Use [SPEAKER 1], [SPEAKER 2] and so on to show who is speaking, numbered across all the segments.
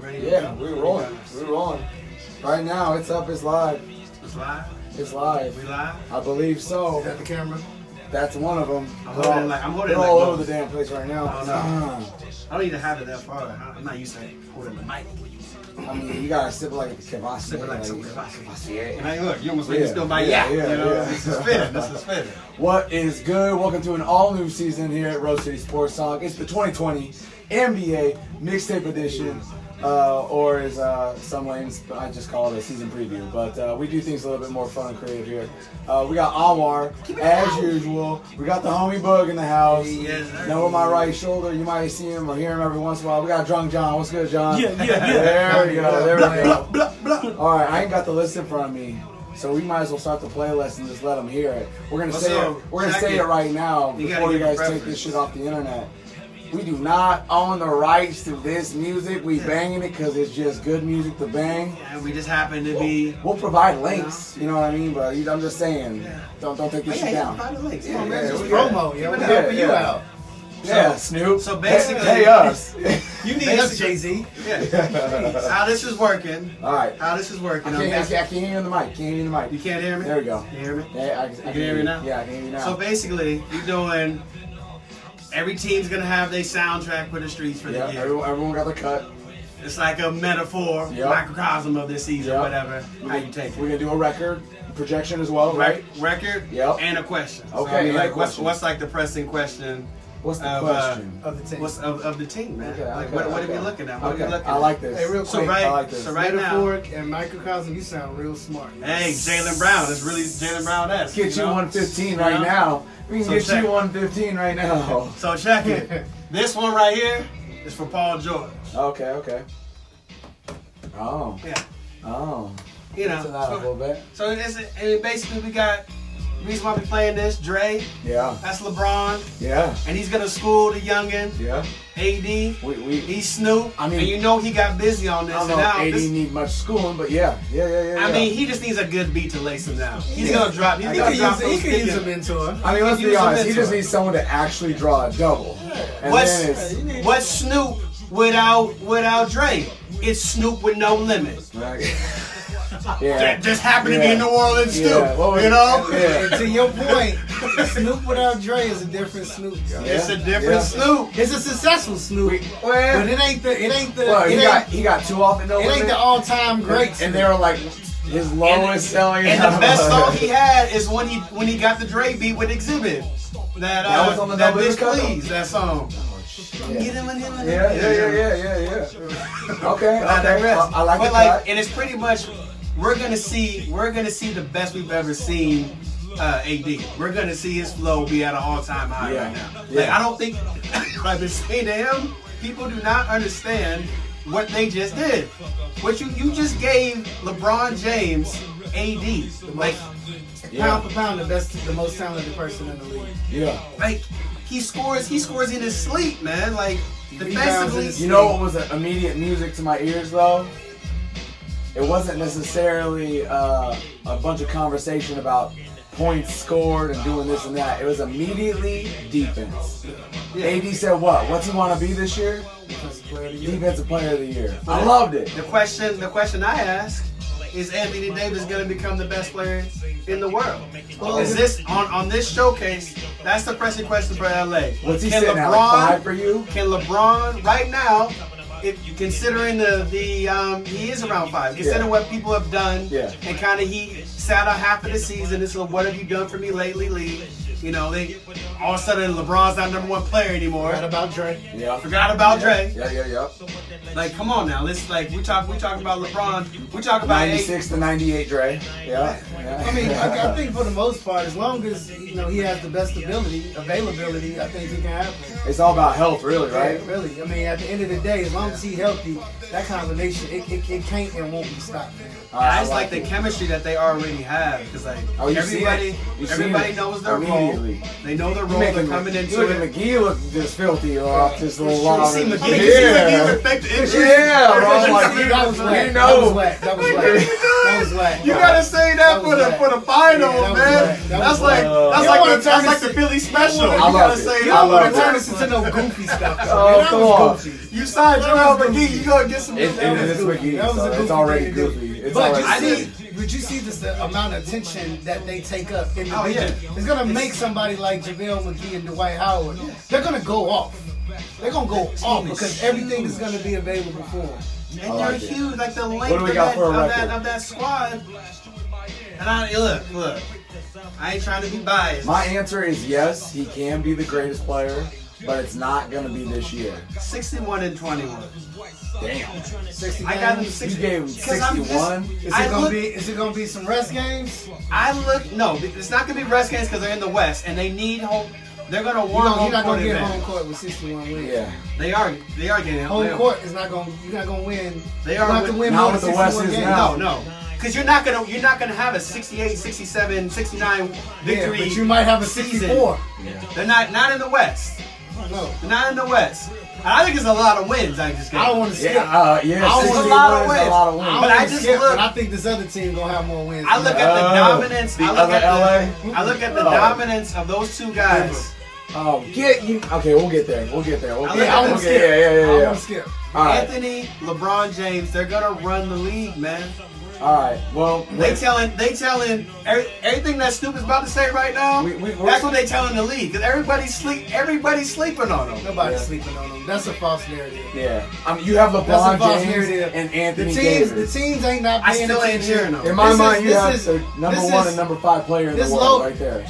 [SPEAKER 1] ready to
[SPEAKER 2] Yeah,
[SPEAKER 1] go?
[SPEAKER 2] we're rolling. We're rolling. Right now, it's up. It's live.
[SPEAKER 1] It's live.
[SPEAKER 2] It's
[SPEAKER 1] We
[SPEAKER 2] live.
[SPEAKER 1] live.
[SPEAKER 2] I believe so.
[SPEAKER 3] Is that the camera?
[SPEAKER 2] That's one of them.
[SPEAKER 1] I'm holding it like- I'm holding it
[SPEAKER 2] they're
[SPEAKER 1] like
[SPEAKER 2] all
[SPEAKER 1] both.
[SPEAKER 2] over the damn place right now.
[SPEAKER 1] I I don't even have it that far. I- I'm not used to holding the mic.
[SPEAKER 2] I mean, you gotta sip it like a kibasi.
[SPEAKER 1] Sip it like some
[SPEAKER 2] yeah.
[SPEAKER 1] And I look, you almost made me
[SPEAKER 2] Yeah,
[SPEAKER 1] spill my
[SPEAKER 2] yeah,
[SPEAKER 1] yak.
[SPEAKER 2] yeah,
[SPEAKER 1] you know,
[SPEAKER 2] yeah.
[SPEAKER 1] this is fitting. This is fitting.
[SPEAKER 2] What is good? Welcome to an all new season here at Rose City Sports Talk. It's the 2020 NBA Mixtape Edition, uh, or as uh, some lanes I just call it a season preview. But uh, we do things a little bit more fun and creative here. Uh, we got Anwar, as usual. We got the homie Bug in the house.
[SPEAKER 1] Yes, sir.
[SPEAKER 2] Now on my right shoulder, you might see him or hear him every once in a while. We got Drunk John. What's good, John?
[SPEAKER 4] Yeah, yeah, yeah.
[SPEAKER 2] There we go. There we go.
[SPEAKER 4] blah, blah.
[SPEAKER 2] All right, I ain't got the list in front of me, so we might as well start the playlist and just let them hear it. We're gonna
[SPEAKER 1] Well,
[SPEAKER 2] say
[SPEAKER 1] so,
[SPEAKER 2] it. We're gonna
[SPEAKER 1] check
[SPEAKER 2] say
[SPEAKER 1] it.
[SPEAKER 2] it right now
[SPEAKER 1] You gotta
[SPEAKER 2] before you
[SPEAKER 1] give
[SPEAKER 2] guys
[SPEAKER 1] it
[SPEAKER 2] take
[SPEAKER 1] preference.
[SPEAKER 2] this shit off the internet. We do not own the rights to this music. We banging it because it's just good music to bang.
[SPEAKER 1] And we just happen to be.
[SPEAKER 2] We'll provide links. You know what I mean? But you- I'm just saying, don't don't take this shit down.
[SPEAKER 1] find the links.
[SPEAKER 2] Yeah,
[SPEAKER 1] Come on,
[SPEAKER 2] yeah,
[SPEAKER 1] man.
[SPEAKER 3] It's
[SPEAKER 1] Just
[SPEAKER 2] we
[SPEAKER 1] promo.
[SPEAKER 3] promo, yo. We're
[SPEAKER 2] Yeah,
[SPEAKER 3] helping you
[SPEAKER 2] yeah.
[SPEAKER 3] out.
[SPEAKER 2] yeah, Snoop.
[SPEAKER 1] so basically-
[SPEAKER 2] pay, pay us.
[SPEAKER 3] You need
[SPEAKER 1] Thanks,
[SPEAKER 3] us, Jay Z.
[SPEAKER 1] Yeah. How this is working.
[SPEAKER 2] All right. I
[SPEAKER 1] How this is working.
[SPEAKER 2] can't, I
[SPEAKER 1] I'm
[SPEAKER 2] can't,
[SPEAKER 1] asking-
[SPEAKER 2] I can't hear you in the mic. Can't hear you in the mic.
[SPEAKER 1] You can't hear me?
[SPEAKER 2] There we go.
[SPEAKER 1] You hear me?
[SPEAKER 2] Yeah, I, I can
[SPEAKER 1] hear me now?
[SPEAKER 2] Yeah, I can hear you now.
[SPEAKER 1] So basically, you're doing. Every team's gonna have their soundtrack for the streets for
[SPEAKER 2] yeah,
[SPEAKER 1] the year.
[SPEAKER 2] everyone, everyone got the cut.
[SPEAKER 1] It's like a metaphor,
[SPEAKER 2] Yep.
[SPEAKER 1] microcosm of this season,
[SPEAKER 2] Yep.
[SPEAKER 1] whatever.
[SPEAKER 2] We're
[SPEAKER 1] How
[SPEAKER 2] gonna-
[SPEAKER 1] you take
[SPEAKER 2] We're
[SPEAKER 1] it.
[SPEAKER 2] gonna do a record projection as well, right?
[SPEAKER 1] Rec- record
[SPEAKER 2] Yep.
[SPEAKER 1] and a question. So,
[SPEAKER 2] Okay,
[SPEAKER 1] I mean,
[SPEAKER 2] and a
[SPEAKER 1] like what's,
[SPEAKER 2] question.
[SPEAKER 1] what's like the pressing question
[SPEAKER 2] What's the
[SPEAKER 1] of, uh,
[SPEAKER 2] question?
[SPEAKER 3] Of the team.
[SPEAKER 1] what's of, of the team, man?
[SPEAKER 2] Okay,
[SPEAKER 1] like
[SPEAKER 2] okay,
[SPEAKER 1] what, what are we
[SPEAKER 2] okay.
[SPEAKER 1] looking at? What
[SPEAKER 2] okay.
[SPEAKER 1] are we looking
[SPEAKER 2] I like
[SPEAKER 1] at?
[SPEAKER 2] this.
[SPEAKER 3] Hey, real
[SPEAKER 1] So
[SPEAKER 3] quick,
[SPEAKER 1] right
[SPEAKER 2] I like this.
[SPEAKER 1] so right now
[SPEAKER 3] Metaphoric and microcosm, you sound real smart.
[SPEAKER 1] Hey, Jalen Brown. It's really Jalen Brown esque.
[SPEAKER 2] Get you 115 right now. We can
[SPEAKER 1] So
[SPEAKER 2] get
[SPEAKER 1] check. Oh.
[SPEAKER 2] you 115 right now.
[SPEAKER 1] So check it. this one right here is for Paul George.
[SPEAKER 2] Okay, okay. Oh,
[SPEAKER 1] Yeah.
[SPEAKER 2] oh.
[SPEAKER 1] You know.
[SPEAKER 2] That's it out a
[SPEAKER 1] So,
[SPEAKER 2] little bit.
[SPEAKER 1] so it's and basically we got reason why we playing this, Dre,
[SPEAKER 2] Yeah,
[SPEAKER 1] that's LeBron,
[SPEAKER 2] yeah,
[SPEAKER 1] and he's gonna school the youngin'.
[SPEAKER 2] yeah.
[SPEAKER 1] AD,
[SPEAKER 2] We, we.
[SPEAKER 1] he's Snoop.
[SPEAKER 2] I mean-
[SPEAKER 1] and you know he got busy on
[SPEAKER 2] I
[SPEAKER 1] this.
[SPEAKER 2] don't
[SPEAKER 1] And
[SPEAKER 2] know.
[SPEAKER 1] now
[SPEAKER 2] if AD
[SPEAKER 1] this-
[SPEAKER 2] need much schooling, but yeah, yeah, yeah, yeah.
[SPEAKER 1] I
[SPEAKER 2] yeah.
[SPEAKER 1] mean, he just needs a good beat to lace him down. He's
[SPEAKER 2] Yeah.
[SPEAKER 1] gonna drop. He's
[SPEAKER 2] I
[SPEAKER 3] He
[SPEAKER 1] gonna
[SPEAKER 3] could
[SPEAKER 1] drop
[SPEAKER 3] use,
[SPEAKER 1] those
[SPEAKER 3] he could use a
[SPEAKER 1] sticking.
[SPEAKER 3] mentor.
[SPEAKER 2] I mean, let's
[SPEAKER 1] he was
[SPEAKER 2] be
[SPEAKER 1] a
[SPEAKER 2] honest. He just
[SPEAKER 1] mentor.
[SPEAKER 2] needs someone to actually draw a double. And then
[SPEAKER 1] What's
[SPEAKER 2] it's,
[SPEAKER 1] what's Snoop without without Dre? It's Snoop with no limit.
[SPEAKER 2] Right. yeah.
[SPEAKER 1] That just happened to be
[SPEAKER 2] Yeah.
[SPEAKER 1] in New Orleans
[SPEAKER 2] Yeah.
[SPEAKER 1] too.
[SPEAKER 2] What was-
[SPEAKER 1] you know,
[SPEAKER 2] Yeah.
[SPEAKER 3] And to your point, Snoop without Dre is a different Snoop. yo.
[SPEAKER 2] Yeah.
[SPEAKER 1] it's a different
[SPEAKER 2] Yeah.
[SPEAKER 1] Snoop.
[SPEAKER 3] It's a successful Snoop,
[SPEAKER 2] We-
[SPEAKER 3] but
[SPEAKER 2] well,
[SPEAKER 3] it ain't the it ain't the
[SPEAKER 2] well,
[SPEAKER 3] it,
[SPEAKER 2] he
[SPEAKER 3] ain't,
[SPEAKER 2] got he got two off in no
[SPEAKER 3] it ain't
[SPEAKER 2] limit.
[SPEAKER 3] the all time great.
[SPEAKER 2] and they were like his
[SPEAKER 1] And-
[SPEAKER 2] lowest selling.
[SPEAKER 1] And the
[SPEAKER 2] album.
[SPEAKER 1] best song he had is when he when he got the Dre beat with Exhibit. That uh,
[SPEAKER 2] That was on the
[SPEAKER 1] that
[SPEAKER 2] No
[SPEAKER 1] bitch
[SPEAKER 2] Limit cut?
[SPEAKER 1] please that song. Get him in him in-
[SPEAKER 2] Yeah, yeah, yeah, yeah, yeah, yeah. Okay,
[SPEAKER 1] But I
[SPEAKER 2] okay.
[SPEAKER 1] digress.
[SPEAKER 2] I, I like
[SPEAKER 1] but
[SPEAKER 2] the
[SPEAKER 1] like,
[SPEAKER 2] cut.
[SPEAKER 1] and it's pretty much we're gonna see we're gonna see the best we've ever seen uh, AD. We're gonna see his flow be at an all time high
[SPEAKER 2] Yeah.
[SPEAKER 1] right now. Like
[SPEAKER 2] Yeah.
[SPEAKER 1] I don't think I've been saying to him, people do not understand what they just did. What you you just gave LeBron James AD like
[SPEAKER 2] Yeah,
[SPEAKER 3] Pound for pound, the best, the most talented person in the league.
[SPEAKER 2] yeah.
[SPEAKER 1] like he scores he scores in his sleep, man. Like
[SPEAKER 3] rebounds in
[SPEAKER 1] defensively.
[SPEAKER 3] his
[SPEAKER 2] You know what was the immediate music to my ears though? It wasn't necessarily uh, a bunch of conversation about points scored and doing this and that. It was immediately defense. AD said what? What's he want to be this year?
[SPEAKER 3] Defensive player of the year.
[SPEAKER 2] Defensive player of the year. I loved it.
[SPEAKER 1] The question, the question I ask is: Anthony Davis going to become the best player in the world?
[SPEAKER 3] Well,
[SPEAKER 1] is this on on this showcase? That's the pressing question for LA.
[SPEAKER 2] What's he
[SPEAKER 1] can
[SPEAKER 2] sitting at? Like five for you?
[SPEAKER 1] Can LeBron right now? If, considering the the um, he is around five. Considering
[SPEAKER 2] Yeah.
[SPEAKER 1] what people have done,
[SPEAKER 2] Yeah.
[SPEAKER 1] and kind of he sat out half of the season. It's a what have you done for me lately, league? You know, they all of a sudden LeBron's not number one player anymore.
[SPEAKER 3] Right about Dre.
[SPEAKER 2] Yeah.
[SPEAKER 1] Forgot about Dre.
[SPEAKER 2] Yeah, yeah, yeah.
[SPEAKER 1] Like, come on now. Let's like we talk. We talk about LeBron. We talk about eight.
[SPEAKER 2] 96 to 98 Dre. Yeah. yeah.
[SPEAKER 3] I mean, I, I think for the most part, as long as you know he has the best ability, availability, I think he can have it.
[SPEAKER 2] it's all about health, really,
[SPEAKER 3] Right,
[SPEAKER 2] right?
[SPEAKER 3] really. I mean, at the end of the day, as long as he healthy, that combination it, it, it can't and won't be stopped.
[SPEAKER 2] All right,
[SPEAKER 1] I
[SPEAKER 2] Uh, I
[SPEAKER 1] just like the
[SPEAKER 2] it.
[SPEAKER 1] chemistry that they already we have because like
[SPEAKER 2] Oh, you see
[SPEAKER 1] everybody,
[SPEAKER 2] it. You see
[SPEAKER 1] everybody
[SPEAKER 2] it
[SPEAKER 1] knows their role.
[SPEAKER 2] immediately.
[SPEAKER 1] They know their
[SPEAKER 2] You
[SPEAKER 1] role.
[SPEAKER 2] making
[SPEAKER 1] They're coming
[SPEAKER 2] you
[SPEAKER 1] into
[SPEAKER 2] making
[SPEAKER 1] it.
[SPEAKER 2] McGee look just filthy off this little lottery.
[SPEAKER 1] You see
[SPEAKER 3] I mean,
[SPEAKER 1] McGee, you see
[SPEAKER 2] Yeah.
[SPEAKER 1] McGee affect the injury.
[SPEAKER 2] Yeah, bro,
[SPEAKER 1] You
[SPEAKER 2] like,
[SPEAKER 1] see
[SPEAKER 2] you
[SPEAKER 3] that was
[SPEAKER 1] McGee.
[SPEAKER 3] whack. That
[SPEAKER 2] know.
[SPEAKER 3] was whack. That was whack. That was whack.
[SPEAKER 1] You gotta say that,
[SPEAKER 3] That
[SPEAKER 1] for
[SPEAKER 3] was
[SPEAKER 1] the
[SPEAKER 3] whack.
[SPEAKER 1] for the final,
[SPEAKER 3] Yeah, that was whack.
[SPEAKER 1] man.
[SPEAKER 3] That
[SPEAKER 1] that's
[SPEAKER 3] was
[SPEAKER 1] like
[SPEAKER 2] whack.
[SPEAKER 1] that's
[SPEAKER 3] You
[SPEAKER 1] like
[SPEAKER 3] wanna
[SPEAKER 1] the,
[SPEAKER 3] turn
[SPEAKER 1] that's like
[SPEAKER 3] this-
[SPEAKER 1] the Philly special. You
[SPEAKER 2] I
[SPEAKER 1] gotta
[SPEAKER 2] love it.
[SPEAKER 1] say
[SPEAKER 2] I
[SPEAKER 1] that
[SPEAKER 3] Y'all
[SPEAKER 1] for
[SPEAKER 2] love
[SPEAKER 1] the
[SPEAKER 2] it.
[SPEAKER 3] want to turn this
[SPEAKER 1] final.
[SPEAKER 3] into no goofy stuff.
[SPEAKER 2] Oh,
[SPEAKER 3] that
[SPEAKER 2] come on.
[SPEAKER 3] was goofy.
[SPEAKER 1] You signed Joel
[SPEAKER 3] That was
[SPEAKER 1] McGee,
[SPEAKER 3] goofy.
[SPEAKER 1] you gonna get some.
[SPEAKER 2] It, it,
[SPEAKER 1] that was
[SPEAKER 2] it's
[SPEAKER 1] goofy.
[SPEAKER 2] McGee,
[SPEAKER 3] That was a
[SPEAKER 2] so it's
[SPEAKER 3] goofy
[SPEAKER 2] already
[SPEAKER 3] thing to do.
[SPEAKER 2] goofy. It's
[SPEAKER 3] But
[SPEAKER 2] already
[SPEAKER 3] you
[SPEAKER 1] I
[SPEAKER 2] goofy.
[SPEAKER 1] did-
[SPEAKER 3] see, would you see this the amount of attention that they take up in the
[SPEAKER 1] Oh, yeah.
[SPEAKER 3] region? It's gonna make somebody like JaVale McGee and Dwight Howard. They're gonna go off. They're gonna go off because everything is gonna be available for them.
[SPEAKER 1] And
[SPEAKER 2] I
[SPEAKER 1] they're
[SPEAKER 2] like it.
[SPEAKER 1] huge, like the length
[SPEAKER 2] What do
[SPEAKER 1] of
[SPEAKER 2] we got
[SPEAKER 1] that,
[SPEAKER 2] for a
[SPEAKER 1] of, that,
[SPEAKER 2] record?
[SPEAKER 1] of that squad. And I look, look. I ain't trying to be biased.
[SPEAKER 2] My answer is yes, he can be the greatest player, but it's not going to be this year.
[SPEAKER 1] 61 and 21.
[SPEAKER 2] Damn.
[SPEAKER 3] 60
[SPEAKER 1] I got them
[SPEAKER 3] games.
[SPEAKER 2] You
[SPEAKER 1] 60.
[SPEAKER 2] gave him
[SPEAKER 1] Because I'm just-
[SPEAKER 2] 61.
[SPEAKER 3] Is
[SPEAKER 1] I
[SPEAKER 3] it gonna
[SPEAKER 1] look-
[SPEAKER 3] be? Is it gonna be some rest games? You
[SPEAKER 1] I look. No, it's not gonna be rest games because they're in the West and they need home. They're gonna warm
[SPEAKER 3] know,
[SPEAKER 1] home
[SPEAKER 3] you're not
[SPEAKER 1] court
[SPEAKER 3] gonna get home
[SPEAKER 1] advantage.
[SPEAKER 3] court with 61 wins.
[SPEAKER 2] Yeah.
[SPEAKER 1] They are. They are getting
[SPEAKER 3] Home
[SPEAKER 1] they are-
[SPEAKER 3] court is not gonna. You're not gonna win.
[SPEAKER 1] They
[SPEAKER 3] you
[SPEAKER 1] are
[SPEAKER 3] have to
[SPEAKER 1] with-
[SPEAKER 3] win
[SPEAKER 2] Not
[SPEAKER 3] more than
[SPEAKER 2] with the West
[SPEAKER 3] 61
[SPEAKER 2] is
[SPEAKER 3] games.
[SPEAKER 2] now.
[SPEAKER 1] No, no. Because you're not gonna. You're not gonna have a 68, 67, 69
[SPEAKER 3] Yeah,
[SPEAKER 1] victory.
[SPEAKER 3] but you might have a
[SPEAKER 1] season.
[SPEAKER 3] 64.
[SPEAKER 1] They're not. Not in the West.
[SPEAKER 3] No,
[SPEAKER 1] They're not in the West. And I think it's a lot of wins. I just.
[SPEAKER 3] I don't want to skip.
[SPEAKER 2] Yeah, uh, yeah.
[SPEAKER 3] I
[SPEAKER 2] sixty
[SPEAKER 3] want
[SPEAKER 2] wins
[SPEAKER 3] a
[SPEAKER 2] is
[SPEAKER 3] lot of
[SPEAKER 1] wins.
[SPEAKER 2] A lot of
[SPEAKER 3] I
[SPEAKER 2] wins.
[SPEAKER 3] don't
[SPEAKER 1] But I
[SPEAKER 3] wanna
[SPEAKER 1] just
[SPEAKER 3] skip,
[SPEAKER 1] look-
[SPEAKER 3] But I think this other team gonna have more wins.
[SPEAKER 1] I look
[SPEAKER 3] than
[SPEAKER 1] at the
[SPEAKER 2] Oh,
[SPEAKER 1] dominance.
[SPEAKER 2] the
[SPEAKER 1] I look
[SPEAKER 2] other
[SPEAKER 1] at the,
[SPEAKER 2] LA?
[SPEAKER 1] I look at the
[SPEAKER 2] Oh.
[SPEAKER 1] dominance of those two guys.
[SPEAKER 2] Oh, get you. Okay, we'll get there. We'll get there. We'll
[SPEAKER 1] I
[SPEAKER 2] get
[SPEAKER 3] that. yeah, I
[SPEAKER 2] there. Okay,
[SPEAKER 3] want to skip.
[SPEAKER 2] Yeah, yeah,
[SPEAKER 3] I
[SPEAKER 2] yeah.
[SPEAKER 3] want
[SPEAKER 2] yeah.
[SPEAKER 3] to skip.
[SPEAKER 2] All right.
[SPEAKER 1] Anthony, LeBron James, they're gonna run the league, man.
[SPEAKER 2] All right. Well,
[SPEAKER 1] They
[SPEAKER 2] wait.
[SPEAKER 1] telling, they telling every, everything that Snoop is about to say right now.
[SPEAKER 2] We- we- we're-
[SPEAKER 1] that's what they telling the league because everybody's sleep, everybody's sleeping on them.
[SPEAKER 3] Nobody's
[SPEAKER 2] Yeah.
[SPEAKER 3] sleeping on them. That's a false narrative.
[SPEAKER 2] yeah. I mean, you have
[SPEAKER 3] That's a
[SPEAKER 2] LeBron
[SPEAKER 3] false
[SPEAKER 2] James
[SPEAKER 3] narrative.
[SPEAKER 2] and Anthony
[SPEAKER 3] the teams,
[SPEAKER 2] Davis.
[SPEAKER 3] the teams ain't not
[SPEAKER 1] I
[SPEAKER 3] paying
[SPEAKER 1] still ain't
[SPEAKER 3] attention.
[SPEAKER 1] hearing them.
[SPEAKER 2] In my
[SPEAKER 3] This is-
[SPEAKER 2] mind, you
[SPEAKER 3] this
[SPEAKER 2] have
[SPEAKER 3] is-
[SPEAKER 2] the number
[SPEAKER 3] this
[SPEAKER 2] one
[SPEAKER 3] is-
[SPEAKER 2] and number five player in the
[SPEAKER 3] this
[SPEAKER 2] world
[SPEAKER 3] low-
[SPEAKER 2] right there.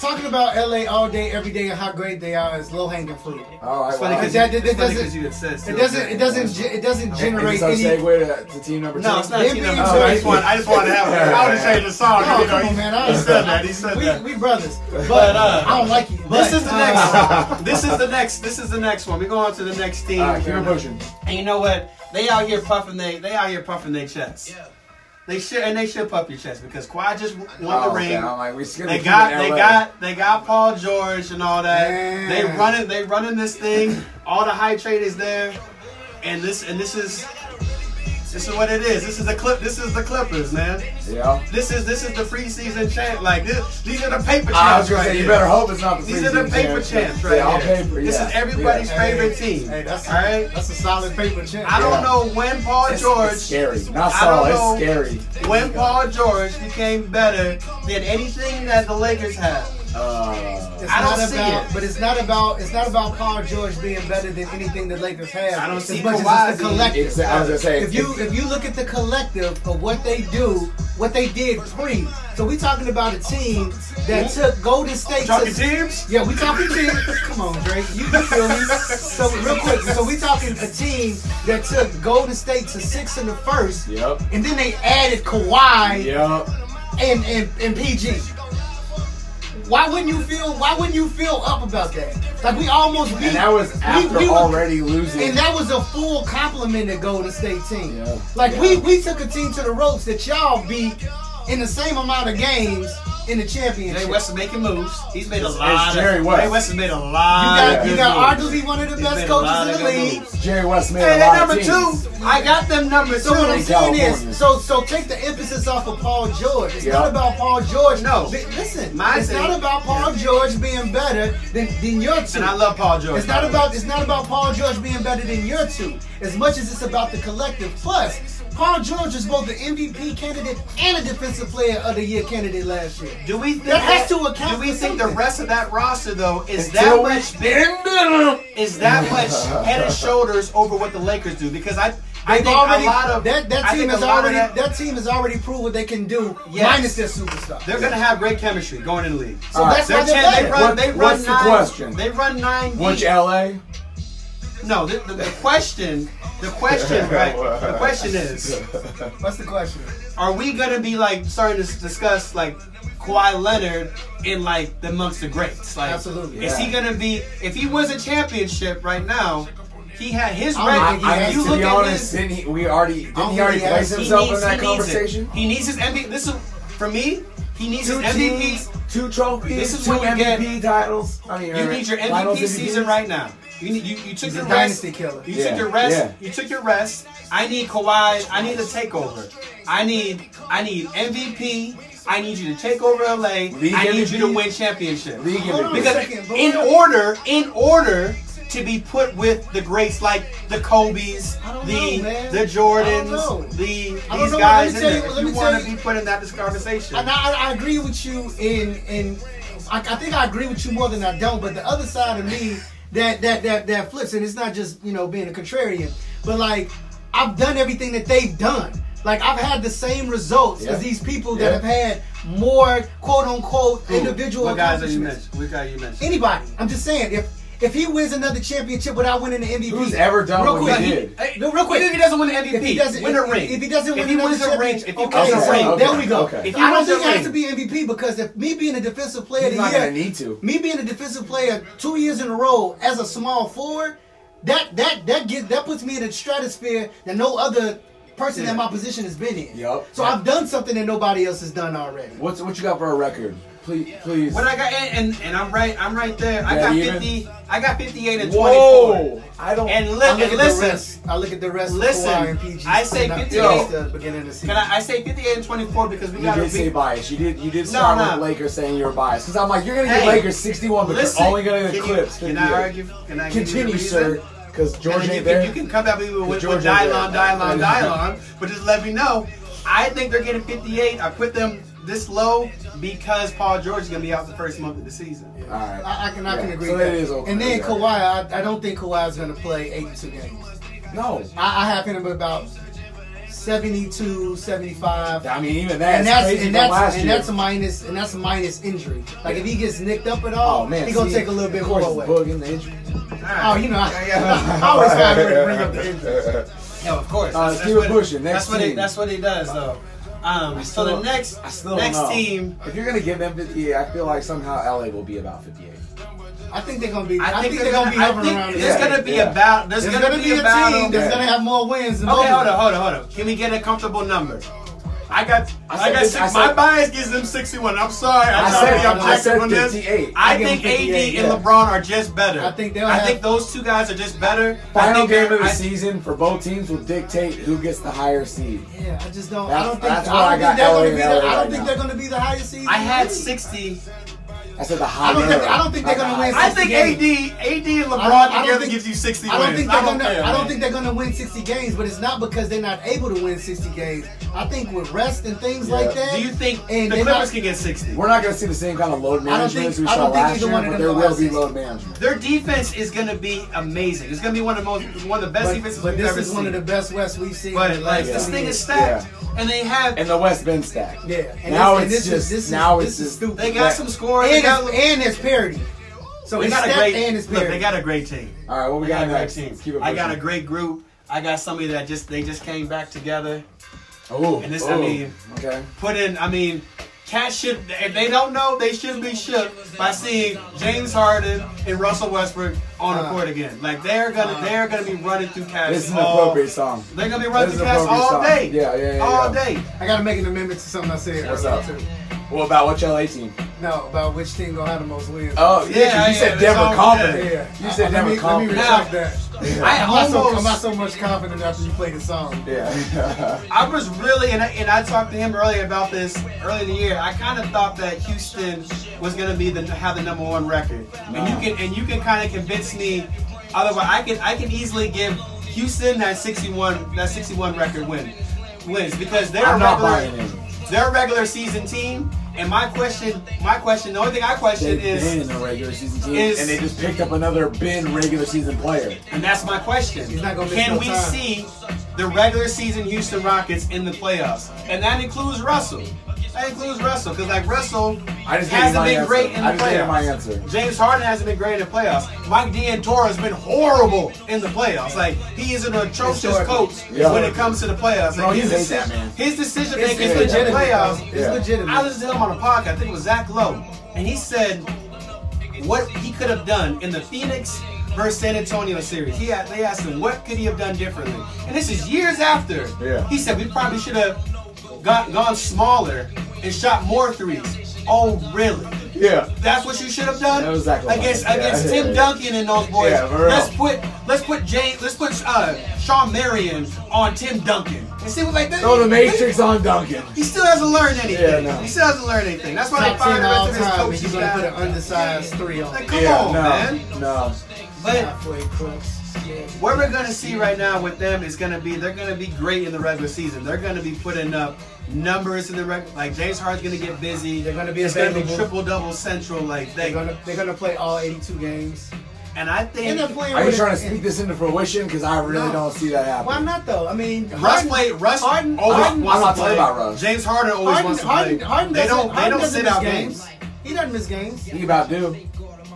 [SPEAKER 3] Talking about LA all day, every day, and how great they are is low hanging fruit.
[SPEAKER 2] All right.
[SPEAKER 1] It's funny
[SPEAKER 2] well,
[SPEAKER 1] because
[SPEAKER 3] that- that- that doesn't-
[SPEAKER 1] you insist.
[SPEAKER 3] It doesn't. It doesn't. ge- It doesn't
[SPEAKER 2] Is
[SPEAKER 3] generate
[SPEAKER 2] our
[SPEAKER 3] any.
[SPEAKER 2] segue to, to team number two?
[SPEAKER 1] No, it's not.
[SPEAKER 3] Them
[SPEAKER 1] You know,
[SPEAKER 3] being
[SPEAKER 1] I just
[SPEAKER 3] two-
[SPEAKER 1] want, I just want to have. it. I want to change the song.
[SPEAKER 3] Oh,
[SPEAKER 1] you know,
[SPEAKER 3] come on,
[SPEAKER 1] he-
[SPEAKER 3] man. I-
[SPEAKER 1] He said that. He said
[SPEAKER 3] we,
[SPEAKER 1] that.
[SPEAKER 3] we brothers, but,
[SPEAKER 1] But, uh,
[SPEAKER 3] I don't like you. But,
[SPEAKER 1] This is the
[SPEAKER 3] uh,
[SPEAKER 1] next. This is the next. This is the next one. We go on to the next team.
[SPEAKER 2] All right, keep it pushing.
[SPEAKER 1] And you know what? They out here puffing they they out here puffing their chests. They should and they should puff your chest because Kawhi just won
[SPEAKER 2] Oh,
[SPEAKER 1] the
[SPEAKER 2] okay,
[SPEAKER 1] ring.
[SPEAKER 2] I'm like, we skipped
[SPEAKER 1] They
[SPEAKER 2] the
[SPEAKER 1] got
[SPEAKER 2] team
[SPEAKER 1] they
[SPEAKER 2] in LA.
[SPEAKER 1] got they got Paul George and all that.
[SPEAKER 3] Yeah.
[SPEAKER 1] They running they running this thing. All the high trade is there. And this and this is this is what it is. This is the clip this is the Clippers, man.
[SPEAKER 2] Yeah.
[SPEAKER 1] This is this is the preseason champ. Like this these are the paper champs.
[SPEAKER 2] I was gonna
[SPEAKER 1] right
[SPEAKER 2] say, you
[SPEAKER 1] here.
[SPEAKER 2] better hope it's not the
[SPEAKER 1] These are the
[SPEAKER 2] preseason
[SPEAKER 1] paper
[SPEAKER 2] champs.
[SPEAKER 1] champs right
[SPEAKER 2] yeah, all
[SPEAKER 1] here.
[SPEAKER 2] paper.
[SPEAKER 1] This
[SPEAKER 2] yeah,
[SPEAKER 1] is everybody's
[SPEAKER 2] yeah.
[SPEAKER 1] favorite team.
[SPEAKER 3] Hey, that's
[SPEAKER 1] all right.
[SPEAKER 3] That's a solid paper champ.
[SPEAKER 1] I don't
[SPEAKER 2] Yeah.
[SPEAKER 1] know when Paul
[SPEAKER 2] It's-
[SPEAKER 1] George
[SPEAKER 2] It's scary. Not
[SPEAKER 1] I
[SPEAKER 2] solid.
[SPEAKER 1] don't
[SPEAKER 2] It's scary.
[SPEAKER 1] when Paul George became better than anything that the Lakers have.
[SPEAKER 2] Uh,
[SPEAKER 3] It's
[SPEAKER 1] I don't
[SPEAKER 3] not
[SPEAKER 1] see
[SPEAKER 3] about,
[SPEAKER 1] it.
[SPEAKER 3] But it's not about it's not about Paul George being better than anything the Lakers have.
[SPEAKER 1] I don't
[SPEAKER 3] It's
[SPEAKER 1] see
[SPEAKER 3] as much
[SPEAKER 1] Kawhi
[SPEAKER 3] as it's the
[SPEAKER 1] being-
[SPEAKER 3] collective.
[SPEAKER 2] exa- I was gonna say,
[SPEAKER 3] if you if you look at the collective of what they do, what they did pre, so we talking about a team that took Golden State.
[SPEAKER 1] Talking
[SPEAKER 3] to,
[SPEAKER 1] teams?
[SPEAKER 3] Yeah, we talking team. Come on, Drake. You can feel me. So real quick, so we talking a team that took Golden State to six in the first,
[SPEAKER 2] yep.
[SPEAKER 3] and then they added Kawhi
[SPEAKER 2] Yep.
[SPEAKER 3] and, and, and PG. Why wouldn't you feel why wouldn't you feel up about that? Like we almost beat
[SPEAKER 2] And that was
[SPEAKER 3] we-
[SPEAKER 2] after
[SPEAKER 3] we were-
[SPEAKER 2] already losing.
[SPEAKER 3] and that was a full compliment to Golden State team.
[SPEAKER 2] Yeah.
[SPEAKER 3] Like
[SPEAKER 2] Yeah.
[SPEAKER 3] we we took a team to the ropes that y'all beat in the same amount of games in the
[SPEAKER 1] Jay
[SPEAKER 3] championship.
[SPEAKER 1] West is making moves. He's made a
[SPEAKER 2] It's-
[SPEAKER 1] lot.
[SPEAKER 2] it's
[SPEAKER 1] of-
[SPEAKER 2] Jerry West.
[SPEAKER 1] Jay West has made a
[SPEAKER 3] you
[SPEAKER 1] lot.
[SPEAKER 3] got
[SPEAKER 1] of
[SPEAKER 3] you
[SPEAKER 1] good
[SPEAKER 3] got
[SPEAKER 1] moves.
[SPEAKER 3] arguably one of the
[SPEAKER 1] He's
[SPEAKER 3] best
[SPEAKER 1] made a lot of
[SPEAKER 3] coaches in the
[SPEAKER 1] good
[SPEAKER 3] league.
[SPEAKER 1] moves.
[SPEAKER 2] Jerry West made
[SPEAKER 1] Hey,
[SPEAKER 2] a
[SPEAKER 1] they're
[SPEAKER 2] lot
[SPEAKER 1] number
[SPEAKER 2] of teams.
[SPEAKER 1] two. I got them number two.
[SPEAKER 3] So what I'm
[SPEAKER 2] In
[SPEAKER 3] saying
[SPEAKER 2] California.
[SPEAKER 3] is, so so take the emphasis off of Paul George. It's
[SPEAKER 2] Yeah.
[SPEAKER 3] not about Paul George.
[SPEAKER 1] No.
[SPEAKER 3] Li- listen,
[SPEAKER 1] My
[SPEAKER 3] it's
[SPEAKER 1] thing-
[SPEAKER 3] not about Paul George being better than, than your two.
[SPEAKER 1] and I love Paul George.
[SPEAKER 3] It's not about it's not about Paul George being better than your two, as much as it's about the collective. Plus, Paul George was both the MVP candidate and a Defensive Player of the Year candidate last year.
[SPEAKER 1] Do we think
[SPEAKER 3] That has to account
[SPEAKER 1] Do we
[SPEAKER 3] for
[SPEAKER 1] think the
[SPEAKER 3] something.
[SPEAKER 1] rest of that roster though is
[SPEAKER 2] Until
[SPEAKER 1] that
[SPEAKER 2] we
[SPEAKER 1] much
[SPEAKER 2] bend them.
[SPEAKER 1] is that much head and shoulders over what the Lakers do? Because I I
[SPEAKER 3] They've
[SPEAKER 1] think
[SPEAKER 3] already,
[SPEAKER 1] a lot of
[SPEAKER 3] that, that
[SPEAKER 1] I
[SPEAKER 3] team
[SPEAKER 1] think a
[SPEAKER 3] has
[SPEAKER 1] lot of
[SPEAKER 3] already
[SPEAKER 1] that-
[SPEAKER 3] that, team has already proved what they can do
[SPEAKER 1] Yes.
[SPEAKER 3] minus their superstar.
[SPEAKER 1] They're gonna have great chemistry going in the league.
[SPEAKER 3] so
[SPEAKER 2] All right.
[SPEAKER 3] that's
[SPEAKER 1] They're
[SPEAKER 3] why they're
[SPEAKER 1] ten- they
[SPEAKER 3] better.
[SPEAKER 1] run,
[SPEAKER 2] What-
[SPEAKER 1] they run
[SPEAKER 2] what's the
[SPEAKER 1] nine,
[SPEAKER 2] question?
[SPEAKER 1] They run nine
[SPEAKER 2] Which
[SPEAKER 1] deep.
[SPEAKER 2] LA?
[SPEAKER 1] no, the, the, the question, the question, right? The question is,
[SPEAKER 3] What's the question?
[SPEAKER 1] are we gonna be like starting to s- discuss like Kawhi Leonard in like the amongst the greats? Like,
[SPEAKER 3] Absolutely.
[SPEAKER 1] Is he gonna be? If he wins a championship right now, he had his
[SPEAKER 3] I'm
[SPEAKER 1] record.
[SPEAKER 3] not-
[SPEAKER 1] if
[SPEAKER 3] I-
[SPEAKER 2] I
[SPEAKER 3] I-
[SPEAKER 1] you
[SPEAKER 2] mean, to
[SPEAKER 1] look
[SPEAKER 2] be
[SPEAKER 1] at
[SPEAKER 2] honest,
[SPEAKER 1] his,
[SPEAKER 2] didn't he, we already didn't
[SPEAKER 3] don't
[SPEAKER 2] he already
[SPEAKER 3] think he
[SPEAKER 2] place
[SPEAKER 3] has-
[SPEAKER 1] he
[SPEAKER 2] himself in
[SPEAKER 1] needs,
[SPEAKER 2] that
[SPEAKER 1] he needs
[SPEAKER 2] conversation?
[SPEAKER 1] it. He needs his MVP. This is for me, he needs
[SPEAKER 2] Two
[SPEAKER 1] his
[SPEAKER 2] teams,
[SPEAKER 1] MVP.
[SPEAKER 2] two trophies,
[SPEAKER 1] This is
[SPEAKER 2] two
[SPEAKER 1] what you get.
[SPEAKER 2] MVP titles. I mean,
[SPEAKER 1] You
[SPEAKER 2] or
[SPEAKER 1] need your
[SPEAKER 2] finals
[SPEAKER 1] MVP season
[SPEAKER 2] MVPs.
[SPEAKER 1] right now. You need you, you took
[SPEAKER 3] He's
[SPEAKER 1] your
[SPEAKER 3] a
[SPEAKER 1] rest.
[SPEAKER 3] dynasty killer.
[SPEAKER 1] You
[SPEAKER 2] Yeah,
[SPEAKER 1] took your rest.
[SPEAKER 2] yeah.
[SPEAKER 1] You took your rest. I need Kawhi. I need a takeover. I need I need MVP. I need you to take over LA.
[SPEAKER 2] League
[SPEAKER 1] I need you to
[SPEAKER 2] MVP.
[SPEAKER 1] win championship.
[SPEAKER 2] League
[SPEAKER 3] Hold on a
[SPEAKER 2] MVP.
[SPEAKER 1] Because
[SPEAKER 3] second, but
[SPEAKER 1] in
[SPEAKER 3] what-
[SPEAKER 1] order, in order to be put with the greats like the Kobe's,
[SPEAKER 3] I don't
[SPEAKER 1] the
[SPEAKER 3] know, man.
[SPEAKER 1] the
[SPEAKER 3] I don't know.
[SPEAKER 1] Jordans, the
[SPEAKER 3] I don't
[SPEAKER 1] these
[SPEAKER 3] know, but let
[SPEAKER 1] guys
[SPEAKER 3] me
[SPEAKER 1] in
[SPEAKER 3] tell you-
[SPEAKER 1] there.
[SPEAKER 3] let
[SPEAKER 1] If you
[SPEAKER 3] me tell
[SPEAKER 1] want to
[SPEAKER 3] you-
[SPEAKER 1] be put in that this conversation,
[SPEAKER 3] And I, I agree with you in in I, I think I agree with you more than I don't. But the other side of me that that that that flips, and it's not just you know being a contrarian, but like I've done everything that they've done. Like I've had the same results
[SPEAKER 2] Yeah.
[SPEAKER 3] as these people
[SPEAKER 2] Yeah.
[SPEAKER 3] that have had more quote unquote individual
[SPEAKER 1] what guys are you
[SPEAKER 3] accomplishments.
[SPEAKER 1] mentioned? What guy you mentioned?
[SPEAKER 3] Anybody, I'm just saying if. If he wins another championship without winning the MVP,
[SPEAKER 2] Who's ever done
[SPEAKER 3] real
[SPEAKER 2] what he
[SPEAKER 3] quick,
[SPEAKER 2] did?
[SPEAKER 1] Hey,
[SPEAKER 3] no, real quick.
[SPEAKER 1] If he doesn't win the MVP,
[SPEAKER 3] If he doesn't
[SPEAKER 1] win a ring.
[SPEAKER 3] If he doesn't win
[SPEAKER 1] if he
[SPEAKER 3] another
[SPEAKER 1] wins a ring, if
[SPEAKER 3] championship,
[SPEAKER 1] he
[SPEAKER 3] okay,
[SPEAKER 1] wins a
[SPEAKER 2] okay,
[SPEAKER 1] ring,
[SPEAKER 2] okay,
[SPEAKER 3] there we go.
[SPEAKER 2] okay.
[SPEAKER 1] If he
[SPEAKER 3] I don't
[SPEAKER 1] wins a
[SPEAKER 3] think it
[SPEAKER 1] ring.
[SPEAKER 3] has to be MVP because if me being a defensive player
[SPEAKER 2] He's
[SPEAKER 3] of the
[SPEAKER 2] not
[SPEAKER 3] year,
[SPEAKER 2] gonna need to.
[SPEAKER 3] me being a defensive player two years in a row as a small forward, that that that gets that puts me in a stratosphere that no other person in my position has been in.
[SPEAKER 2] Yup.
[SPEAKER 3] So I've done something that nobody else has done already.
[SPEAKER 2] What's what you got for a record? Please, please.
[SPEAKER 1] What I got, and, and, and I'm right, I'm right there. I
[SPEAKER 2] Yeah,
[SPEAKER 1] got
[SPEAKER 2] you even-
[SPEAKER 1] 50, I got 58 and 24.
[SPEAKER 2] Whoa! I don't.
[SPEAKER 1] And, li-
[SPEAKER 3] I look
[SPEAKER 1] and
[SPEAKER 3] at the
[SPEAKER 1] listen,
[SPEAKER 3] rest. I look at the rest. of
[SPEAKER 1] Listen,
[SPEAKER 3] Kawhi and PG
[SPEAKER 1] I say
[SPEAKER 3] not
[SPEAKER 1] 50
[SPEAKER 3] since
[SPEAKER 2] Yo.
[SPEAKER 3] the beginning of the season.
[SPEAKER 1] can I, I say 58 and 24 because we
[SPEAKER 2] you
[SPEAKER 1] got to
[SPEAKER 2] did say biased. You did. You did start with
[SPEAKER 1] no.
[SPEAKER 2] Lakers saying you were biased because I'm like, you're gonna get
[SPEAKER 1] Hey,
[SPEAKER 2] Lakers 61, but
[SPEAKER 1] listen.
[SPEAKER 2] you're only gonna
[SPEAKER 1] can
[SPEAKER 2] get
[SPEAKER 1] you-
[SPEAKER 2] Clips.
[SPEAKER 1] Can
[SPEAKER 2] 58.
[SPEAKER 1] I argue? Can I give you the
[SPEAKER 2] Continue,
[SPEAKER 1] reason?
[SPEAKER 2] sir, because
[SPEAKER 1] And
[SPEAKER 2] George
[SPEAKER 1] then
[SPEAKER 2] ain't
[SPEAKER 1] you, can,
[SPEAKER 2] there.
[SPEAKER 1] you can come at me with, with,
[SPEAKER 2] George ain't there.
[SPEAKER 1] Dylon, Dylon, Dylon, but just let me know. I think they're getting 58. I put them this low because Paul George is going to be out the first month of the season.
[SPEAKER 2] All right.
[SPEAKER 3] I, I can, I
[SPEAKER 2] Yeah,
[SPEAKER 3] can agree
[SPEAKER 2] so
[SPEAKER 3] with
[SPEAKER 2] it
[SPEAKER 3] that.
[SPEAKER 2] is okay.
[SPEAKER 3] And then
[SPEAKER 2] Yeah.
[SPEAKER 3] Kawhi, I, I don't think Kawhi's going to play 82 games.
[SPEAKER 2] No.
[SPEAKER 3] I, I have him about 72, 75.
[SPEAKER 2] I mean, even that's,
[SPEAKER 3] and that's
[SPEAKER 2] crazy
[SPEAKER 3] and
[SPEAKER 2] from
[SPEAKER 3] that's
[SPEAKER 2] last
[SPEAKER 3] and
[SPEAKER 2] year.
[SPEAKER 3] that's minus and that's minus injury. Like if he gets nicked up at all,
[SPEAKER 2] oh man,
[SPEAKER 3] he's gonna
[SPEAKER 2] see,
[SPEAKER 3] take a little bit
[SPEAKER 2] of
[SPEAKER 3] more
[SPEAKER 2] course
[SPEAKER 3] away.
[SPEAKER 2] it's Boog in the injury.
[SPEAKER 3] Oh, you know, I,
[SPEAKER 1] yeah.
[SPEAKER 3] I always find a way to bring up the injury.
[SPEAKER 1] No, of course.
[SPEAKER 2] Uh, Stephen
[SPEAKER 1] what it-
[SPEAKER 2] Busher, next
[SPEAKER 1] that's what
[SPEAKER 2] team.
[SPEAKER 1] it, that's what he does though. Um, so the next
[SPEAKER 2] I still
[SPEAKER 1] next
[SPEAKER 2] don't know.
[SPEAKER 1] team,
[SPEAKER 2] If you're gonna give them 58, I feel like somehow LA will be about 58.
[SPEAKER 3] I think they're gonna be.
[SPEAKER 1] I, think,
[SPEAKER 3] they're gonna, be
[SPEAKER 1] I
[SPEAKER 3] hovering
[SPEAKER 1] think
[SPEAKER 3] around.
[SPEAKER 1] there's
[SPEAKER 2] the
[SPEAKER 1] gonna
[SPEAKER 2] eight,
[SPEAKER 1] be
[SPEAKER 2] yeah.
[SPEAKER 1] a battle. There's,
[SPEAKER 3] there's gonna be a
[SPEAKER 1] battle.
[SPEAKER 3] team that's
[SPEAKER 2] Yeah.
[SPEAKER 3] gonna have more wins than
[SPEAKER 1] Okay,
[SPEAKER 3] both of
[SPEAKER 1] hold on,
[SPEAKER 3] them.
[SPEAKER 1] hold on, hold on. Can we get a comfortable number? I got,
[SPEAKER 2] I
[SPEAKER 1] I,
[SPEAKER 2] said
[SPEAKER 1] got
[SPEAKER 2] this-
[SPEAKER 1] six.
[SPEAKER 2] I said-
[SPEAKER 1] my bias gives them 61. I'm sorry. I'm
[SPEAKER 2] I
[SPEAKER 1] trying
[SPEAKER 2] said-
[SPEAKER 1] to be
[SPEAKER 3] I
[SPEAKER 1] objective
[SPEAKER 2] said
[SPEAKER 1] on this.
[SPEAKER 2] 58.
[SPEAKER 1] I,
[SPEAKER 3] I give
[SPEAKER 1] think
[SPEAKER 3] them 58,
[SPEAKER 1] AD
[SPEAKER 2] yeah.
[SPEAKER 1] and LeBron are just better.
[SPEAKER 3] I think they'll
[SPEAKER 1] I
[SPEAKER 3] have-
[SPEAKER 1] think those two guys are just better. I
[SPEAKER 2] Final
[SPEAKER 1] think
[SPEAKER 2] game
[SPEAKER 1] they're-
[SPEAKER 2] of the
[SPEAKER 1] I-
[SPEAKER 2] season for both teams will dictate who gets the higher seed.
[SPEAKER 3] Yeah, I just don't.
[SPEAKER 2] That's-
[SPEAKER 3] I don't think.
[SPEAKER 2] that's why I
[SPEAKER 3] I don't
[SPEAKER 2] got
[SPEAKER 3] think they're
[SPEAKER 2] LA
[SPEAKER 3] gonna be.
[SPEAKER 2] and
[SPEAKER 3] The,
[SPEAKER 2] LA
[SPEAKER 3] I
[SPEAKER 2] right
[SPEAKER 3] don't think
[SPEAKER 2] now.
[SPEAKER 3] they're gonna be the highest seed.
[SPEAKER 1] I had
[SPEAKER 3] six.
[SPEAKER 1] 60.
[SPEAKER 2] I said the
[SPEAKER 3] I
[SPEAKER 2] higher.
[SPEAKER 3] don't think- I don't think they're
[SPEAKER 2] not the
[SPEAKER 3] gonna win
[SPEAKER 2] highest.
[SPEAKER 1] I think AD,
[SPEAKER 3] 60.
[SPEAKER 1] AD and LeBron
[SPEAKER 3] I don't- I don't
[SPEAKER 1] together
[SPEAKER 3] think-
[SPEAKER 1] gives you 60
[SPEAKER 3] I don't
[SPEAKER 1] wins.
[SPEAKER 3] think they're gonna.
[SPEAKER 1] care,
[SPEAKER 3] I
[SPEAKER 1] man.
[SPEAKER 3] don't think they're gonna win 60 games, but it's not because they're not able to win 60 games. I think with rest and things
[SPEAKER 2] Yeah.
[SPEAKER 3] like that.
[SPEAKER 1] Do you think
[SPEAKER 3] And
[SPEAKER 1] the
[SPEAKER 3] they're
[SPEAKER 1] Clippers
[SPEAKER 3] not-
[SPEAKER 1] can get 60?
[SPEAKER 2] We're not gonna see the same kind of load
[SPEAKER 3] I don't
[SPEAKER 2] management
[SPEAKER 3] think-
[SPEAKER 2] as we
[SPEAKER 3] I
[SPEAKER 2] saw
[SPEAKER 3] don't think
[SPEAKER 2] last
[SPEAKER 3] either
[SPEAKER 2] year,
[SPEAKER 3] one of
[SPEAKER 2] but
[SPEAKER 3] them
[SPEAKER 2] there
[SPEAKER 3] go
[SPEAKER 2] will
[SPEAKER 3] out
[SPEAKER 2] be
[SPEAKER 3] six.
[SPEAKER 2] load management.
[SPEAKER 1] Their defense is going to be amazing. It's going to be one of the most one of the best
[SPEAKER 3] But,
[SPEAKER 1] defenses
[SPEAKER 3] but
[SPEAKER 1] we've
[SPEAKER 3] this
[SPEAKER 1] ever
[SPEAKER 3] is
[SPEAKER 1] seen.
[SPEAKER 3] one of the best West we've seen.
[SPEAKER 1] but
[SPEAKER 3] in the
[SPEAKER 1] like
[SPEAKER 3] last
[SPEAKER 1] this
[SPEAKER 3] 20
[SPEAKER 1] thing is
[SPEAKER 3] years.
[SPEAKER 1] stacked, and they have
[SPEAKER 2] And the West been stacked.
[SPEAKER 3] Yeah. And
[SPEAKER 2] now
[SPEAKER 3] this-
[SPEAKER 2] it's
[SPEAKER 3] and this is-
[SPEAKER 2] just
[SPEAKER 3] this is-
[SPEAKER 2] now
[SPEAKER 3] this
[SPEAKER 2] it's
[SPEAKER 3] is
[SPEAKER 2] just
[SPEAKER 3] stupid.
[SPEAKER 1] they got some scorers. They
[SPEAKER 3] And
[SPEAKER 1] got,
[SPEAKER 3] it's, and it's parity. So
[SPEAKER 1] they
[SPEAKER 3] it's
[SPEAKER 1] got a
[SPEAKER 3] stacked
[SPEAKER 1] great
[SPEAKER 3] and it's
[SPEAKER 1] look.
[SPEAKER 3] parity.
[SPEAKER 1] They got a great team.
[SPEAKER 2] All right, what we
[SPEAKER 1] They
[SPEAKER 2] got,
[SPEAKER 1] got a great
[SPEAKER 2] next?
[SPEAKER 1] team.
[SPEAKER 2] Let's keep it
[SPEAKER 1] I got a
[SPEAKER 2] pushing.
[SPEAKER 1] great group. I got somebody that just they just came back together.
[SPEAKER 2] Ooh,
[SPEAKER 1] and this, I
[SPEAKER 2] ooh.
[SPEAKER 1] mean-
[SPEAKER 2] okay.
[SPEAKER 1] Put in. I mean, cats should. If they don't know, they should be shook by seeing James Harden and Russell Westbrook on the
[SPEAKER 3] Uh,
[SPEAKER 1] court again. Like they're gonna
[SPEAKER 2] Uh-huh.
[SPEAKER 1] they're gonna be running through cats.
[SPEAKER 2] This is an
[SPEAKER 1] all-
[SPEAKER 2] appropriate song.
[SPEAKER 1] They're gonna be
[SPEAKER 2] This
[SPEAKER 1] running
[SPEAKER 2] is
[SPEAKER 1] through
[SPEAKER 2] an
[SPEAKER 1] cats
[SPEAKER 2] appropriate
[SPEAKER 1] all
[SPEAKER 2] song.
[SPEAKER 1] day.
[SPEAKER 2] Yeah, yeah, yeah,
[SPEAKER 1] All
[SPEAKER 2] yeah.
[SPEAKER 1] day.
[SPEAKER 3] I gotta make an amendment to something I said
[SPEAKER 2] What's
[SPEAKER 3] earlier
[SPEAKER 2] up?
[SPEAKER 3] too.
[SPEAKER 2] What about what LA team?
[SPEAKER 3] No, about which team gonna have the most wins.
[SPEAKER 2] Oh, yeah,
[SPEAKER 1] Yeah,
[SPEAKER 2] you
[SPEAKER 1] yeah,
[SPEAKER 2] said
[SPEAKER 1] it's
[SPEAKER 2] Denver
[SPEAKER 1] all-
[SPEAKER 2] confident.
[SPEAKER 3] yeah.
[SPEAKER 2] You said Denver
[SPEAKER 3] let me, let me
[SPEAKER 2] confident.
[SPEAKER 1] Now-
[SPEAKER 3] retract that.
[SPEAKER 1] I
[SPEAKER 3] I'm not, so, I'm
[SPEAKER 1] almost.
[SPEAKER 3] not so much confident after you play the song.
[SPEAKER 2] Yeah.
[SPEAKER 1] I was really, and I, and I talked to him earlier about this earlier in the year. I kind of thought that Houston was going to be the have the number one record, and you can and you can kind of convince me. Otherwise, I can I can easily give Houston that sixty one that sixty one record win wins because they're
[SPEAKER 2] I'm
[SPEAKER 1] a
[SPEAKER 2] not
[SPEAKER 1] regular,
[SPEAKER 2] buying in.
[SPEAKER 1] they're a regular season team. And my question, my question, the only thing I question
[SPEAKER 2] They've
[SPEAKER 1] is.
[SPEAKER 2] been in the regular season team,
[SPEAKER 1] is-
[SPEAKER 2] and they just picked up another been regular season player.
[SPEAKER 1] And that's my question.
[SPEAKER 3] He's not gonna miss
[SPEAKER 1] Can
[SPEAKER 3] no
[SPEAKER 1] we
[SPEAKER 3] time.
[SPEAKER 1] see the regular season Houston Rockets in the playoffs? And that includes Russell. That includes Russell because like Russell
[SPEAKER 2] I just gave you
[SPEAKER 1] hasn't
[SPEAKER 2] my
[SPEAKER 1] been
[SPEAKER 2] answer.
[SPEAKER 1] great in the
[SPEAKER 2] I just gave you
[SPEAKER 1] playoffs.
[SPEAKER 2] my answer.
[SPEAKER 1] James Harden hasn't been great in the playoffs. Mike D'Antoro has been horrible in the playoffs. Like he is an atrocious
[SPEAKER 3] Historically.
[SPEAKER 1] coach
[SPEAKER 2] Yeah.
[SPEAKER 1] when it comes to the playoffs.
[SPEAKER 2] Bro,
[SPEAKER 1] Like,
[SPEAKER 2] you
[SPEAKER 1] his,
[SPEAKER 2] hate
[SPEAKER 1] decision,
[SPEAKER 2] that man.
[SPEAKER 1] his decision
[SPEAKER 3] It's,
[SPEAKER 1] making
[SPEAKER 3] it's
[SPEAKER 1] in the
[SPEAKER 3] legitimate. though.
[SPEAKER 1] playoffs
[SPEAKER 3] It's
[SPEAKER 2] Yeah.
[SPEAKER 3] legitimate.
[SPEAKER 1] I listened to him on a podcast. I think it was Zach Lowe, and he said what he could have done in the Phoenix versus San Antonio series. He had, they asked him what could he have done differently, and this is years after.
[SPEAKER 2] Yeah.
[SPEAKER 1] He said we probably should have got gone smaller and shot more threes. Oh, really?
[SPEAKER 2] Yeah.
[SPEAKER 1] That's what you should have done
[SPEAKER 2] That was exactly what I
[SPEAKER 1] against
[SPEAKER 2] did. Yeah,
[SPEAKER 1] against
[SPEAKER 2] I did.
[SPEAKER 1] Tim Duncan and those boys.
[SPEAKER 2] Yeah, for real.
[SPEAKER 1] let's put let's put Jane let's put uh, Sean Marion on Tim Duncan and see what like that.
[SPEAKER 2] Throw the Matrix on Duncan.
[SPEAKER 1] He still hasn't learned anything.
[SPEAKER 2] Yeah, no.
[SPEAKER 1] He still hasn't learned anything. That's why they
[SPEAKER 3] Top
[SPEAKER 1] fired
[SPEAKER 3] ten
[SPEAKER 1] the rest
[SPEAKER 3] all
[SPEAKER 1] of his
[SPEAKER 3] time,
[SPEAKER 1] coaches.
[SPEAKER 3] but you're gonna put an
[SPEAKER 1] down.
[SPEAKER 3] undersized three on.
[SPEAKER 1] Like,
[SPEAKER 3] it.
[SPEAKER 1] come
[SPEAKER 2] yeah,
[SPEAKER 1] on,
[SPEAKER 2] no,
[SPEAKER 1] man.
[SPEAKER 2] no.
[SPEAKER 1] But
[SPEAKER 3] Halfway crooks.
[SPEAKER 1] what we're gonna see right now with them is gonna be they're gonna be great in the regular season. They're gonna be putting up numbers in the reg- like James Harden's gonna get busy.
[SPEAKER 3] They're gonna be
[SPEAKER 1] it's gonna be
[SPEAKER 3] available.
[SPEAKER 1] triple double central like
[SPEAKER 3] They're
[SPEAKER 1] they.
[SPEAKER 3] gonna they're gonna play all 82 games.
[SPEAKER 1] And I think
[SPEAKER 3] And they're playing.
[SPEAKER 2] Are you
[SPEAKER 3] with-
[SPEAKER 2] trying to speak this into fruition? Because I really
[SPEAKER 3] No.
[SPEAKER 2] don't see that happening.
[SPEAKER 3] Why not though? I mean,
[SPEAKER 1] Russ
[SPEAKER 3] Harden-
[SPEAKER 1] played. Russ
[SPEAKER 3] Harden-
[SPEAKER 1] always
[SPEAKER 2] I'm-
[SPEAKER 1] wants
[SPEAKER 2] I'm not
[SPEAKER 1] to
[SPEAKER 2] talking
[SPEAKER 1] play.
[SPEAKER 2] about Russ.
[SPEAKER 1] James Harden always
[SPEAKER 3] Harden,
[SPEAKER 1] wants to
[SPEAKER 3] Harden,
[SPEAKER 1] play.
[SPEAKER 3] Harden
[SPEAKER 1] they
[SPEAKER 3] doesn't,
[SPEAKER 1] don't. They
[SPEAKER 3] Harden
[SPEAKER 1] don't
[SPEAKER 3] doesn't
[SPEAKER 1] sit
[SPEAKER 3] miss
[SPEAKER 1] out
[SPEAKER 3] games.
[SPEAKER 1] games.
[SPEAKER 3] He doesn't miss games.
[SPEAKER 2] He about do.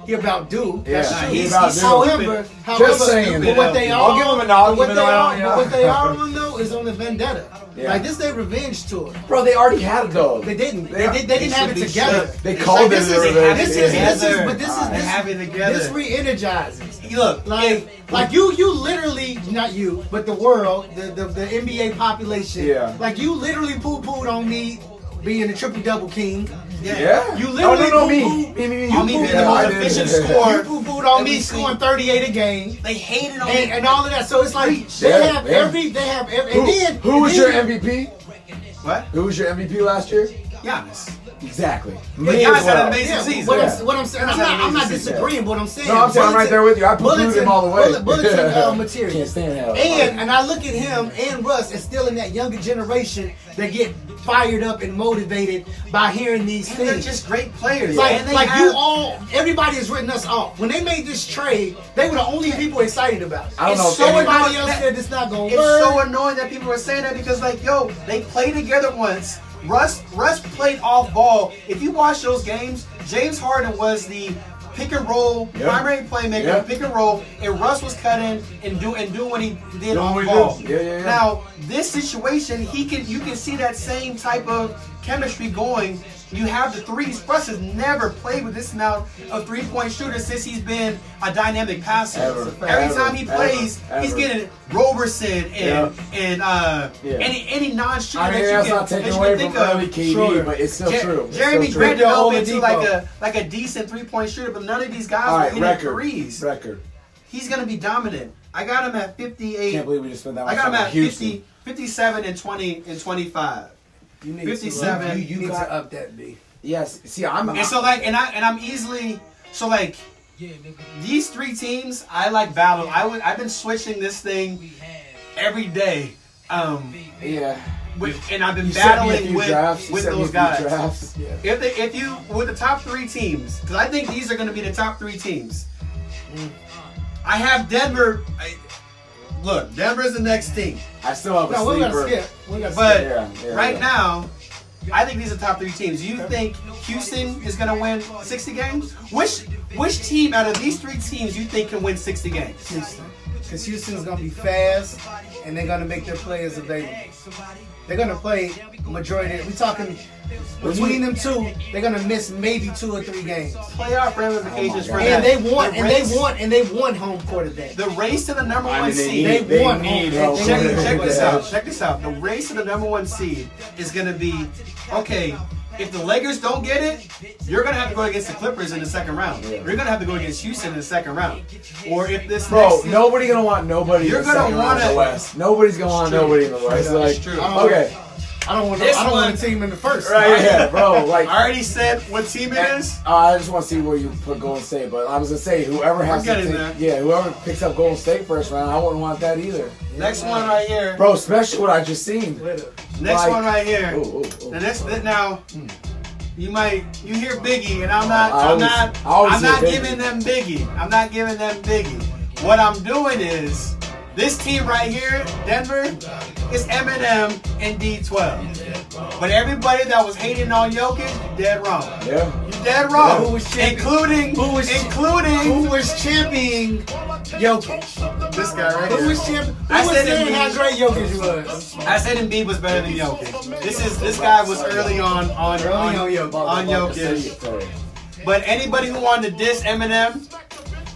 [SPEAKER 3] He about do.
[SPEAKER 2] Yeah.
[SPEAKER 3] That's
[SPEAKER 1] Nah,
[SPEAKER 3] true.
[SPEAKER 1] he's-
[SPEAKER 2] He about
[SPEAKER 1] he's
[SPEAKER 2] do.
[SPEAKER 1] so
[SPEAKER 3] however,
[SPEAKER 1] stupid.
[SPEAKER 3] however,
[SPEAKER 2] saying.
[SPEAKER 3] but what they
[SPEAKER 2] I'll
[SPEAKER 3] are,
[SPEAKER 2] give him a nod,
[SPEAKER 3] but what
[SPEAKER 2] even
[SPEAKER 3] they
[SPEAKER 2] though I
[SPEAKER 3] are,
[SPEAKER 2] don't-
[SPEAKER 3] but what
[SPEAKER 2] yeah.
[SPEAKER 3] they are on though is on the vendetta.
[SPEAKER 2] Yeah.
[SPEAKER 3] Like this, their revenge tour.
[SPEAKER 2] Bro, they already had it though.
[SPEAKER 3] They didn't. They,
[SPEAKER 2] They-
[SPEAKER 3] did, they
[SPEAKER 1] they
[SPEAKER 3] didn't have it
[SPEAKER 1] should be
[SPEAKER 3] together.
[SPEAKER 1] shook.
[SPEAKER 2] They called
[SPEAKER 3] this
[SPEAKER 2] it
[SPEAKER 3] is,
[SPEAKER 2] a revenge
[SPEAKER 3] This is,
[SPEAKER 2] tour.
[SPEAKER 3] this is, but this is
[SPEAKER 2] Alright.
[SPEAKER 1] They have it
[SPEAKER 3] this.
[SPEAKER 1] together.
[SPEAKER 3] This re-energizes.
[SPEAKER 1] Look,
[SPEAKER 3] Like,
[SPEAKER 1] if-
[SPEAKER 3] like you, you literally, not you, but the world, the, the, the NBA population.
[SPEAKER 2] Yeah.
[SPEAKER 3] Like you literally poo pooed on me being a triple double king.
[SPEAKER 2] Yeah.
[SPEAKER 3] You
[SPEAKER 2] Oh,
[SPEAKER 3] literally
[SPEAKER 2] no, no,
[SPEAKER 3] poo-poo-
[SPEAKER 2] me. Me, me, me.
[SPEAKER 1] You mean
[SPEAKER 2] Yeah,
[SPEAKER 1] the
[SPEAKER 2] I
[SPEAKER 1] most
[SPEAKER 2] did.
[SPEAKER 1] efficient
[SPEAKER 3] You
[SPEAKER 1] scorer?
[SPEAKER 3] poo pooed on me
[SPEAKER 1] Everything.
[SPEAKER 3] scoring 38 a game.
[SPEAKER 1] They hated on
[SPEAKER 3] And, and all of that, so it's like they
[SPEAKER 2] Yeah,
[SPEAKER 3] have
[SPEAKER 2] yeah.
[SPEAKER 3] every, they have every.
[SPEAKER 2] Who,
[SPEAKER 3] and then,
[SPEAKER 2] who was
[SPEAKER 3] and
[SPEAKER 2] your
[SPEAKER 3] then-
[SPEAKER 2] MVP?
[SPEAKER 1] what?
[SPEAKER 2] Who was your MVP last year?
[SPEAKER 1] Giannis.
[SPEAKER 2] Exactly.
[SPEAKER 1] Yeah,
[SPEAKER 2] Me
[SPEAKER 1] Giannis had
[SPEAKER 2] as
[SPEAKER 1] an
[SPEAKER 2] well.
[SPEAKER 1] amazing
[SPEAKER 3] Yeah,
[SPEAKER 1] season.
[SPEAKER 3] what,
[SPEAKER 2] Yeah.
[SPEAKER 3] I'm, what I'm saying,
[SPEAKER 1] That's
[SPEAKER 3] I'm not, I'm not
[SPEAKER 1] amazing.
[SPEAKER 3] disagreeing. What I'm saying,
[SPEAKER 2] No, I'm saying I'm right there with you. I poo-pooed
[SPEAKER 3] Bulletin-
[SPEAKER 2] him all the way.
[SPEAKER 3] bullet- bulletin, uh, material.
[SPEAKER 2] Can't stand hell.
[SPEAKER 3] And and I look at him and Russ as still in that younger generation that get fired up and motivated by hearing these
[SPEAKER 1] And they're
[SPEAKER 3] things.
[SPEAKER 1] just great players.
[SPEAKER 3] like
[SPEAKER 1] and they
[SPEAKER 3] like
[SPEAKER 1] have,
[SPEAKER 3] you all, everybody has written us off. When they made this trade, they were the only people excited about it.
[SPEAKER 2] I don't know.
[SPEAKER 1] It's
[SPEAKER 2] if
[SPEAKER 1] so
[SPEAKER 2] any-
[SPEAKER 1] annoying.
[SPEAKER 3] Everybody else
[SPEAKER 1] that-
[SPEAKER 3] said it's not gonna
[SPEAKER 1] It's
[SPEAKER 3] work.
[SPEAKER 1] so annoying that people are saying that because, like, yo, they played together once. Russ Russ played off ball. If you watch those games, James Harden was the pick and roll
[SPEAKER 2] Yeah.
[SPEAKER 1] primary playmaker,
[SPEAKER 2] Yeah.
[SPEAKER 1] pick and roll, and Russ was cutting and do and doing what he did
[SPEAKER 2] Doing
[SPEAKER 1] off
[SPEAKER 2] what he
[SPEAKER 1] ball.
[SPEAKER 2] did. Yeah, yeah, yeah.
[SPEAKER 1] Now this situation, he can you can see that same type of chemistry going. You have the threes. Russ has never played with this amount of three point shooters since he's been a dynamic passer.
[SPEAKER 2] Ever.
[SPEAKER 1] Every
[SPEAKER 2] Ever.
[SPEAKER 1] time he
[SPEAKER 2] Ever.
[SPEAKER 1] plays, he's
[SPEAKER 2] Ever.
[SPEAKER 1] getting Roberson and and uh
[SPEAKER 2] Yeah.
[SPEAKER 1] any any non-shooter
[SPEAKER 2] I mean,
[SPEAKER 1] that
[SPEAKER 2] that's
[SPEAKER 1] you can,
[SPEAKER 2] not
[SPEAKER 1] that
[SPEAKER 2] taken
[SPEAKER 1] you
[SPEAKER 2] away
[SPEAKER 1] can
[SPEAKER 2] from
[SPEAKER 1] think
[SPEAKER 2] early
[SPEAKER 1] of.
[SPEAKER 2] KD,
[SPEAKER 3] Schroeder.
[SPEAKER 2] but it's still
[SPEAKER 1] Jer-
[SPEAKER 2] true. It's
[SPEAKER 1] Jeremy
[SPEAKER 2] still true.
[SPEAKER 1] Grant developed
[SPEAKER 3] Oladipo.
[SPEAKER 1] into like a like a decent three-point shooter, but none of these guys
[SPEAKER 2] All
[SPEAKER 1] are
[SPEAKER 2] right,
[SPEAKER 1] hitting
[SPEAKER 2] record.
[SPEAKER 1] threes.
[SPEAKER 2] Record.
[SPEAKER 1] He's gonna be dominant. I got him at 58.
[SPEAKER 2] Can't believe we just spent that much
[SPEAKER 1] I got
[SPEAKER 2] time
[SPEAKER 1] him
[SPEAKER 2] on
[SPEAKER 1] at
[SPEAKER 2] Houston.
[SPEAKER 1] 50, 57 and 20 and 25.
[SPEAKER 3] You need
[SPEAKER 1] 57.
[SPEAKER 3] To, you you
[SPEAKER 2] You
[SPEAKER 3] need
[SPEAKER 2] got-
[SPEAKER 3] to up that B.
[SPEAKER 2] Yes. See, I'm.
[SPEAKER 1] And so like and I and I'm easily so like these three teams I like battle. I would I've been switching this thing every day. Um
[SPEAKER 2] yeah.
[SPEAKER 1] with, and I've been
[SPEAKER 2] You sent me a
[SPEAKER 1] battling
[SPEAKER 2] few
[SPEAKER 1] with
[SPEAKER 2] drafts. You
[SPEAKER 1] with
[SPEAKER 2] sent me a
[SPEAKER 1] those
[SPEAKER 2] few
[SPEAKER 1] guys.
[SPEAKER 2] drafts.
[SPEAKER 3] Yeah.
[SPEAKER 1] If they, if you with the top three teams, because I think these are going to be the top three teams.
[SPEAKER 2] Mm.
[SPEAKER 1] I have Denver. I, look, Denver's the next team,
[SPEAKER 2] I still have a
[SPEAKER 3] No, we
[SPEAKER 2] sleeper.
[SPEAKER 3] gotta skip. We gotta
[SPEAKER 1] but
[SPEAKER 3] skip.
[SPEAKER 2] Yeah, yeah,
[SPEAKER 1] right
[SPEAKER 2] yeah.
[SPEAKER 1] now, I think these are top three teams. You think Houston is going to win sixty games? Which which team out of these three teams you think can win sixty games?
[SPEAKER 3] Houston. Because Houston's going to be fast and they're going to make their players available. They're going to play majority. We're talking between them two, they're going to miss maybe two or three games.
[SPEAKER 1] Playoff ramifications
[SPEAKER 2] Oh
[SPEAKER 1] for
[SPEAKER 2] my God.
[SPEAKER 1] that.
[SPEAKER 3] And they want,
[SPEAKER 1] The
[SPEAKER 3] and they
[SPEAKER 1] race-
[SPEAKER 3] want, and they want home court advantage.
[SPEAKER 1] the race to the number
[SPEAKER 2] I
[SPEAKER 1] one
[SPEAKER 2] mean, they
[SPEAKER 1] seed.
[SPEAKER 2] need.
[SPEAKER 3] They
[SPEAKER 2] They
[SPEAKER 3] won.
[SPEAKER 2] need.
[SPEAKER 3] They-
[SPEAKER 2] help.
[SPEAKER 3] they-
[SPEAKER 1] Check, check this
[SPEAKER 2] Yeah.
[SPEAKER 1] out. Check this out. The race to the number one seed is going to be okay. If the Lakers don't get it, you're going to have to go against the Clippers in the second round. You're going to have to go against Houston in the second round. Or if this
[SPEAKER 2] Bro,
[SPEAKER 1] next seed-
[SPEAKER 2] nobody gonna want nobody.
[SPEAKER 1] You're
[SPEAKER 2] in the
[SPEAKER 1] gonna
[SPEAKER 2] second round in
[SPEAKER 1] wanna-
[SPEAKER 2] the West. Nobody's gonna want nobody in the West.
[SPEAKER 1] Straight up,
[SPEAKER 2] Like,
[SPEAKER 1] it's true.
[SPEAKER 2] okay,
[SPEAKER 3] I don't want,
[SPEAKER 1] This
[SPEAKER 3] I don't
[SPEAKER 1] one-
[SPEAKER 3] want a team in the first.
[SPEAKER 2] right here, bro. Like,
[SPEAKER 1] I already said what team it is.
[SPEAKER 2] Uh, I just want to see where you put Golden State, but I was gonna say whoever has to
[SPEAKER 1] getting
[SPEAKER 2] take,
[SPEAKER 1] there.
[SPEAKER 2] yeah, whoever picks up Golden State first round, I wouldn't want that either,
[SPEAKER 1] Next one right here.
[SPEAKER 2] bro. Especially what I just seen.
[SPEAKER 3] Wait up.
[SPEAKER 1] Next
[SPEAKER 2] like-
[SPEAKER 1] one right here.
[SPEAKER 2] Ooh, ooh, ooh.
[SPEAKER 1] The next now. You might you hear Biggie and I'm not
[SPEAKER 2] I
[SPEAKER 1] I'm
[SPEAKER 2] always-
[SPEAKER 1] not
[SPEAKER 2] I always
[SPEAKER 1] I'm not
[SPEAKER 2] hear Biggie.
[SPEAKER 1] giving them Biggie. I'm not giving them Biggie. What I'm doing is this team right here, Denver, is Eminem and D12. But everybody that was hating on Jokic, you dead wrong.
[SPEAKER 2] Yeah,
[SPEAKER 1] You dead wrong.
[SPEAKER 3] Who was champion?
[SPEAKER 1] including
[SPEAKER 3] Who was-
[SPEAKER 1] including
[SPEAKER 3] Who was championing Jokic?
[SPEAKER 1] this guy right
[SPEAKER 3] Who
[SPEAKER 1] here.
[SPEAKER 3] was champ? Who
[SPEAKER 1] I
[SPEAKER 3] was
[SPEAKER 1] said
[SPEAKER 3] saying how
[SPEAKER 1] Embiid.
[SPEAKER 3] great Jokic was?
[SPEAKER 1] I said Embiid was better than Jokic. This is this guy was early on on on,
[SPEAKER 3] on Jokic.
[SPEAKER 1] on Jokic. But anybody who wanted to diss Eminem,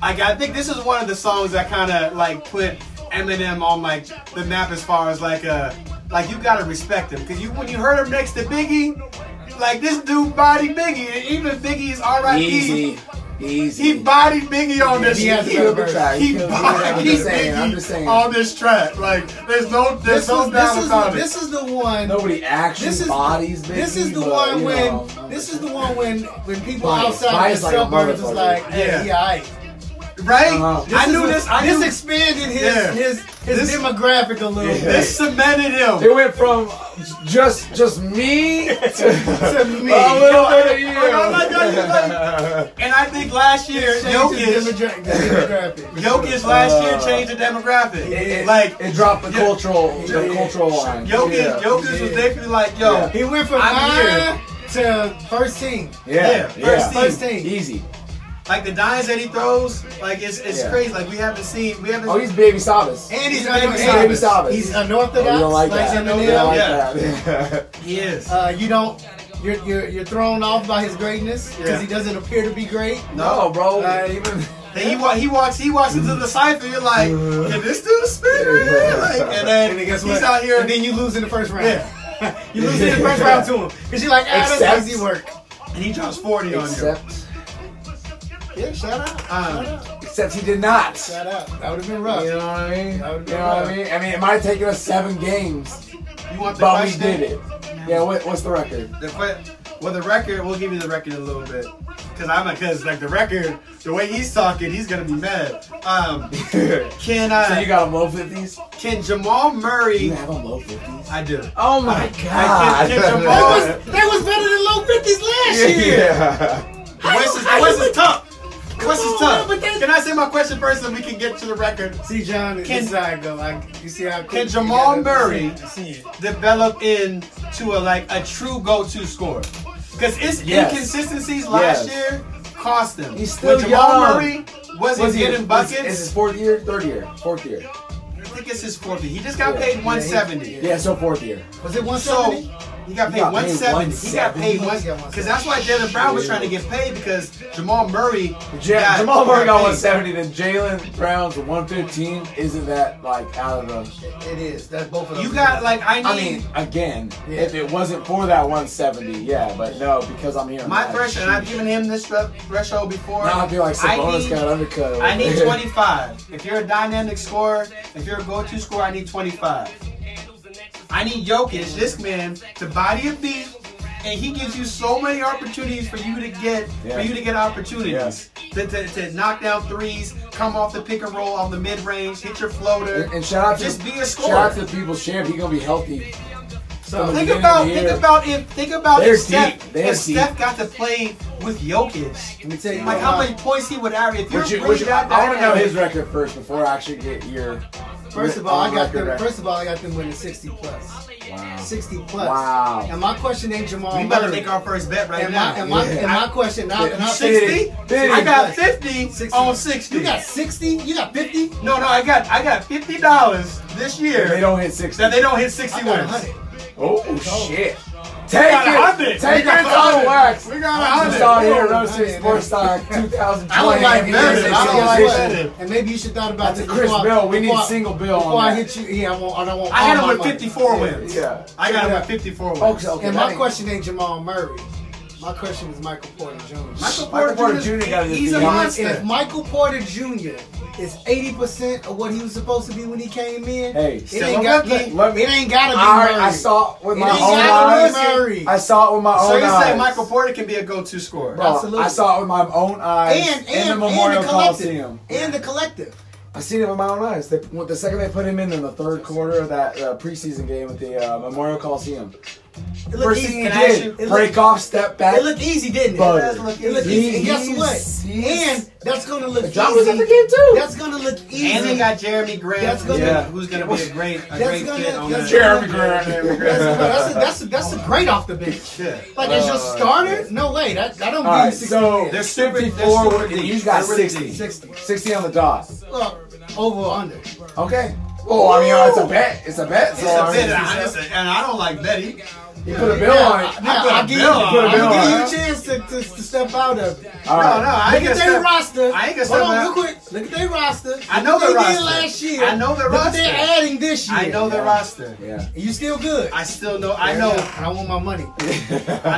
[SPEAKER 1] like I think this is one of the songs that kind of like put Eminem on like the map as far as like a like you gotta respect him because you when you heard him next to Biggie, like this dude body Biggie, and even Biggie's R.I.P.
[SPEAKER 4] Easy. Easy.
[SPEAKER 1] He bodied Biggie on this.
[SPEAKER 2] He has a
[SPEAKER 1] he,
[SPEAKER 2] better verse.
[SPEAKER 1] he
[SPEAKER 2] He has a better verse. I'm
[SPEAKER 1] bodied
[SPEAKER 2] just saying, I'm just
[SPEAKER 1] Biggie
[SPEAKER 2] saying.
[SPEAKER 1] on this track. Like there's no there's
[SPEAKER 3] This
[SPEAKER 1] no
[SPEAKER 3] is, this,
[SPEAKER 1] doubt
[SPEAKER 3] is,
[SPEAKER 1] about it.
[SPEAKER 3] this is the one.
[SPEAKER 2] Nobody actually
[SPEAKER 3] This is
[SPEAKER 2] bodies Biggie.
[SPEAKER 3] this is the
[SPEAKER 2] but,
[SPEAKER 3] one
[SPEAKER 2] you
[SPEAKER 3] when
[SPEAKER 2] know.
[SPEAKER 3] this is the one when when people
[SPEAKER 2] Bias.
[SPEAKER 3] outside
[SPEAKER 2] Bias
[SPEAKER 3] the
[SPEAKER 2] like a
[SPEAKER 3] suburbs is
[SPEAKER 2] motherfucker.
[SPEAKER 3] like, hey,
[SPEAKER 1] Yeah.
[SPEAKER 3] yeah, yeah aight.
[SPEAKER 1] right?
[SPEAKER 2] Uh-huh.
[SPEAKER 1] I
[SPEAKER 3] is
[SPEAKER 1] knew
[SPEAKER 3] a-
[SPEAKER 1] this. I
[SPEAKER 3] this
[SPEAKER 1] knew,
[SPEAKER 3] expanded his
[SPEAKER 1] Yeah.
[SPEAKER 3] his, his
[SPEAKER 1] This-
[SPEAKER 3] demographic a little
[SPEAKER 2] Yeah.
[SPEAKER 3] bit.
[SPEAKER 1] this cemented him.
[SPEAKER 2] It went from just just me to,
[SPEAKER 3] To me.
[SPEAKER 2] a little bit of you.
[SPEAKER 1] Oh, no, no, no, you like- and I think last year
[SPEAKER 3] Change his
[SPEAKER 1] Jokic,
[SPEAKER 3] demogra- the demographic.
[SPEAKER 1] Jokic last year
[SPEAKER 2] Uh,
[SPEAKER 1] changed the demographic.
[SPEAKER 2] It- it-
[SPEAKER 1] like
[SPEAKER 2] it dropped the
[SPEAKER 1] yeah.
[SPEAKER 2] cultural the
[SPEAKER 3] Yeah.
[SPEAKER 2] cultural line.
[SPEAKER 1] Jokic,
[SPEAKER 2] yeah.
[SPEAKER 1] Jokic was definitely like, yo,
[SPEAKER 2] Yeah.
[SPEAKER 3] He went from
[SPEAKER 1] I'm
[SPEAKER 3] nine to first team.
[SPEAKER 1] yeah,
[SPEAKER 2] yeah,
[SPEAKER 1] first
[SPEAKER 2] yeah.
[SPEAKER 3] First team.
[SPEAKER 2] Easy.
[SPEAKER 1] like the dimes that he throws, like it's it's
[SPEAKER 2] Yeah.
[SPEAKER 1] crazy. Like we haven't seen, we haven't.
[SPEAKER 2] Oh, he's baby Sabas.
[SPEAKER 3] And he's,
[SPEAKER 1] He's
[SPEAKER 3] un-
[SPEAKER 1] baby
[SPEAKER 3] and
[SPEAKER 2] Sabas.
[SPEAKER 3] He's unorthodox.
[SPEAKER 2] Oh, you don't like that.
[SPEAKER 3] Eminem.
[SPEAKER 2] You don't like
[SPEAKER 1] Yeah.
[SPEAKER 2] that.
[SPEAKER 1] he is.
[SPEAKER 3] Uh, you don't. You're, you're you're thrown off by his greatness because
[SPEAKER 1] Yeah.
[SPEAKER 3] he doesn't appear to be great.
[SPEAKER 2] no, bro.
[SPEAKER 3] Uh,
[SPEAKER 2] even
[SPEAKER 1] Then he wa- he walks he walks into the cipher. You're like,
[SPEAKER 2] Uh-huh.
[SPEAKER 1] can this dude spin right here? Like, and then,
[SPEAKER 3] And then guess what?
[SPEAKER 1] he's out here.
[SPEAKER 3] And then you lose in the first round. you lose in
[SPEAKER 2] Yeah.
[SPEAKER 3] the first round to him because you're like, ah,
[SPEAKER 2] Except-
[SPEAKER 3] that's easy work.
[SPEAKER 1] and he drops 40 on you.
[SPEAKER 2] except
[SPEAKER 3] Yeah, shout out.
[SPEAKER 1] Um,
[SPEAKER 2] except he did not.
[SPEAKER 3] Shout out. That would have been
[SPEAKER 2] You
[SPEAKER 3] rough.
[SPEAKER 2] know what I mean? You know what I mean? I mean, it might have taken us seven games,
[SPEAKER 1] You want the
[SPEAKER 2] but we
[SPEAKER 1] question?
[SPEAKER 2] did it. Yeah. What, what's the record?
[SPEAKER 1] The que- well, the record. We'll give you the record in a little bit, cause I'm a, cause like the record, the way he's talking, he's gonna be mad. Um,
[SPEAKER 2] so you
[SPEAKER 1] can I?
[SPEAKER 2] got him low fifties.
[SPEAKER 1] can Jamal Murray?
[SPEAKER 2] You have him low fifties.
[SPEAKER 1] I do.
[SPEAKER 2] Oh my
[SPEAKER 1] I
[SPEAKER 2] god!
[SPEAKER 1] can't- can't jump
[SPEAKER 3] That
[SPEAKER 1] on.
[SPEAKER 3] was that was better than low fifties last year.
[SPEAKER 2] yeah.
[SPEAKER 1] The West is, the
[SPEAKER 3] I-
[SPEAKER 1] West is tough. The West is
[SPEAKER 3] on,
[SPEAKER 1] tough.
[SPEAKER 3] but that's-
[SPEAKER 1] Can I say my question first, and we can get to the record?
[SPEAKER 3] See, John, this
[SPEAKER 1] Can-
[SPEAKER 3] is how I go. I, you see how quick
[SPEAKER 1] Can
[SPEAKER 3] you
[SPEAKER 1] Jamal
[SPEAKER 3] gotta-
[SPEAKER 1] Murray-
[SPEAKER 3] I see it.
[SPEAKER 1] Develop into a like a true go-to scorer, cause his
[SPEAKER 2] Yes.
[SPEAKER 1] inconsistencies last
[SPEAKER 2] Yes.
[SPEAKER 1] year cost him.
[SPEAKER 2] He's
[SPEAKER 1] when
[SPEAKER 2] still
[SPEAKER 1] Jamal
[SPEAKER 2] young.
[SPEAKER 1] Murray wasn't
[SPEAKER 2] Was he-
[SPEAKER 1] getting buckets.
[SPEAKER 2] Is, is his fourth year? Third year? Fourth year?
[SPEAKER 1] I think it's his fourth year. He just got
[SPEAKER 2] Yeah.
[SPEAKER 1] paid 170.
[SPEAKER 2] Yeah, so fourth year.
[SPEAKER 3] Was it
[SPEAKER 1] So
[SPEAKER 3] 170?
[SPEAKER 1] he got
[SPEAKER 2] He
[SPEAKER 1] paid
[SPEAKER 2] got paid
[SPEAKER 1] 170. He got paid
[SPEAKER 2] 170.
[SPEAKER 1] one because that's why Jalen Brown was trying to get paid because Jamal Murray.
[SPEAKER 2] Ja-
[SPEAKER 1] got-
[SPEAKER 2] Jamal Murray got
[SPEAKER 1] paid.
[SPEAKER 2] 170, then Jalen Brown's 115. Isn't that like out of the?
[SPEAKER 3] it is. That's both of them.
[SPEAKER 1] You got like I need.
[SPEAKER 2] I mean, again,
[SPEAKER 3] Yeah.
[SPEAKER 2] if it wasn't for that 170, yeah, but no, because I'm here.
[SPEAKER 1] my
[SPEAKER 2] I'm
[SPEAKER 1] threshold.
[SPEAKER 2] like,
[SPEAKER 1] I've given him this thre- threshold before.
[SPEAKER 2] Now I feel like
[SPEAKER 1] I
[SPEAKER 2] Sabonis
[SPEAKER 1] need-
[SPEAKER 2] got undercut. over
[SPEAKER 1] I need
[SPEAKER 2] there.
[SPEAKER 1] 25. If you're a dynamic scorer, if you're a go-to scorer, I need 25. I need Jokic, this man, to body a beat, and he gives you so many opportunities for you to get
[SPEAKER 2] Yeah.
[SPEAKER 1] for you to get opportunities to, to, to knock down threes, come off the pick and roll on the mid range, hit your floater.
[SPEAKER 2] And, and shout out to
[SPEAKER 1] Just be a
[SPEAKER 2] shout out to
[SPEAKER 1] scorer.
[SPEAKER 2] the people's champ. He gonna be healthy.
[SPEAKER 3] So,
[SPEAKER 1] Think
[SPEAKER 2] Like- beginning of
[SPEAKER 1] about
[SPEAKER 2] the
[SPEAKER 1] think
[SPEAKER 2] year.
[SPEAKER 1] about if think about
[SPEAKER 2] They're
[SPEAKER 1] if Steph
[SPEAKER 2] deep. They're
[SPEAKER 1] if Steph
[SPEAKER 2] deep.
[SPEAKER 1] got to play with Jokic.
[SPEAKER 3] let me tell you.
[SPEAKER 1] Like how
[SPEAKER 3] why.
[SPEAKER 1] many points he would average if you're
[SPEAKER 2] Would you,
[SPEAKER 1] really
[SPEAKER 2] would you, I,
[SPEAKER 1] that
[SPEAKER 2] want to know
[SPEAKER 1] dynamic.
[SPEAKER 2] his record first before I actually get your.
[SPEAKER 3] First of all, I
[SPEAKER 2] on
[SPEAKER 3] got
[SPEAKER 2] record,
[SPEAKER 3] them.
[SPEAKER 2] right?
[SPEAKER 3] First of all, I got them winning 60 plus.
[SPEAKER 2] Wow.
[SPEAKER 3] 60 plus.
[SPEAKER 2] Wow.
[SPEAKER 3] And my question ain't Jamal
[SPEAKER 1] We better
[SPEAKER 3] Murray.
[SPEAKER 1] make our first bet right
[SPEAKER 3] and
[SPEAKER 1] now.
[SPEAKER 3] my, and my,
[SPEAKER 2] Yeah.
[SPEAKER 3] and my question now, and I,
[SPEAKER 1] 60?
[SPEAKER 2] Fifty.
[SPEAKER 1] I got 50
[SPEAKER 3] Sixty.
[SPEAKER 1] on 60.
[SPEAKER 3] You got 60? You got 50?
[SPEAKER 1] no, no, I got I got $50 this year
[SPEAKER 2] If they don't hit 60.
[SPEAKER 1] that they don't hit 60
[SPEAKER 3] I got
[SPEAKER 1] wins.
[SPEAKER 3] 100.
[SPEAKER 2] Oh, shit.
[SPEAKER 1] got a
[SPEAKER 2] Take
[SPEAKER 1] hundred.
[SPEAKER 2] it. Take it.
[SPEAKER 1] We got
[SPEAKER 2] It's on
[SPEAKER 1] hundred.
[SPEAKER 2] wax.
[SPEAKER 1] We got
[SPEAKER 2] I'm
[SPEAKER 1] a
[SPEAKER 2] just
[SPEAKER 1] 100.
[SPEAKER 2] out here,
[SPEAKER 3] Whoa,
[SPEAKER 2] Road City
[SPEAKER 3] man.
[SPEAKER 2] Sports Stock 2020.
[SPEAKER 3] I don't like
[SPEAKER 2] If you
[SPEAKER 3] that.
[SPEAKER 2] miss
[SPEAKER 1] I
[SPEAKER 2] it,
[SPEAKER 1] don't
[SPEAKER 2] it's
[SPEAKER 1] like
[SPEAKER 2] a
[SPEAKER 1] that.
[SPEAKER 2] decision.
[SPEAKER 3] And maybe you should thought about
[SPEAKER 2] That's
[SPEAKER 3] this
[SPEAKER 2] a Chris
[SPEAKER 3] before I-
[SPEAKER 2] Bill. We need
[SPEAKER 3] before I-
[SPEAKER 2] single Bill
[SPEAKER 3] Before
[SPEAKER 2] on
[SPEAKER 3] I
[SPEAKER 2] that.
[SPEAKER 3] hit you, yeah, I won't. I don't want.
[SPEAKER 1] I had him
[SPEAKER 3] all Oh, my
[SPEAKER 1] with
[SPEAKER 3] money.
[SPEAKER 1] 54
[SPEAKER 3] Yeah.
[SPEAKER 1] wins.
[SPEAKER 2] Yeah.
[SPEAKER 1] I got him
[SPEAKER 3] Yeah.
[SPEAKER 1] with 54
[SPEAKER 2] Oh,
[SPEAKER 1] wins.
[SPEAKER 2] so- okay,
[SPEAKER 3] And my
[SPEAKER 2] that-
[SPEAKER 3] question ain't Jamal Murray. My question is Michael Porter Jr.
[SPEAKER 1] Michael
[SPEAKER 2] Michael
[SPEAKER 1] Porter
[SPEAKER 2] Porter
[SPEAKER 1] Jr.
[SPEAKER 2] Jr. got it
[SPEAKER 1] He's
[SPEAKER 2] this
[SPEAKER 1] a
[SPEAKER 2] year.
[SPEAKER 1] monster.
[SPEAKER 3] If Michael Porter Jr. is 80% of what he was supposed to be when he came in,
[SPEAKER 2] Hey,
[SPEAKER 3] it,
[SPEAKER 1] so
[SPEAKER 3] ain't
[SPEAKER 1] I'm
[SPEAKER 3] got,
[SPEAKER 1] looking-
[SPEAKER 2] let me-
[SPEAKER 3] it ain't gotta be
[SPEAKER 2] I,
[SPEAKER 3] Murray.
[SPEAKER 2] I saw it with
[SPEAKER 3] It
[SPEAKER 2] my
[SPEAKER 3] ain't
[SPEAKER 1] gotta be
[SPEAKER 2] own
[SPEAKER 3] Murray.
[SPEAKER 2] eyes. I saw it with my
[SPEAKER 1] So
[SPEAKER 2] own
[SPEAKER 1] you
[SPEAKER 2] eyes.
[SPEAKER 1] say Michael Porter can be a go-to scorer?
[SPEAKER 2] Bro,
[SPEAKER 3] Absolutely.
[SPEAKER 2] I saw it with my own eyes
[SPEAKER 3] and, and,
[SPEAKER 2] in the
[SPEAKER 3] and
[SPEAKER 2] Memorial
[SPEAKER 3] the collective.
[SPEAKER 2] Coliseum.
[SPEAKER 3] And the collective.
[SPEAKER 2] I seen it with my own eyes. They, when- the second they put him in in the third quarter of that uh, preseason game at the uh, Memorial Coliseum,
[SPEAKER 3] It looked
[SPEAKER 2] first
[SPEAKER 3] easy.
[SPEAKER 2] thing he
[SPEAKER 1] can I ask
[SPEAKER 2] did,
[SPEAKER 3] you- it
[SPEAKER 2] break off, step back.
[SPEAKER 3] It looked easy, didn't it?
[SPEAKER 2] Butter.
[SPEAKER 3] It looked easy.
[SPEAKER 2] He-
[SPEAKER 3] and guess
[SPEAKER 2] he's-
[SPEAKER 3] what?
[SPEAKER 2] he's-
[SPEAKER 3] And that's gonna look
[SPEAKER 2] John
[SPEAKER 3] easy.
[SPEAKER 2] was at the game, too.
[SPEAKER 3] That's gonna look easy.
[SPEAKER 1] And they got Jeremy Grant,
[SPEAKER 3] That's gonna-
[SPEAKER 2] Yeah.
[SPEAKER 1] who's going to be a great, a
[SPEAKER 3] That's
[SPEAKER 1] great
[SPEAKER 3] gonna-
[SPEAKER 1] fit on that.
[SPEAKER 3] that's
[SPEAKER 2] Jeremy
[SPEAKER 1] Jeremy
[SPEAKER 2] Grant.
[SPEAKER 3] that's, a, that's, a, that's, a, that's a great off the bench.
[SPEAKER 1] Yeah.
[SPEAKER 3] Like as your
[SPEAKER 2] Uh,
[SPEAKER 3] starter? No way. That that don't
[SPEAKER 2] All right,
[SPEAKER 3] give you 60
[SPEAKER 2] so
[SPEAKER 3] wins.
[SPEAKER 1] They're
[SPEAKER 2] they're
[SPEAKER 1] super- they're
[SPEAKER 2] 54.
[SPEAKER 1] super
[SPEAKER 2] with-
[SPEAKER 1] deep.
[SPEAKER 2] you got
[SPEAKER 1] They're really
[SPEAKER 2] 60.
[SPEAKER 1] deep.
[SPEAKER 3] 60.
[SPEAKER 2] 60 on the dot.
[SPEAKER 3] Well, over or under.
[SPEAKER 2] Okay. Well, I mean, oh, it's a bet. It's a bet. So
[SPEAKER 1] It's a
[SPEAKER 2] I mean,
[SPEAKER 1] bit, I- it's a- and I don't like Betty.
[SPEAKER 2] You put a bill on it.
[SPEAKER 3] Now,
[SPEAKER 1] put a
[SPEAKER 3] I'll give you,
[SPEAKER 1] bill on it.
[SPEAKER 3] I'll
[SPEAKER 2] Put a bill
[SPEAKER 3] give
[SPEAKER 2] on
[SPEAKER 3] you
[SPEAKER 2] it.
[SPEAKER 3] a chance to, to, to step out of it.
[SPEAKER 2] All
[SPEAKER 1] No,
[SPEAKER 2] right.
[SPEAKER 1] no, I ain't
[SPEAKER 3] Look at
[SPEAKER 1] gonna
[SPEAKER 3] their
[SPEAKER 1] step-
[SPEAKER 3] roster.
[SPEAKER 1] I ain't gonna
[SPEAKER 3] Hold
[SPEAKER 1] step
[SPEAKER 3] on,
[SPEAKER 1] out.
[SPEAKER 3] real quick. Look at their roster.
[SPEAKER 1] I know
[SPEAKER 3] Look
[SPEAKER 1] their
[SPEAKER 3] what they
[SPEAKER 1] roster.
[SPEAKER 3] did last year.
[SPEAKER 1] I know their
[SPEAKER 3] Look what
[SPEAKER 1] roster.
[SPEAKER 3] They're adding this year.
[SPEAKER 1] I know their
[SPEAKER 2] yeah.
[SPEAKER 1] roster.
[SPEAKER 2] Yeah.
[SPEAKER 3] And You still good.
[SPEAKER 1] I still know. I know.
[SPEAKER 3] And I want my money.
[SPEAKER 1] I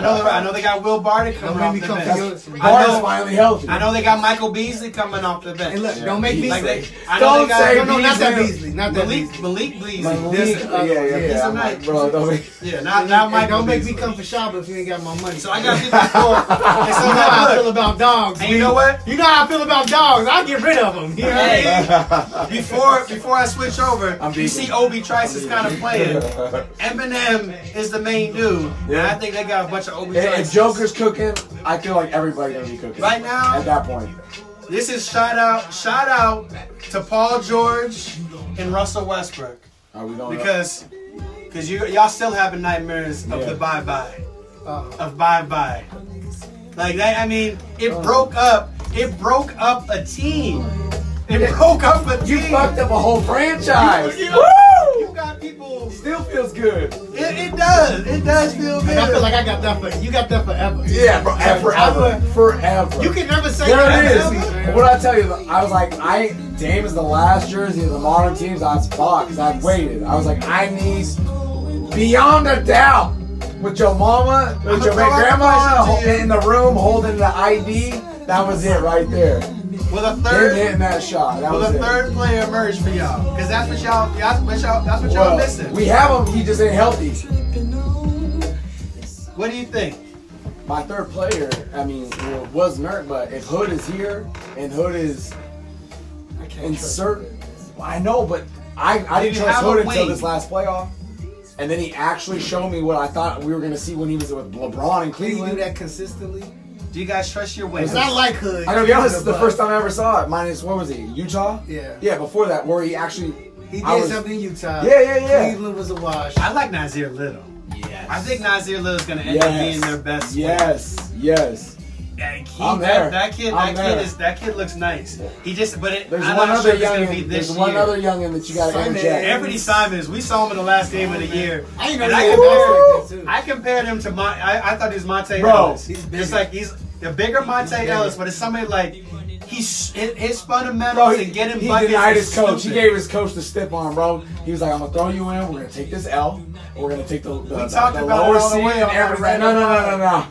[SPEAKER 1] know. their- I know they got Will Barton
[SPEAKER 3] Don't
[SPEAKER 1] coming
[SPEAKER 3] make
[SPEAKER 1] off
[SPEAKER 3] me
[SPEAKER 1] the
[SPEAKER 3] come
[SPEAKER 1] bench.
[SPEAKER 3] for your.
[SPEAKER 1] I
[SPEAKER 2] Barnes
[SPEAKER 1] know-
[SPEAKER 2] finally healthy.
[SPEAKER 1] I know they got Michael Beasley coming off the bench.
[SPEAKER 3] And look, don't make me
[SPEAKER 1] Like
[SPEAKER 3] say.
[SPEAKER 1] they, I know
[SPEAKER 2] Don't
[SPEAKER 1] they got
[SPEAKER 2] say
[SPEAKER 3] No, no, not that
[SPEAKER 2] Beasley.
[SPEAKER 3] Beasley. Not that Beasley.
[SPEAKER 1] Malik, Malik Beasley.
[SPEAKER 2] Malik,
[SPEAKER 3] this-
[SPEAKER 2] yeah, yeah, yeah.
[SPEAKER 3] this
[SPEAKER 2] I'm
[SPEAKER 1] night.
[SPEAKER 2] like, bro, don't be-
[SPEAKER 1] Yeah, not,
[SPEAKER 3] Now,
[SPEAKER 1] not
[SPEAKER 3] Mike,
[SPEAKER 1] Michael
[SPEAKER 3] don't make
[SPEAKER 1] Beasley.
[SPEAKER 3] me come for Shabba if you ain't got my money.
[SPEAKER 1] So I got 54. and
[SPEAKER 3] You
[SPEAKER 1] so
[SPEAKER 3] know how I
[SPEAKER 1] now,
[SPEAKER 3] feel
[SPEAKER 1] look,
[SPEAKER 3] about dogs.
[SPEAKER 1] And you
[SPEAKER 3] B.
[SPEAKER 1] know what?
[SPEAKER 3] You know how I feel about dogs. I get rid of them. You know what I mean?
[SPEAKER 1] before before I switch over,
[SPEAKER 2] I'm
[SPEAKER 1] you
[SPEAKER 2] beating.
[SPEAKER 1] see Obi Trice is kind of playing. Eminem is the main dude. And I think they got a bunch of Obi
[SPEAKER 2] If, if
[SPEAKER 1] Trice.
[SPEAKER 2] Joker's cooking, I feel like everybody's gonna be cooking
[SPEAKER 1] Right now?
[SPEAKER 2] At that point,
[SPEAKER 1] This is shout out shout out to Paul George and Russell Westbrook
[SPEAKER 2] are we going? up?
[SPEAKER 1] because because you y'all still having nightmares of
[SPEAKER 2] Yeah.
[SPEAKER 1] the bye bye
[SPEAKER 3] Uh,
[SPEAKER 1] of bye bye. Like that, I mean, it broke up. It broke up a team. It broke up a
[SPEAKER 2] you
[SPEAKER 1] team.
[SPEAKER 2] fucked up a whole franchise.
[SPEAKER 1] You-
[SPEAKER 2] Woo!
[SPEAKER 1] You got people.
[SPEAKER 2] Still feels good.
[SPEAKER 1] It, it does. It does feel good.
[SPEAKER 3] and I feel like I got that for you. Got that forever.
[SPEAKER 2] Yeah, bro. and Forever, forever.
[SPEAKER 3] You can never say
[SPEAKER 2] There it
[SPEAKER 3] that.
[SPEAKER 2] is. What I tell you, I was like, I Dame is the last jersey of the modern teams I bought because I waited. I was like, I need beyond a doubt with your mama, with your
[SPEAKER 1] throw out a
[SPEAKER 2] grandma
[SPEAKER 1] question to you.
[SPEAKER 2] in the room holding the ID. That was it right there. Him
[SPEAKER 1] Will a third,
[SPEAKER 2] hitting that shot. That
[SPEAKER 1] will
[SPEAKER 2] was
[SPEAKER 1] a
[SPEAKER 2] it.
[SPEAKER 1] third player emerge for y'all? Because that's what y'all, that's what y'all, that's what y'all
[SPEAKER 2] Well,
[SPEAKER 1] missing.
[SPEAKER 2] we have him. He just ain't healthy.
[SPEAKER 1] what do you think?
[SPEAKER 2] My third player, I mean, well, was Nurk, but if Hood is here and Hood is
[SPEAKER 3] I can't trust
[SPEAKER 2] insert. I know, but I, I didn't
[SPEAKER 1] You
[SPEAKER 2] trust
[SPEAKER 1] have a
[SPEAKER 2] Hood until
[SPEAKER 1] wing.
[SPEAKER 2] this last playoff. And then he actually showed me what I thought we were going to see when he was with LeBron in
[SPEAKER 3] Please do
[SPEAKER 2] Cleveland.
[SPEAKER 3] that consistently.
[SPEAKER 1] Do you guys trust your wings?
[SPEAKER 3] Cause I like hood.
[SPEAKER 2] I know, to be honest, this is the
[SPEAKER 3] But
[SPEAKER 2] first time I ever saw it. Minus, what was he, Utah?
[SPEAKER 3] Yeah.
[SPEAKER 2] Yeah, before that, where he actually.
[SPEAKER 3] He did
[SPEAKER 2] I was-
[SPEAKER 3] something in Utah.
[SPEAKER 2] Yeah, yeah, yeah. Uh,
[SPEAKER 3] Cleveland was a wash.
[SPEAKER 1] I like Nazir Little.
[SPEAKER 2] Yes.
[SPEAKER 1] I think Nazir Little's gonna end up being
[SPEAKER 2] yes.
[SPEAKER 1] their best. wing.
[SPEAKER 2] Yes, yes.
[SPEAKER 1] That kid,
[SPEAKER 2] I'm
[SPEAKER 1] that,
[SPEAKER 2] there.
[SPEAKER 1] that kid,
[SPEAKER 2] I'm
[SPEAKER 1] that kid
[SPEAKER 2] there.
[SPEAKER 1] is that kid looks nice. He just, but it,
[SPEAKER 2] There's
[SPEAKER 1] I'm
[SPEAKER 2] one
[SPEAKER 1] not sure
[SPEAKER 2] other
[SPEAKER 1] if it's
[SPEAKER 2] young.
[SPEAKER 1] gonna be this
[SPEAKER 2] There's one
[SPEAKER 1] year.
[SPEAKER 2] other youngin that you got to
[SPEAKER 3] Simon.
[SPEAKER 2] interject.
[SPEAKER 1] Anthony Simons, we saw him in the last game of the year.
[SPEAKER 3] I ain't
[SPEAKER 1] And
[SPEAKER 3] know
[SPEAKER 1] I,
[SPEAKER 3] he had
[SPEAKER 1] compared,
[SPEAKER 3] basketball too.
[SPEAKER 1] I compared him to my. I, I thought he was Monte
[SPEAKER 2] Bro,
[SPEAKER 1] Ellis.
[SPEAKER 2] he's
[SPEAKER 1] it's like he's the bigger Monte
[SPEAKER 3] bigger.
[SPEAKER 1] Ellis, but it's somebody like he's his, his fundamentals
[SPEAKER 2] Bro, he,
[SPEAKER 1] and getting
[SPEAKER 2] he
[SPEAKER 1] buckets.
[SPEAKER 2] denied
[SPEAKER 1] is
[SPEAKER 2] his coach. He
[SPEAKER 1] stupid.
[SPEAKER 2] gave his coach the step on, bro. He was like, "I'm gonna throw you in. We're gonna take this L. We're gonna take the, the,
[SPEAKER 1] We
[SPEAKER 2] the,
[SPEAKER 1] talked
[SPEAKER 2] the
[SPEAKER 1] about it
[SPEAKER 2] lower
[SPEAKER 1] all the
[SPEAKER 2] C
[SPEAKER 1] way
[SPEAKER 2] and
[SPEAKER 1] on
[SPEAKER 2] everything."
[SPEAKER 1] Friday
[SPEAKER 2] No, no, no, no, no.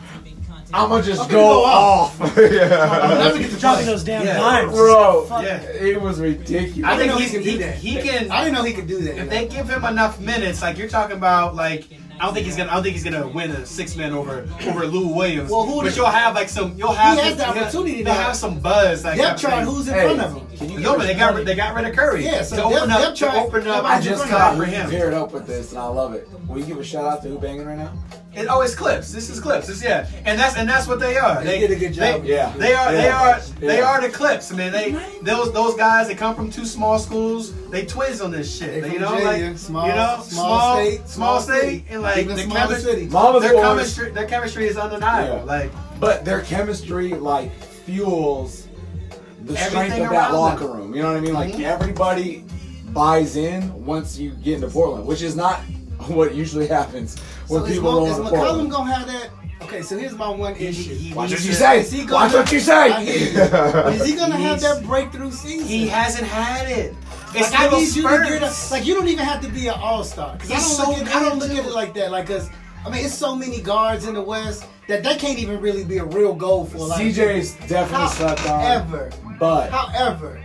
[SPEAKER 2] I'm gonna just go,
[SPEAKER 3] go
[SPEAKER 2] off,
[SPEAKER 3] off. I'm gonna
[SPEAKER 2] yeah.
[SPEAKER 3] have to get the
[SPEAKER 4] Dropping
[SPEAKER 3] point.
[SPEAKER 4] those damn
[SPEAKER 1] Yeah.
[SPEAKER 4] dimes.
[SPEAKER 2] bro.
[SPEAKER 1] Yeah.
[SPEAKER 2] It was
[SPEAKER 1] I
[SPEAKER 2] ridiculous.
[SPEAKER 1] think
[SPEAKER 3] know he
[SPEAKER 1] he's,
[SPEAKER 3] can
[SPEAKER 1] he,
[SPEAKER 3] do that.
[SPEAKER 1] he can.
[SPEAKER 3] I didn't know he could do that.
[SPEAKER 1] if they give him enough minutes, like you're talking about, like I don't think he's gonna. I don't think he's gonna win a six man over over Lou Williams.
[SPEAKER 3] Well, who
[SPEAKER 1] but
[SPEAKER 3] did-
[SPEAKER 1] you'll have like some. You'll have.
[SPEAKER 3] has the
[SPEAKER 1] you'll have-
[SPEAKER 3] opportunity
[SPEAKER 1] You'll
[SPEAKER 3] now.
[SPEAKER 1] have some buzz. Like
[SPEAKER 3] Depth chart,
[SPEAKER 1] happening.
[SPEAKER 3] who's in
[SPEAKER 2] Hey,
[SPEAKER 3] front of him?
[SPEAKER 2] can you
[SPEAKER 1] No, but they got they got rid of Curry.
[SPEAKER 3] Yeah, so
[SPEAKER 1] to open
[SPEAKER 3] they'll-
[SPEAKER 1] up
[SPEAKER 3] they'll try-
[SPEAKER 1] to open up.
[SPEAKER 2] I just caught
[SPEAKER 1] for
[SPEAKER 2] we
[SPEAKER 1] him.
[SPEAKER 2] paired up with this, and I love it. Will you give a shout out to who banging right now?
[SPEAKER 1] It, oh, it's clips. This is clips. It's, yeah, and that's and that's what they are.
[SPEAKER 3] They did a good job.
[SPEAKER 1] They,
[SPEAKER 2] Yeah.
[SPEAKER 1] they are. They
[SPEAKER 2] Yeah.
[SPEAKER 1] are. They
[SPEAKER 2] Yeah.
[SPEAKER 1] are the clips. I mean, they those those guys that come from two small schools. They twins on this shit.
[SPEAKER 3] They
[SPEAKER 1] you
[SPEAKER 3] from
[SPEAKER 1] know,
[SPEAKER 3] Virginia,
[SPEAKER 1] like
[SPEAKER 3] small-
[SPEAKER 1] you know,
[SPEAKER 3] small
[SPEAKER 1] small
[SPEAKER 3] state,
[SPEAKER 1] small
[SPEAKER 3] small
[SPEAKER 1] state,
[SPEAKER 3] city.
[SPEAKER 1] and like
[SPEAKER 3] Even
[SPEAKER 1] the
[SPEAKER 3] smaller
[SPEAKER 1] chemi-
[SPEAKER 3] city.
[SPEAKER 2] Mama's
[SPEAKER 1] Their
[SPEAKER 2] boys.
[SPEAKER 1] chemistry, their chemistry is undeniable.
[SPEAKER 2] Yeah.
[SPEAKER 1] Like
[SPEAKER 2] But their chemistry like fuels the strength
[SPEAKER 1] Everything
[SPEAKER 2] of that
[SPEAKER 1] around
[SPEAKER 2] locker
[SPEAKER 1] them.
[SPEAKER 2] room. You know what I mean? Like
[SPEAKER 3] Mm-hmm.
[SPEAKER 1] Mhm.
[SPEAKER 2] everybody buys in once you get into Portland, which is not what usually happens when
[SPEAKER 3] So is,
[SPEAKER 2] people
[SPEAKER 3] Mo-
[SPEAKER 2] go
[SPEAKER 3] is
[SPEAKER 2] into
[SPEAKER 3] McCollum
[SPEAKER 2] Portland.
[SPEAKER 3] gonna have that? Okay, so here's my one issue.
[SPEAKER 1] he-
[SPEAKER 2] Watch what
[SPEAKER 1] Is
[SPEAKER 2] you
[SPEAKER 1] he-
[SPEAKER 2] say.
[SPEAKER 3] is he gonna-
[SPEAKER 2] Watch what you
[SPEAKER 3] I hear
[SPEAKER 2] say.
[SPEAKER 3] you. But is he gonna have
[SPEAKER 1] He's-
[SPEAKER 3] that breakthrough season?
[SPEAKER 1] he hasn't had it. It's
[SPEAKER 3] Like, I
[SPEAKER 1] little
[SPEAKER 3] need you to get
[SPEAKER 1] spurts.
[SPEAKER 3] a, like you don't even have to be an all star. I don't
[SPEAKER 1] He's
[SPEAKER 3] look
[SPEAKER 1] so
[SPEAKER 3] at, I don't
[SPEAKER 1] good,
[SPEAKER 3] look at
[SPEAKER 1] too.
[SPEAKER 3] it like that. Like, cause I mean, it's so many guards in the West that that can't even really be a real goal for. Like,
[SPEAKER 2] CJ's definitely slept on,
[SPEAKER 3] However,
[SPEAKER 2] but
[SPEAKER 3] however,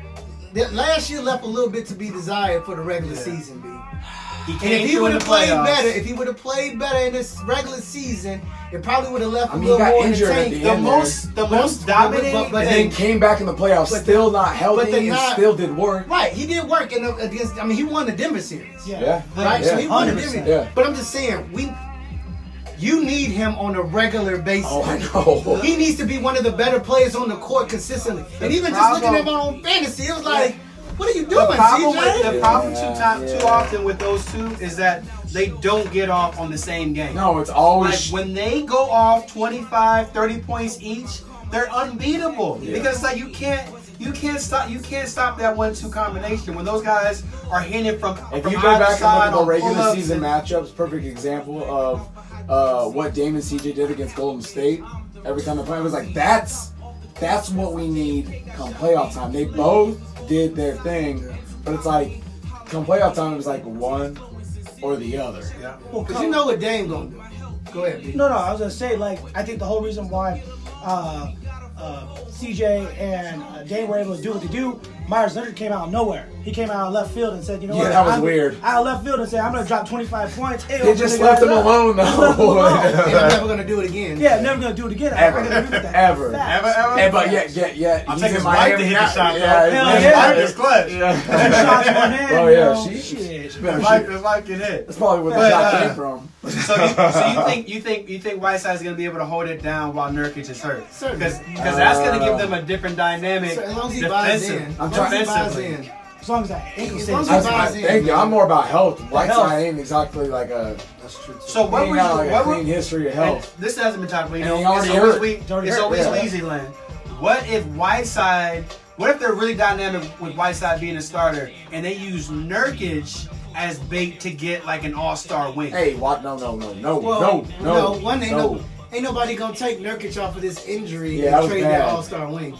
[SPEAKER 3] that last year left a little bit to be desired for the regular season. B.
[SPEAKER 1] He
[SPEAKER 3] And
[SPEAKER 1] came
[SPEAKER 3] if he
[SPEAKER 1] through in
[SPEAKER 3] would
[SPEAKER 1] the
[SPEAKER 3] have played
[SPEAKER 1] playoffs.
[SPEAKER 3] better, if he would have played better in this regular season, it probably would have left
[SPEAKER 2] I mean,
[SPEAKER 3] a
[SPEAKER 2] he
[SPEAKER 3] little
[SPEAKER 2] got
[SPEAKER 3] more in the
[SPEAKER 2] injured at
[SPEAKER 3] tank.
[SPEAKER 2] the
[SPEAKER 1] the
[SPEAKER 2] end.
[SPEAKER 1] most, the most dominating.
[SPEAKER 3] But- but
[SPEAKER 2] and
[SPEAKER 3] they-
[SPEAKER 2] then came back in the playoffs,
[SPEAKER 3] but-
[SPEAKER 2] still not
[SPEAKER 3] but
[SPEAKER 2] healthy,
[SPEAKER 3] they're
[SPEAKER 2] and
[SPEAKER 3] not-
[SPEAKER 2] still did work.
[SPEAKER 3] Right, he did work in the, against. I mean, he won the Denver series.
[SPEAKER 2] Yeah.
[SPEAKER 3] Right, so he
[SPEAKER 2] Yeah.
[SPEAKER 3] won the
[SPEAKER 4] 100%.
[SPEAKER 3] Denver.
[SPEAKER 2] Yeah.
[SPEAKER 3] But I'm just saying, we, you need him on a regular basis.
[SPEAKER 2] Oh, I know.
[SPEAKER 3] He needs to be one of the better players on the court consistently. and even just
[SPEAKER 1] problem-
[SPEAKER 3] looking at my own fantasy, it was like, what are you doing,
[SPEAKER 1] The problem,
[SPEAKER 3] CJ?
[SPEAKER 1] with, the problem too,
[SPEAKER 2] Yeah,
[SPEAKER 1] time,
[SPEAKER 2] yeah.
[SPEAKER 1] too often with those two is that they don't get off on the same game.
[SPEAKER 2] No, it's always
[SPEAKER 1] Like when they go off 25, 30 points each, they're unbeatable
[SPEAKER 2] Yeah.
[SPEAKER 1] because like you can't you can't stop you can't stop that one two combination when those guys are hitting from
[SPEAKER 2] If
[SPEAKER 1] from
[SPEAKER 2] you go
[SPEAKER 1] either
[SPEAKER 2] back and look
[SPEAKER 1] side
[SPEAKER 2] at the
[SPEAKER 1] on
[SPEAKER 2] regular
[SPEAKER 1] pull-ups
[SPEAKER 2] season
[SPEAKER 1] and-
[SPEAKER 2] matchups, perfect example of uh, what Dame and CJ did against Golden State. Every time they played, it was like that's that's what we need come playoff time. They both did their thing, but it's like come playoff time, it was like one or the other.
[SPEAKER 1] Yeah.
[SPEAKER 3] Because you know what Dame gonna do. Go ahead, B.
[SPEAKER 4] No, no, I was gonna say like I think the whole reason why uh, uh, CJ and uh, Dane were able to do what they do, Myers Leonard came out of nowhere. He came out of left field and said, you know
[SPEAKER 2] Yeah,
[SPEAKER 4] what?
[SPEAKER 2] that was
[SPEAKER 4] I'm,
[SPEAKER 2] weird.
[SPEAKER 4] Out of left field and said, I'm gonna drop 25 points. Hey,
[SPEAKER 2] They
[SPEAKER 4] open
[SPEAKER 2] just
[SPEAKER 4] the
[SPEAKER 2] left
[SPEAKER 4] guys
[SPEAKER 2] him
[SPEAKER 4] up.
[SPEAKER 2] alone
[SPEAKER 4] Just left them alone.
[SPEAKER 3] And I'm never gonna do it again.
[SPEAKER 4] yeah, never gonna do it again. I- I
[SPEAKER 2] Ever.
[SPEAKER 4] gotta agree with that.
[SPEAKER 2] Ever.
[SPEAKER 4] Facts.
[SPEAKER 1] Ever, ever?
[SPEAKER 2] Hey, but yeah, yeah, yeah.
[SPEAKER 1] I'm
[SPEAKER 2] he's
[SPEAKER 1] taking
[SPEAKER 2] in
[SPEAKER 1] his wife to hit the
[SPEAKER 2] Miami.
[SPEAKER 1] shot.
[SPEAKER 2] Yeah,
[SPEAKER 1] though.
[SPEAKER 4] Hell
[SPEAKER 1] His
[SPEAKER 4] yeah.
[SPEAKER 1] wife is clutch.
[SPEAKER 4] Two shots, one hand,
[SPEAKER 2] Oh
[SPEAKER 4] you
[SPEAKER 2] yeah,
[SPEAKER 4] know?
[SPEAKER 2] she.
[SPEAKER 4] Shit.
[SPEAKER 2] she- man,
[SPEAKER 1] His
[SPEAKER 2] she-
[SPEAKER 1] wife, his wife can hit.
[SPEAKER 2] that's probably where the
[SPEAKER 1] But,
[SPEAKER 2] shot
[SPEAKER 1] uh,
[SPEAKER 2] came from.
[SPEAKER 1] So you, so you think you think you think Whiteside's gonna be able to hold it down while Nurkic is hurt?
[SPEAKER 3] Certainly.
[SPEAKER 1] Because that's gonna give them a different dynamic.
[SPEAKER 3] So as long as he buys in,
[SPEAKER 1] defensive-
[SPEAKER 2] I'm
[SPEAKER 3] as long as he buys
[SPEAKER 1] defensively.
[SPEAKER 3] in.
[SPEAKER 4] As long as that ankle
[SPEAKER 3] As
[SPEAKER 4] stays.
[SPEAKER 3] long as
[SPEAKER 2] I
[SPEAKER 3] he
[SPEAKER 2] was- I-
[SPEAKER 3] buys in,
[SPEAKER 2] Thank you.
[SPEAKER 3] man.
[SPEAKER 2] I'm more about health. White
[SPEAKER 4] health.
[SPEAKER 2] side ain't exactly like a.
[SPEAKER 3] That's true.
[SPEAKER 1] So what
[SPEAKER 2] ain't
[SPEAKER 1] were you?
[SPEAKER 2] got like a
[SPEAKER 1] What
[SPEAKER 2] clean
[SPEAKER 1] were,
[SPEAKER 2] history of
[SPEAKER 1] and
[SPEAKER 2] health.
[SPEAKER 1] this hasn't been talked about. You
[SPEAKER 2] And
[SPEAKER 1] know,
[SPEAKER 2] he
[SPEAKER 1] it's
[SPEAKER 2] already
[SPEAKER 1] always
[SPEAKER 2] hurt.
[SPEAKER 1] we,
[SPEAKER 4] It's already
[SPEAKER 1] it's
[SPEAKER 4] hurt,
[SPEAKER 1] always
[SPEAKER 2] yeah.
[SPEAKER 1] Weezy land. What if Whiteside? What if they're really dynamic with Whiteside being a starter, and they use Nurkic as bait to get like an All Star win?
[SPEAKER 2] Hey, what? No, no, no, no,
[SPEAKER 3] Well,
[SPEAKER 2] no, no,
[SPEAKER 3] one ain't
[SPEAKER 2] no.
[SPEAKER 3] no. Ain't nobody gonna take Nurkic off of this injury
[SPEAKER 2] Yeah, that
[SPEAKER 3] and
[SPEAKER 2] was
[SPEAKER 3] trade
[SPEAKER 2] bad.
[SPEAKER 3] that All Star wing.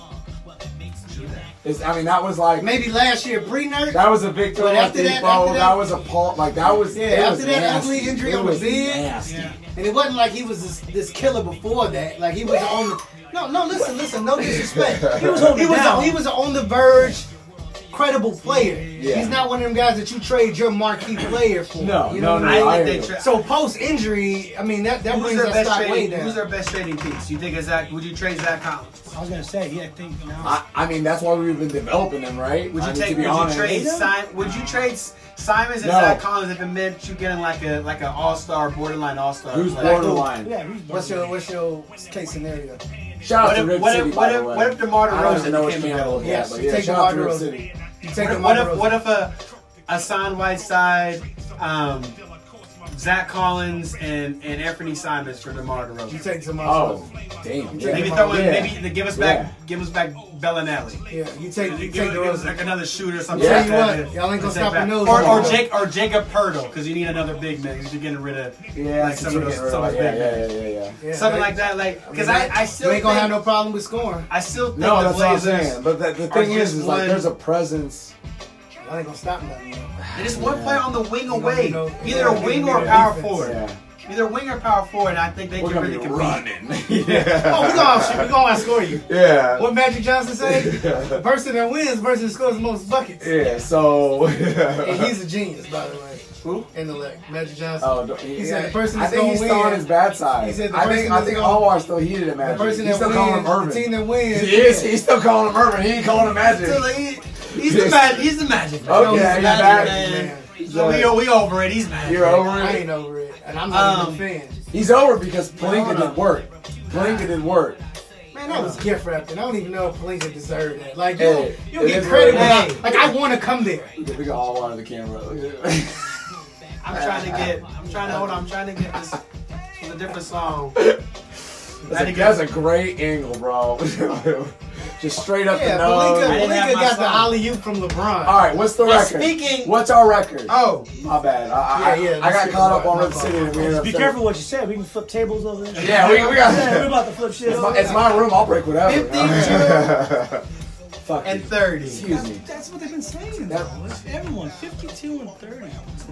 [SPEAKER 2] It's, I mean, that was like
[SPEAKER 3] Maybe last year pre Nurk.
[SPEAKER 2] that was a big throw.
[SPEAKER 3] But
[SPEAKER 2] That,
[SPEAKER 3] after that- after
[SPEAKER 2] that,
[SPEAKER 3] that-
[SPEAKER 2] was a paul. Like that was.
[SPEAKER 3] Yeah,
[SPEAKER 2] it
[SPEAKER 3] after
[SPEAKER 2] was
[SPEAKER 3] that
[SPEAKER 2] nasty.
[SPEAKER 3] ugly injury
[SPEAKER 2] It
[SPEAKER 3] on the
[SPEAKER 2] was
[SPEAKER 3] bid.
[SPEAKER 2] nasty.
[SPEAKER 3] And it wasn't like he was this, this killer before that. Like he was on the no, no. Listen, listen. No disrespect.
[SPEAKER 4] He was holding
[SPEAKER 3] he was
[SPEAKER 4] down.
[SPEAKER 3] a, he was a on the verge, credible player.
[SPEAKER 2] Yeah.
[SPEAKER 3] He's not one of them guys that you trade your marquee player for.
[SPEAKER 2] No,
[SPEAKER 3] you
[SPEAKER 2] no,
[SPEAKER 3] what
[SPEAKER 2] no.
[SPEAKER 3] I
[SPEAKER 1] I
[SPEAKER 3] mean?
[SPEAKER 2] I
[SPEAKER 1] think
[SPEAKER 2] hear
[SPEAKER 1] they
[SPEAKER 2] you.
[SPEAKER 1] tra-
[SPEAKER 3] So post injury, I mean that that
[SPEAKER 1] Who's
[SPEAKER 3] brings
[SPEAKER 1] their
[SPEAKER 3] us
[SPEAKER 1] best
[SPEAKER 3] stock way
[SPEAKER 1] trading?
[SPEAKER 3] down.
[SPEAKER 1] Who's their best trading piece? You think is that? Would you trade Zach Collins?
[SPEAKER 4] I was gonna say, yeah, I think now.
[SPEAKER 2] I, I mean, that's why we've been developing them, right?
[SPEAKER 1] Would you
[SPEAKER 2] I mean,
[SPEAKER 1] take?
[SPEAKER 2] to
[SPEAKER 1] Would
[SPEAKER 2] be
[SPEAKER 1] you
[SPEAKER 2] honest.
[SPEAKER 1] trade? Si- would you trade S- Simons and
[SPEAKER 2] No.
[SPEAKER 1] Zach Collins if it meant you getting like a like an All Star, borderline All Star?
[SPEAKER 2] Who's borderline?
[SPEAKER 4] yeah, he's
[SPEAKER 3] What's your what's your case scenario?
[SPEAKER 2] Shout out
[SPEAKER 1] What
[SPEAKER 2] to
[SPEAKER 1] if-
[SPEAKER 2] Rip
[SPEAKER 1] what
[SPEAKER 2] City,
[SPEAKER 1] if-
[SPEAKER 2] by
[SPEAKER 1] what
[SPEAKER 2] the
[SPEAKER 1] if-
[SPEAKER 2] way.
[SPEAKER 1] what if DeMar
[SPEAKER 2] I don't even
[SPEAKER 1] DeRozan
[SPEAKER 2] know
[SPEAKER 1] became
[SPEAKER 2] which camp I
[SPEAKER 1] available?
[SPEAKER 2] look at, but
[SPEAKER 3] Yes,
[SPEAKER 2] yeah,
[SPEAKER 3] take
[SPEAKER 2] shout out to
[SPEAKER 3] DeMar
[SPEAKER 2] Rip
[SPEAKER 3] DeRozan.
[SPEAKER 2] City.
[SPEAKER 3] You take
[SPEAKER 1] What,
[SPEAKER 3] him
[SPEAKER 1] what
[SPEAKER 3] off the
[SPEAKER 1] if
[SPEAKER 3] roster.
[SPEAKER 1] what if a a Hassan Whiteside, um, Zach Collins, and and Anthony Simons for DeMar
[SPEAKER 3] you
[SPEAKER 1] DeRozan?
[SPEAKER 3] take some off?
[SPEAKER 2] Oh, damn. yeah.
[SPEAKER 1] Maybe throw in
[SPEAKER 2] Yeah.
[SPEAKER 1] maybe the- give us back give us back Bellinelli.
[SPEAKER 3] Yeah, you take
[SPEAKER 1] Give,
[SPEAKER 3] you take
[SPEAKER 1] give
[SPEAKER 3] the
[SPEAKER 1] us
[SPEAKER 3] Rosen.
[SPEAKER 1] like another shooter or something.
[SPEAKER 2] Yeah.
[SPEAKER 1] like
[SPEAKER 2] Tell you
[SPEAKER 1] that.
[SPEAKER 3] what, y'all ain't gonna
[SPEAKER 1] Take
[SPEAKER 3] stop
[SPEAKER 1] back.
[SPEAKER 3] a nose
[SPEAKER 1] Or, or
[SPEAKER 3] ball.
[SPEAKER 1] Jake or Jacob Purtle because you need another big man because you're getting rid of
[SPEAKER 2] Yeah,
[SPEAKER 1] like some of those some
[SPEAKER 2] yeah,
[SPEAKER 1] of those big men.
[SPEAKER 2] yeah, yeah, yeah, yeah.
[SPEAKER 3] Yeah,
[SPEAKER 1] something
[SPEAKER 3] they-
[SPEAKER 1] like that. Like, because
[SPEAKER 3] mean,
[SPEAKER 1] I, I still
[SPEAKER 3] you ain't gonna
[SPEAKER 1] think,
[SPEAKER 3] have no problem with scoring.
[SPEAKER 1] I still think
[SPEAKER 2] No,
[SPEAKER 1] the
[SPEAKER 2] that's what I'm
[SPEAKER 1] Blazers.
[SPEAKER 2] saying. But the, the thing
[SPEAKER 1] are
[SPEAKER 2] is,
[SPEAKER 1] just
[SPEAKER 2] is like
[SPEAKER 1] one-
[SPEAKER 2] there's a presence.
[SPEAKER 3] Y'all ain't gonna stop nothing. man.
[SPEAKER 1] There's one player on the wing away,
[SPEAKER 3] You know,
[SPEAKER 1] either a
[SPEAKER 3] yeah,
[SPEAKER 1] wing
[SPEAKER 3] you
[SPEAKER 1] or a
[SPEAKER 3] need
[SPEAKER 1] power
[SPEAKER 3] defense.
[SPEAKER 1] forward.
[SPEAKER 2] Yeah.
[SPEAKER 1] Either a wing or power forward, and I think they
[SPEAKER 2] We're
[SPEAKER 1] can
[SPEAKER 2] gonna
[SPEAKER 1] really
[SPEAKER 2] be
[SPEAKER 1] compete.
[SPEAKER 2] running. yeah.
[SPEAKER 3] Oh, we gonna outshoot- we gonna outscore you.
[SPEAKER 2] Yeah.
[SPEAKER 3] What Magic Johnson said? The person that wins versus that scores the most buckets.
[SPEAKER 2] Yeah. So.
[SPEAKER 3] And he's a genius, by the way.
[SPEAKER 2] Who?
[SPEAKER 3] Intellect. Magic Johnson.
[SPEAKER 2] Oh, don't-
[SPEAKER 3] He
[SPEAKER 2] yeah.
[SPEAKER 3] said the person
[SPEAKER 2] I
[SPEAKER 3] that's
[SPEAKER 2] think
[SPEAKER 3] gonna
[SPEAKER 2] he's still on
[SPEAKER 3] win-
[SPEAKER 2] his bad side.
[SPEAKER 3] he said the
[SPEAKER 2] I
[SPEAKER 3] person
[SPEAKER 2] think I
[SPEAKER 3] that's
[SPEAKER 2] think
[SPEAKER 3] gonna-
[SPEAKER 2] Alwar still heated at
[SPEAKER 3] the
[SPEAKER 2] Magic.
[SPEAKER 3] person
[SPEAKER 2] He's
[SPEAKER 3] that
[SPEAKER 2] still calling him
[SPEAKER 3] wins, the team
[SPEAKER 2] Irvin.
[SPEAKER 3] that wins.
[SPEAKER 2] He is. He's still calling him Irvin. He ain't calling him Magic.
[SPEAKER 1] So, like, he- he's the
[SPEAKER 2] Yes.
[SPEAKER 1] magic. He's the magic. Man.
[SPEAKER 2] Okay,
[SPEAKER 1] he's the
[SPEAKER 2] he's
[SPEAKER 1] magic,
[SPEAKER 2] magic,
[SPEAKER 1] man.
[SPEAKER 2] man.
[SPEAKER 1] So we, we over it. He's magic.
[SPEAKER 2] You're over
[SPEAKER 3] I
[SPEAKER 2] it.
[SPEAKER 3] ain't over it, and I'm not
[SPEAKER 1] Um,
[SPEAKER 3] even a fan.
[SPEAKER 2] He's over because Palinka
[SPEAKER 1] Hold on.
[SPEAKER 2] didn't work. Palinka didn't work.
[SPEAKER 3] Man, that was gift wrapped, and I don't even know if Palinka deserved that. Like,
[SPEAKER 2] Hey,
[SPEAKER 3] you, you
[SPEAKER 2] it
[SPEAKER 3] get
[SPEAKER 2] is
[SPEAKER 3] credit
[SPEAKER 2] what
[SPEAKER 1] it
[SPEAKER 3] when I, like I want to come there.
[SPEAKER 2] We got all out of the camera.
[SPEAKER 1] I'm trying to get. I'm trying to hold. on, I'm trying to get this. It's a different song.
[SPEAKER 2] That's a, that's a great angle, bro. Just straight up
[SPEAKER 3] Yeah,
[SPEAKER 2] the nose.
[SPEAKER 1] I
[SPEAKER 3] Palinka,
[SPEAKER 1] didn't have
[SPEAKER 3] Palinka
[SPEAKER 1] my
[SPEAKER 3] got the
[SPEAKER 1] song.
[SPEAKER 3] alley oop from LeBron.
[SPEAKER 2] All right, what's the
[SPEAKER 1] But
[SPEAKER 2] record?
[SPEAKER 1] speaking-
[SPEAKER 2] what's our record?
[SPEAKER 1] Oh,
[SPEAKER 2] my bad. I, I,
[SPEAKER 3] Yeah, yeah,
[SPEAKER 2] I
[SPEAKER 3] this
[SPEAKER 2] got
[SPEAKER 3] is
[SPEAKER 2] caught up
[SPEAKER 3] my-
[SPEAKER 2] on
[SPEAKER 3] my
[SPEAKER 2] Rip
[SPEAKER 3] fault.
[SPEAKER 2] City and we ended up.
[SPEAKER 4] Be careful what you said. We can flip tables over there.
[SPEAKER 2] Yeah, we, we got.
[SPEAKER 4] Yeah, we about to flip shit
[SPEAKER 2] it's,
[SPEAKER 4] over.
[SPEAKER 2] my, it's my room. I'll break whatever.
[SPEAKER 1] 52.
[SPEAKER 2] Fuck
[SPEAKER 1] and
[SPEAKER 2] it.
[SPEAKER 1] thirty.
[SPEAKER 2] Excuse me.
[SPEAKER 4] That's what they've been saying.
[SPEAKER 2] That-
[SPEAKER 4] It's everyone, 52 and 30.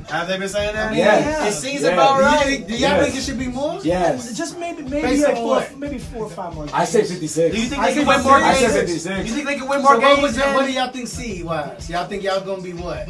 [SPEAKER 1] Have they been saying that?
[SPEAKER 2] Yes.
[SPEAKER 1] It seems
[SPEAKER 2] Yeah.
[SPEAKER 1] about
[SPEAKER 3] Do you
[SPEAKER 1] right.
[SPEAKER 3] think- do y'all
[SPEAKER 2] Yes.
[SPEAKER 3] think it should be more?
[SPEAKER 2] Yes.
[SPEAKER 4] Just maybe, maybe
[SPEAKER 3] Based
[SPEAKER 4] like
[SPEAKER 3] on
[SPEAKER 4] four,
[SPEAKER 3] what?
[SPEAKER 4] maybe four or five more.
[SPEAKER 2] I say 56.
[SPEAKER 1] Do you think
[SPEAKER 3] I
[SPEAKER 1] they can
[SPEAKER 3] said
[SPEAKER 1] win more
[SPEAKER 2] I said
[SPEAKER 1] games?
[SPEAKER 2] 56.
[SPEAKER 1] You think they can win more
[SPEAKER 3] So
[SPEAKER 1] games?
[SPEAKER 3] what, was,
[SPEAKER 1] than-
[SPEAKER 3] what do y'all think seed wise? Y'all think y'all gonna be what?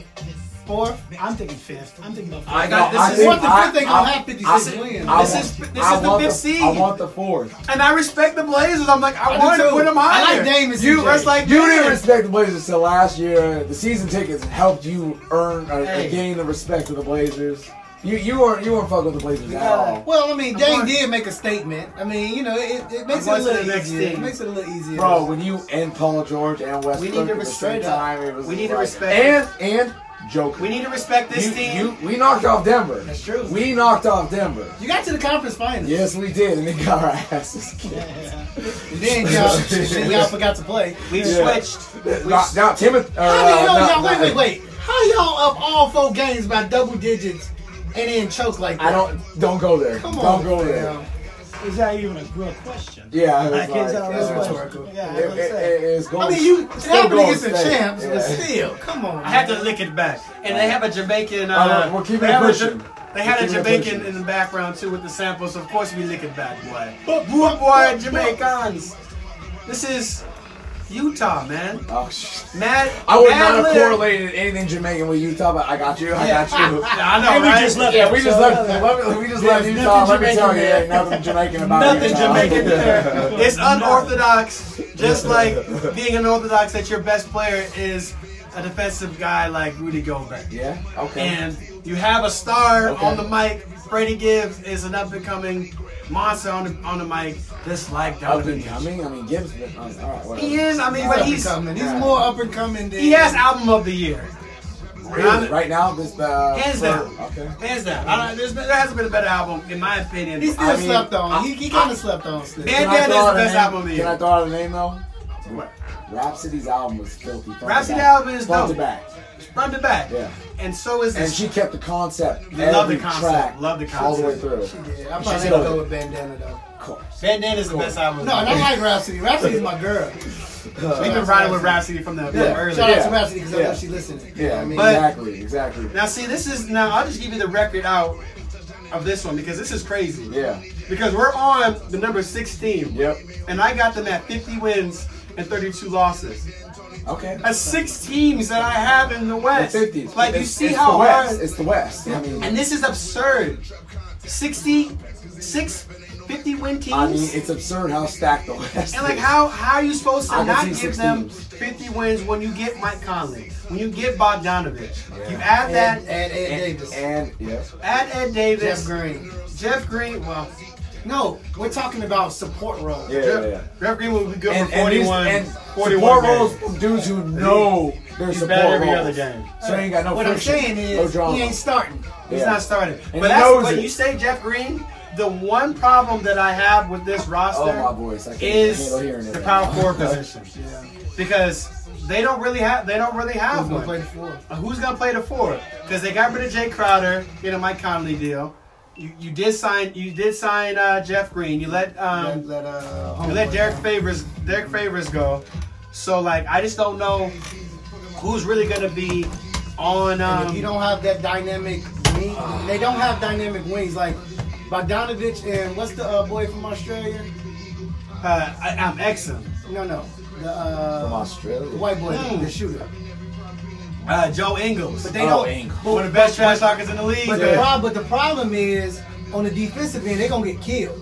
[SPEAKER 3] Fourth?
[SPEAKER 4] I'm thinking fifth. I'm thinking about
[SPEAKER 1] I
[SPEAKER 4] five.
[SPEAKER 1] got
[SPEAKER 2] I
[SPEAKER 1] this.
[SPEAKER 2] think
[SPEAKER 1] Is,
[SPEAKER 3] Fourth and
[SPEAKER 2] I-
[SPEAKER 3] fifth ain't
[SPEAKER 2] I-
[SPEAKER 3] gonna have 56
[SPEAKER 1] I-
[SPEAKER 3] wins.
[SPEAKER 2] I
[SPEAKER 1] This
[SPEAKER 2] want-
[SPEAKER 1] is- this
[SPEAKER 2] I
[SPEAKER 1] is the
[SPEAKER 2] want
[SPEAKER 1] fifth seed.
[SPEAKER 2] I want the fourth.
[SPEAKER 1] and I respect the Blazers. I'm like, I,
[SPEAKER 3] I do
[SPEAKER 1] want to
[SPEAKER 3] too.
[SPEAKER 1] put them
[SPEAKER 3] I
[SPEAKER 1] higher.
[SPEAKER 3] like Dame and
[SPEAKER 1] You,
[SPEAKER 3] CJ.
[SPEAKER 1] that's like
[SPEAKER 2] You didn't
[SPEAKER 1] Dame.
[SPEAKER 2] respect the Blazers till last year. The season tickets helped you earn or, or
[SPEAKER 1] Hey.
[SPEAKER 2] gain the respect of the Blazers. You you weren't you weren't fucking with the Blazers at
[SPEAKER 4] gotta-
[SPEAKER 2] all,
[SPEAKER 3] Well, I mean,
[SPEAKER 1] going-
[SPEAKER 3] Dane did make a statement. I mean, you know, it, it makes it
[SPEAKER 1] going
[SPEAKER 3] a
[SPEAKER 1] to
[SPEAKER 3] little
[SPEAKER 1] the next
[SPEAKER 3] easier. It
[SPEAKER 1] team.
[SPEAKER 3] makes it a little easier.
[SPEAKER 2] bro. When you and Paul George and Westbrook
[SPEAKER 1] We need to
[SPEAKER 2] at the same
[SPEAKER 1] respect that.
[SPEAKER 2] time, it was
[SPEAKER 1] We need to
[SPEAKER 2] like-
[SPEAKER 1] respect-
[SPEAKER 2] and and Joker.
[SPEAKER 1] We need to respect this
[SPEAKER 2] you,
[SPEAKER 1] team.
[SPEAKER 2] you- we knocked off Denver.
[SPEAKER 3] That's true.
[SPEAKER 2] We knocked off Denver.
[SPEAKER 3] you got to the conference finals.
[SPEAKER 2] Yes, we did, and they got our asses kicked.
[SPEAKER 3] And then y'all, then y'all forgot to play.
[SPEAKER 1] We've
[SPEAKER 2] Yeah.
[SPEAKER 1] switched. We've
[SPEAKER 2] Now, now Timothy.
[SPEAKER 3] How do you know y'all, wait, wait, wait. How y'all up all four games by double digits and then choke like that?
[SPEAKER 2] I don't don't go there.
[SPEAKER 3] Come
[SPEAKER 2] don't
[SPEAKER 3] on,
[SPEAKER 2] go
[SPEAKER 3] fam.
[SPEAKER 2] there.
[SPEAKER 4] is that even a real question?
[SPEAKER 2] Yeah, I was
[SPEAKER 4] Like,
[SPEAKER 2] like,
[SPEAKER 4] is that a
[SPEAKER 2] it's
[SPEAKER 4] real
[SPEAKER 2] rhetorical.
[SPEAKER 4] question? Yeah, that's what
[SPEAKER 2] It-
[SPEAKER 4] I'm
[SPEAKER 2] it-
[SPEAKER 4] saying.
[SPEAKER 2] it- it's
[SPEAKER 3] I
[SPEAKER 2] Golden-
[SPEAKER 3] mean, you
[SPEAKER 2] it's
[SPEAKER 3] it's
[SPEAKER 2] still
[SPEAKER 3] happening
[SPEAKER 2] Golden
[SPEAKER 3] against the
[SPEAKER 2] State.
[SPEAKER 3] champs,
[SPEAKER 2] Yeah.
[SPEAKER 3] but still, come on.
[SPEAKER 1] I had to
[SPEAKER 3] man.
[SPEAKER 1] lick it back. And they have a Jamaican.
[SPEAKER 2] Uh,
[SPEAKER 1] Uh,
[SPEAKER 2] we're keeping
[SPEAKER 1] they
[SPEAKER 2] it
[SPEAKER 1] have a
[SPEAKER 2] pushing.
[SPEAKER 1] Ja- They had
[SPEAKER 2] We're
[SPEAKER 1] a
[SPEAKER 2] keeping it
[SPEAKER 1] Jamaican
[SPEAKER 2] pushing.
[SPEAKER 1] in the background too with the samples. of course, we lick it back, boy. Boy, boy, Jamaicans. This is Utah, man.
[SPEAKER 2] Oh, shit.
[SPEAKER 1] Mad.
[SPEAKER 2] I would
[SPEAKER 1] Mad
[SPEAKER 2] not have
[SPEAKER 1] Lib-
[SPEAKER 2] correlated anything Jamaican with Utah, but I got you. I
[SPEAKER 1] Yeah.
[SPEAKER 2] got you.
[SPEAKER 1] I know,
[SPEAKER 4] And we
[SPEAKER 1] right?
[SPEAKER 4] just left
[SPEAKER 2] Yeah, we just
[SPEAKER 4] So,
[SPEAKER 2] left.
[SPEAKER 4] uh,
[SPEAKER 2] let me- we just
[SPEAKER 4] there's
[SPEAKER 2] left Utah. Let
[SPEAKER 4] nothing
[SPEAKER 2] me
[SPEAKER 4] Jamaican
[SPEAKER 2] tell you,
[SPEAKER 4] there.
[SPEAKER 2] ain't nothing Jamaican about
[SPEAKER 1] Nothing
[SPEAKER 2] Utah.
[SPEAKER 1] Jamaican there. It's unorthodox, just like being unorthodox that your best player is a defensive guy like Rudy Gobert.
[SPEAKER 2] yeah. Okay.
[SPEAKER 1] And you have a star
[SPEAKER 2] Okay.
[SPEAKER 1] on the mic. Brady Gibbs is an up and coming monster on the, on the mic, just like
[SPEAKER 2] Up
[SPEAKER 1] Donovan
[SPEAKER 2] and
[SPEAKER 1] Mitchell.
[SPEAKER 2] coming. I mean, Gibbs. But, um, all right, whatever.
[SPEAKER 1] He is, I mean, but
[SPEAKER 3] Up and
[SPEAKER 1] he's
[SPEAKER 3] coming. He's
[SPEAKER 2] Yeah.
[SPEAKER 3] more up and coming. Than
[SPEAKER 1] he has album of the year.
[SPEAKER 2] Really? Right now, this. Uh,
[SPEAKER 1] Hands
[SPEAKER 2] for-
[SPEAKER 1] down.
[SPEAKER 2] Okay.
[SPEAKER 1] Hands down. I don't, there's, there hasn't been a better album, in my opinion.
[SPEAKER 3] He still
[SPEAKER 2] I mean,
[SPEAKER 3] slept on.
[SPEAKER 2] I-
[SPEAKER 3] he he kind of slept on still.
[SPEAKER 1] Man,
[SPEAKER 2] Can I
[SPEAKER 1] Dan
[SPEAKER 2] throw
[SPEAKER 1] is
[SPEAKER 2] out
[SPEAKER 1] the
[SPEAKER 2] a
[SPEAKER 1] best
[SPEAKER 2] name?
[SPEAKER 1] album of the
[SPEAKER 2] Can I
[SPEAKER 1] year.
[SPEAKER 2] throw out a name though?
[SPEAKER 1] What?
[SPEAKER 2] Rhapsody's album was filthy. front to
[SPEAKER 1] Rhapsody
[SPEAKER 2] back.
[SPEAKER 1] album is
[SPEAKER 2] front
[SPEAKER 1] dope.
[SPEAKER 2] to back.
[SPEAKER 1] Front to back.
[SPEAKER 2] Yeah.
[SPEAKER 1] And so is
[SPEAKER 2] And
[SPEAKER 1] this.
[SPEAKER 2] she kept the concept.
[SPEAKER 1] Love the
[SPEAKER 2] every
[SPEAKER 1] concept,
[SPEAKER 2] Track,
[SPEAKER 1] love the
[SPEAKER 2] All the way
[SPEAKER 1] concept.
[SPEAKER 2] through.
[SPEAKER 3] Yeah, I'm
[SPEAKER 2] She's
[SPEAKER 3] probably
[SPEAKER 2] still-
[SPEAKER 3] gonna go with Bandana though.
[SPEAKER 2] Of course.
[SPEAKER 1] Van Dan is the best album. of
[SPEAKER 3] No,
[SPEAKER 1] the
[SPEAKER 3] and
[SPEAKER 1] year.
[SPEAKER 3] I like Rhapsody. Rhapsody's my girl.
[SPEAKER 1] We've been riding with Rhapsody from the from
[SPEAKER 2] Yeah.
[SPEAKER 1] early.
[SPEAKER 3] Shout out
[SPEAKER 2] Uh, Yeah.
[SPEAKER 3] to Rhapsody because I
[SPEAKER 2] Yeah.
[SPEAKER 3] know she listening. You know what
[SPEAKER 2] Yeah,
[SPEAKER 3] I mean,
[SPEAKER 1] But-
[SPEAKER 2] exactly, exactly.
[SPEAKER 1] Now, see, this is now. I'll just give you the record out of this one because this is crazy.
[SPEAKER 2] Yeah.
[SPEAKER 1] Because we're on the number sixteen.
[SPEAKER 2] Yep.
[SPEAKER 1] And I got them at fifty wins and thirty-two losses.
[SPEAKER 2] Okay.
[SPEAKER 1] That's six teams that I have in the West.
[SPEAKER 2] The 50s.
[SPEAKER 1] Like you
[SPEAKER 2] It's-
[SPEAKER 1] see
[SPEAKER 2] it's
[SPEAKER 1] how
[SPEAKER 2] the
[SPEAKER 1] hard.
[SPEAKER 2] West. It's the West. I mean,
[SPEAKER 1] and this is absurd. 60, six 50 win teams.
[SPEAKER 2] I mean, it's absurd how stacked the West.
[SPEAKER 1] And like,
[SPEAKER 2] is.
[SPEAKER 1] how how are you supposed
[SPEAKER 2] I
[SPEAKER 1] to
[SPEAKER 2] can
[SPEAKER 1] not
[SPEAKER 2] see
[SPEAKER 1] give
[SPEAKER 2] six
[SPEAKER 1] them
[SPEAKER 2] teams.
[SPEAKER 1] 50 wins when you get Mike Conley, when you get Bogdanovich? You add
[SPEAKER 3] And,
[SPEAKER 1] that,
[SPEAKER 3] and Ed Davis,
[SPEAKER 2] And yes.
[SPEAKER 1] add Ed Davis,
[SPEAKER 3] Jeff Green.
[SPEAKER 1] Jeff Green. Well,
[SPEAKER 3] No, we're talking about support roles.
[SPEAKER 2] Yeah, yeah, yeah.
[SPEAKER 1] Jeff Green will be good
[SPEAKER 2] And,
[SPEAKER 1] for
[SPEAKER 2] and, these,
[SPEAKER 1] 41.
[SPEAKER 2] and
[SPEAKER 1] 41
[SPEAKER 2] support
[SPEAKER 1] games.
[SPEAKER 2] roles, dudes who know their
[SPEAKER 1] He's
[SPEAKER 2] support
[SPEAKER 1] bad every
[SPEAKER 2] roles.
[SPEAKER 1] other game.
[SPEAKER 2] So he ain't got no
[SPEAKER 3] What I'm
[SPEAKER 2] friction,
[SPEAKER 3] saying
[SPEAKER 2] no
[SPEAKER 3] is
[SPEAKER 2] drama.
[SPEAKER 3] he ain't starting.
[SPEAKER 1] He's
[SPEAKER 2] Yeah.
[SPEAKER 1] not starting.
[SPEAKER 2] he
[SPEAKER 1] but that's
[SPEAKER 2] knows
[SPEAKER 1] when
[SPEAKER 2] it.
[SPEAKER 1] you say Jeff Green. The one problem that I have with this roster
[SPEAKER 2] Oh, my voice. I can't
[SPEAKER 1] is
[SPEAKER 2] handle hearing it
[SPEAKER 1] the
[SPEAKER 2] right
[SPEAKER 1] power
[SPEAKER 2] now.
[SPEAKER 1] forward position because they don't really have they don't really have
[SPEAKER 3] I'm gonna
[SPEAKER 1] one.
[SPEAKER 3] play the four.
[SPEAKER 1] Uh, Who's gonna play the four? Because they got rid of Jay Crowder, get a Mike Conley deal. You, you did sign you did sign uh, Jeff Green. You let
[SPEAKER 3] Let,
[SPEAKER 1] um
[SPEAKER 3] let, uh,
[SPEAKER 1] you let
[SPEAKER 3] homeboy
[SPEAKER 1] Derek
[SPEAKER 3] go.
[SPEAKER 1] Favors Derek Favors go. So like I just don't know who's really gonna be on.
[SPEAKER 3] And if
[SPEAKER 1] Um,
[SPEAKER 3] you don't have that dynamic wing, they don't have dynamic wings like Bogdanovich and what's the uh, boy from Australia?
[SPEAKER 1] uh, I, I'm Exum.
[SPEAKER 3] No, no, the, uh,
[SPEAKER 2] From Australia.
[SPEAKER 3] the white boy,
[SPEAKER 1] Mm.
[SPEAKER 3] the shooter.
[SPEAKER 1] Uh, Joe Ingles.
[SPEAKER 3] But they
[SPEAKER 2] Oh,
[SPEAKER 3] don't.
[SPEAKER 2] Ingram.
[SPEAKER 3] but-
[SPEAKER 1] one of the best trash talkers in the league.
[SPEAKER 3] But, the
[SPEAKER 1] man.
[SPEAKER 3] prob- but the problem is on the defensive end, they're gonna get killed.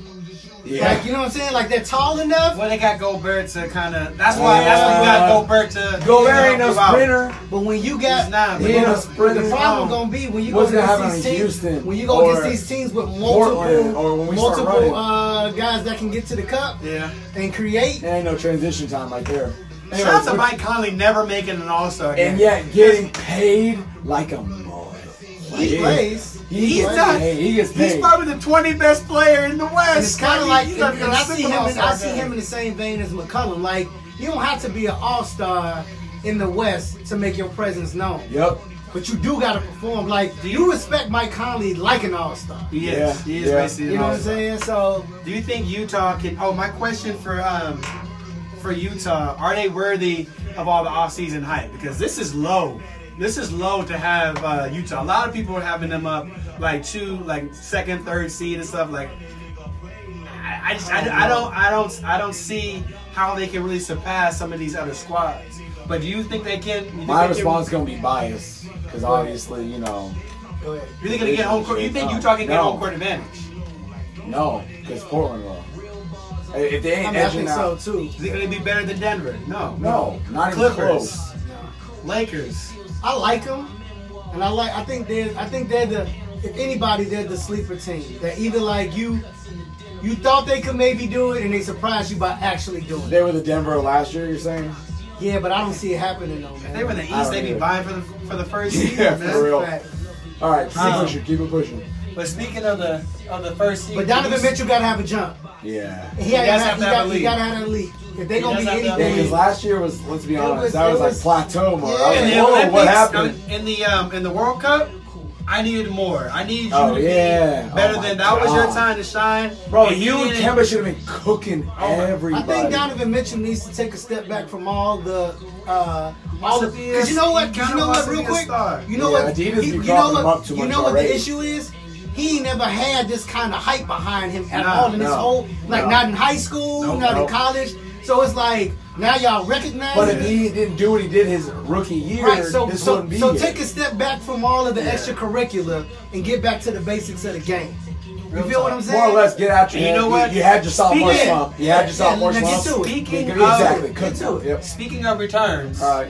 [SPEAKER 3] Like
[SPEAKER 2] Yeah.
[SPEAKER 3] you know what I'm saying? Like they're tall enough.
[SPEAKER 1] Well, they got Gobert to kind of. That's why. that's why you
[SPEAKER 2] Uh,
[SPEAKER 1] got Gobert to.
[SPEAKER 2] Gobert ain't
[SPEAKER 1] to
[SPEAKER 2] no
[SPEAKER 1] help you out.
[SPEAKER 2] sprinter.
[SPEAKER 3] But when you
[SPEAKER 1] He's
[SPEAKER 3] got
[SPEAKER 1] not,
[SPEAKER 3] you
[SPEAKER 1] man.
[SPEAKER 3] know,
[SPEAKER 2] He's pretty
[SPEAKER 3] the
[SPEAKER 1] strong.
[SPEAKER 3] problem gonna be when you go
[SPEAKER 2] What's gonna
[SPEAKER 3] against
[SPEAKER 2] happen
[SPEAKER 3] these
[SPEAKER 2] in
[SPEAKER 3] teams,
[SPEAKER 2] Houston
[SPEAKER 3] when you go
[SPEAKER 2] or
[SPEAKER 3] against these teams with
[SPEAKER 2] Portland
[SPEAKER 3] multiple
[SPEAKER 2] or when we start running?
[SPEAKER 3] multiple uh, guys that can get to the cup
[SPEAKER 1] Yeah.
[SPEAKER 3] and create.
[SPEAKER 2] There ain't no transition time right there.
[SPEAKER 1] Shout out
[SPEAKER 2] Anyways,
[SPEAKER 1] to Mike Conley never making an All Star.
[SPEAKER 2] And yet getting paid like a mother.
[SPEAKER 3] He plays.
[SPEAKER 2] He
[SPEAKER 1] He's
[SPEAKER 2] gets
[SPEAKER 1] not-
[SPEAKER 2] paid. He gets paid.
[SPEAKER 1] He's probably the 20 best player in the West.
[SPEAKER 3] And it's kind of like,
[SPEAKER 1] he's
[SPEAKER 3] and,
[SPEAKER 1] not
[SPEAKER 3] and
[SPEAKER 1] gonna
[SPEAKER 3] I
[SPEAKER 1] sit
[SPEAKER 3] see
[SPEAKER 1] an
[SPEAKER 3] him. In,
[SPEAKER 1] all-star
[SPEAKER 3] I see
[SPEAKER 1] game.
[SPEAKER 3] him in the same vein as McCullum. Like you don't have to be an all star in the West to make your presence known.
[SPEAKER 2] Yep.
[SPEAKER 3] But you do gotta perform. Like do you respect Mike Conley like an all star?
[SPEAKER 1] He is.
[SPEAKER 2] Yeah,
[SPEAKER 1] He is
[SPEAKER 2] yeah.
[SPEAKER 1] basically.
[SPEAKER 3] You
[SPEAKER 1] an
[SPEAKER 3] know what I'm
[SPEAKER 1] all-star.
[SPEAKER 3] saying? So
[SPEAKER 1] Do you think Utah can? Oh, my question for um for Utah: Are they worthy of all the offseason hype? Because this is low. This is low to have uh, Utah. A lot of people are having them up like two, like second, third seed and stuff. Like, I, I just, I, I don't, I don't, I don't see how they can really surpass some of these other squads. But do you think they can? you think
[SPEAKER 2] My
[SPEAKER 1] they can-
[SPEAKER 2] response gonna be biased because obviously you know
[SPEAKER 3] go ahead.
[SPEAKER 1] You think they get home court? You think
[SPEAKER 2] No.
[SPEAKER 1] Utah can get
[SPEAKER 2] No.
[SPEAKER 1] home court advantage?
[SPEAKER 2] no because Portland will. If they
[SPEAKER 3] I,
[SPEAKER 2] ain't
[SPEAKER 3] mean, I
[SPEAKER 2] edging
[SPEAKER 3] think
[SPEAKER 2] out,
[SPEAKER 3] so too.
[SPEAKER 1] Is it going to be better than Denver? No.
[SPEAKER 2] no, not even
[SPEAKER 1] Clippers.
[SPEAKER 2] close.
[SPEAKER 1] Lakers.
[SPEAKER 3] I like them, and I like. I think they're. I think they're the. If anybody, they're the sleeper team. That either like you, you thought they could maybe do it, and they surprised you by actually doing it.
[SPEAKER 2] They were the Denver last year. You're saying?
[SPEAKER 3] Yeah, but I don't see it happening though, man.
[SPEAKER 1] They were in the
[SPEAKER 2] I
[SPEAKER 1] East.
[SPEAKER 2] don't
[SPEAKER 1] They be
[SPEAKER 2] either.
[SPEAKER 1] buying for the for the first seed,
[SPEAKER 2] Yeah,
[SPEAKER 1] man.
[SPEAKER 2] for real.
[SPEAKER 3] Fact.
[SPEAKER 2] All right, keep
[SPEAKER 1] Um,
[SPEAKER 2] pushing. Keep it pushing.
[SPEAKER 1] But speaking of the of the first seed,
[SPEAKER 3] But Donovan Mitchell gotta have a jump.
[SPEAKER 2] Yeah.
[SPEAKER 3] He,
[SPEAKER 1] does
[SPEAKER 3] gotta
[SPEAKER 1] have to
[SPEAKER 3] have, he,
[SPEAKER 1] have a
[SPEAKER 3] got, he
[SPEAKER 1] lead.
[SPEAKER 3] gotta have that lead. If they gonna
[SPEAKER 1] does have
[SPEAKER 3] be
[SPEAKER 1] to have a
[SPEAKER 2] Yeah,
[SPEAKER 1] lead.
[SPEAKER 2] because
[SPEAKER 3] anything,
[SPEAKER 2] last year was, let's be honest,
[SPEAKER 3] was-
[SPEAKER 2] that
[SPEAKER 3] it
[SPEAKER 2] was like
[SPEAKER 3] was-
[SPEAKER 2] plateau mode. I was
[SPEAKER 1] in
[SPEAKER 3] Yeah.
[SPEAKER 2] like,
[SPEAKER 1] the
[SPEAKER 2] whoa,
[SPEAKER 1] Olympics,
[SPEAKER 2] what happened?
[SPEAKER 1] in the um in the World Cup, I needed more. I needed you
[SPEAKER 2] Oh,
[SPEAKER 1] to
[SPEAKER 2] yeah.
[SPEAKER 1] be better
[SPEAKER 2] Oh,
[SPEAKER 1] than
[SPEAKER 2] my
[SPEAKER 1] that was your
[SPEAKER 2] God.
[SPEAKER 1] time to shine.
[SPEAKER 2] Bro,
[SPEAKER 1] And
[SPEAKER 2] you and
[SPEAKER 1] didn't-
[SPEAKER 2] Kemba should have been cooking
[SPEAKER 3] Oh, I
[SPEAKER 2] everybody.
[SPEAKER 3] think Donovan Mitchell needs to take a step back from all the, uh, all the.
[SPEAKER 1] to be a-
[SPEAKER 3] Because you know what?
[SPEAKER 1] he
[SPEAKER 3] 'Cause you
[SPEAKER 1] kinda
[SPEAKER 3] know what?
[SPEAKER 1] wants to
[SPEAKER 3] Real
[SPEAKER 1] be a
[SPEAKER 3] quick,
[SPEAKER 1] star.
[SPEAKER 3] you know
[SPEAKER 2] Yeah,
[SPEAKER 3] what?
[SPEAKER 2] Adidas be
[SPEAKER 3] you know
[SPEAKER 2] propping him up
[SPEAKER 3] what?
[SPEAKER 2] too
[SPEAKER 3] You
[SPEAKER 2] much
[SPEAKER 3] know what
[SPEAKER 2] already.
[SPEAKER 3] the issue is? He ain't never had this kind of hype behind him at
[SPEAKER 1] Nah,
[SPEAKER 3] all in his
[SPEAKER 2] no,
[SPEAKER 3] whole, like
[SPEAKER 2] no.
[SPEAKER 3] not in high school,
[SPEAKER 2] Nope,
[SPEAKER 3] not
[SPEAKER 2] nope.
[SPEAKER 3] in college. So it's like now y'all recognize.
[SPEAKER 2] But
[SPEAKER 3] it.
[SPEAKER 2] if he didn't do what he did his rookie year,
[SPEAKER 3] Right, so
[SPEAKER 2] this
[SPEAKER 3] so,
[SPEAKER 2] wouldn't be
[SPEAKER 3] so
[SPEAKER 2] here.
[SPEAKER 3] take a step back from all of the extracurricular and get back to the basics of the game. You feel what I'm saying?
[SPEAKER 2] More or less, get out your
[SPEAKER 1] And you
[SPEAKER 2] head.
[SPEAKER 1] know what?
[SPEAKER 2] You, had your sophomore
[SPEAKER 1] Speaking-
[SPEAKER 2] slump. You had your sophomore
[SPEAKER 3] Yeah,
[SPEAKER 2] slump.
[SPEAKER 3] let's get to it.
[SPEAKER 1] Speaking
[SPEAKER 2] Yeah,
[SPEAKER 1] of
[SPEAKER 2] exactly. Cook
[SPEAKER 3] to it.
[SPEAKER 2] Yep.
[SPEAKER 1] Speaking of returns,
[SPEAKER 2] All right.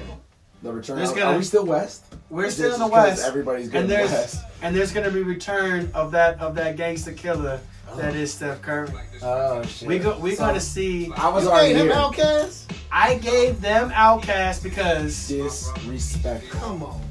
[SPEAKER 2] The return.
[SPEAKER 1] There's
[SPEAKER 2] Are,
[SPEAKER 1] gonna-
[SPEAKER 2] are we still West?
[SPEAKER 1] we're
[SPEAKER 2] Just
[SPEAKER 1] still in the
[SPEAKER 2] because
[SPEAKER 1] West.
[SPEAKER 2] Everybody's
[SPEAKER 1] and
[SPEAKER 2] going
[SPEAKER 1] there's
[SPEAKER 2] West.
[SPEAKER 1] and there's gonna be return of that of that gangster killer that is Steph Curry.
[SPEAKER 2] Oh shit.
[SPEAKER 1] We go, we're
[SPEAKER 2] So,
[SPEAKER 1] gonna see.
[SPEAKER 2] I was
[SPEAKER 3] You
[SPEAKER 2] already
[SPEAKER 3] made him
[SPEAKER 2] here.
[SPEAKER 3] outcast?
[SPEAKER 1] I gave them Outcast because
[SPEAKER 2] Disrespect,
[SPEAKER 3] Come on.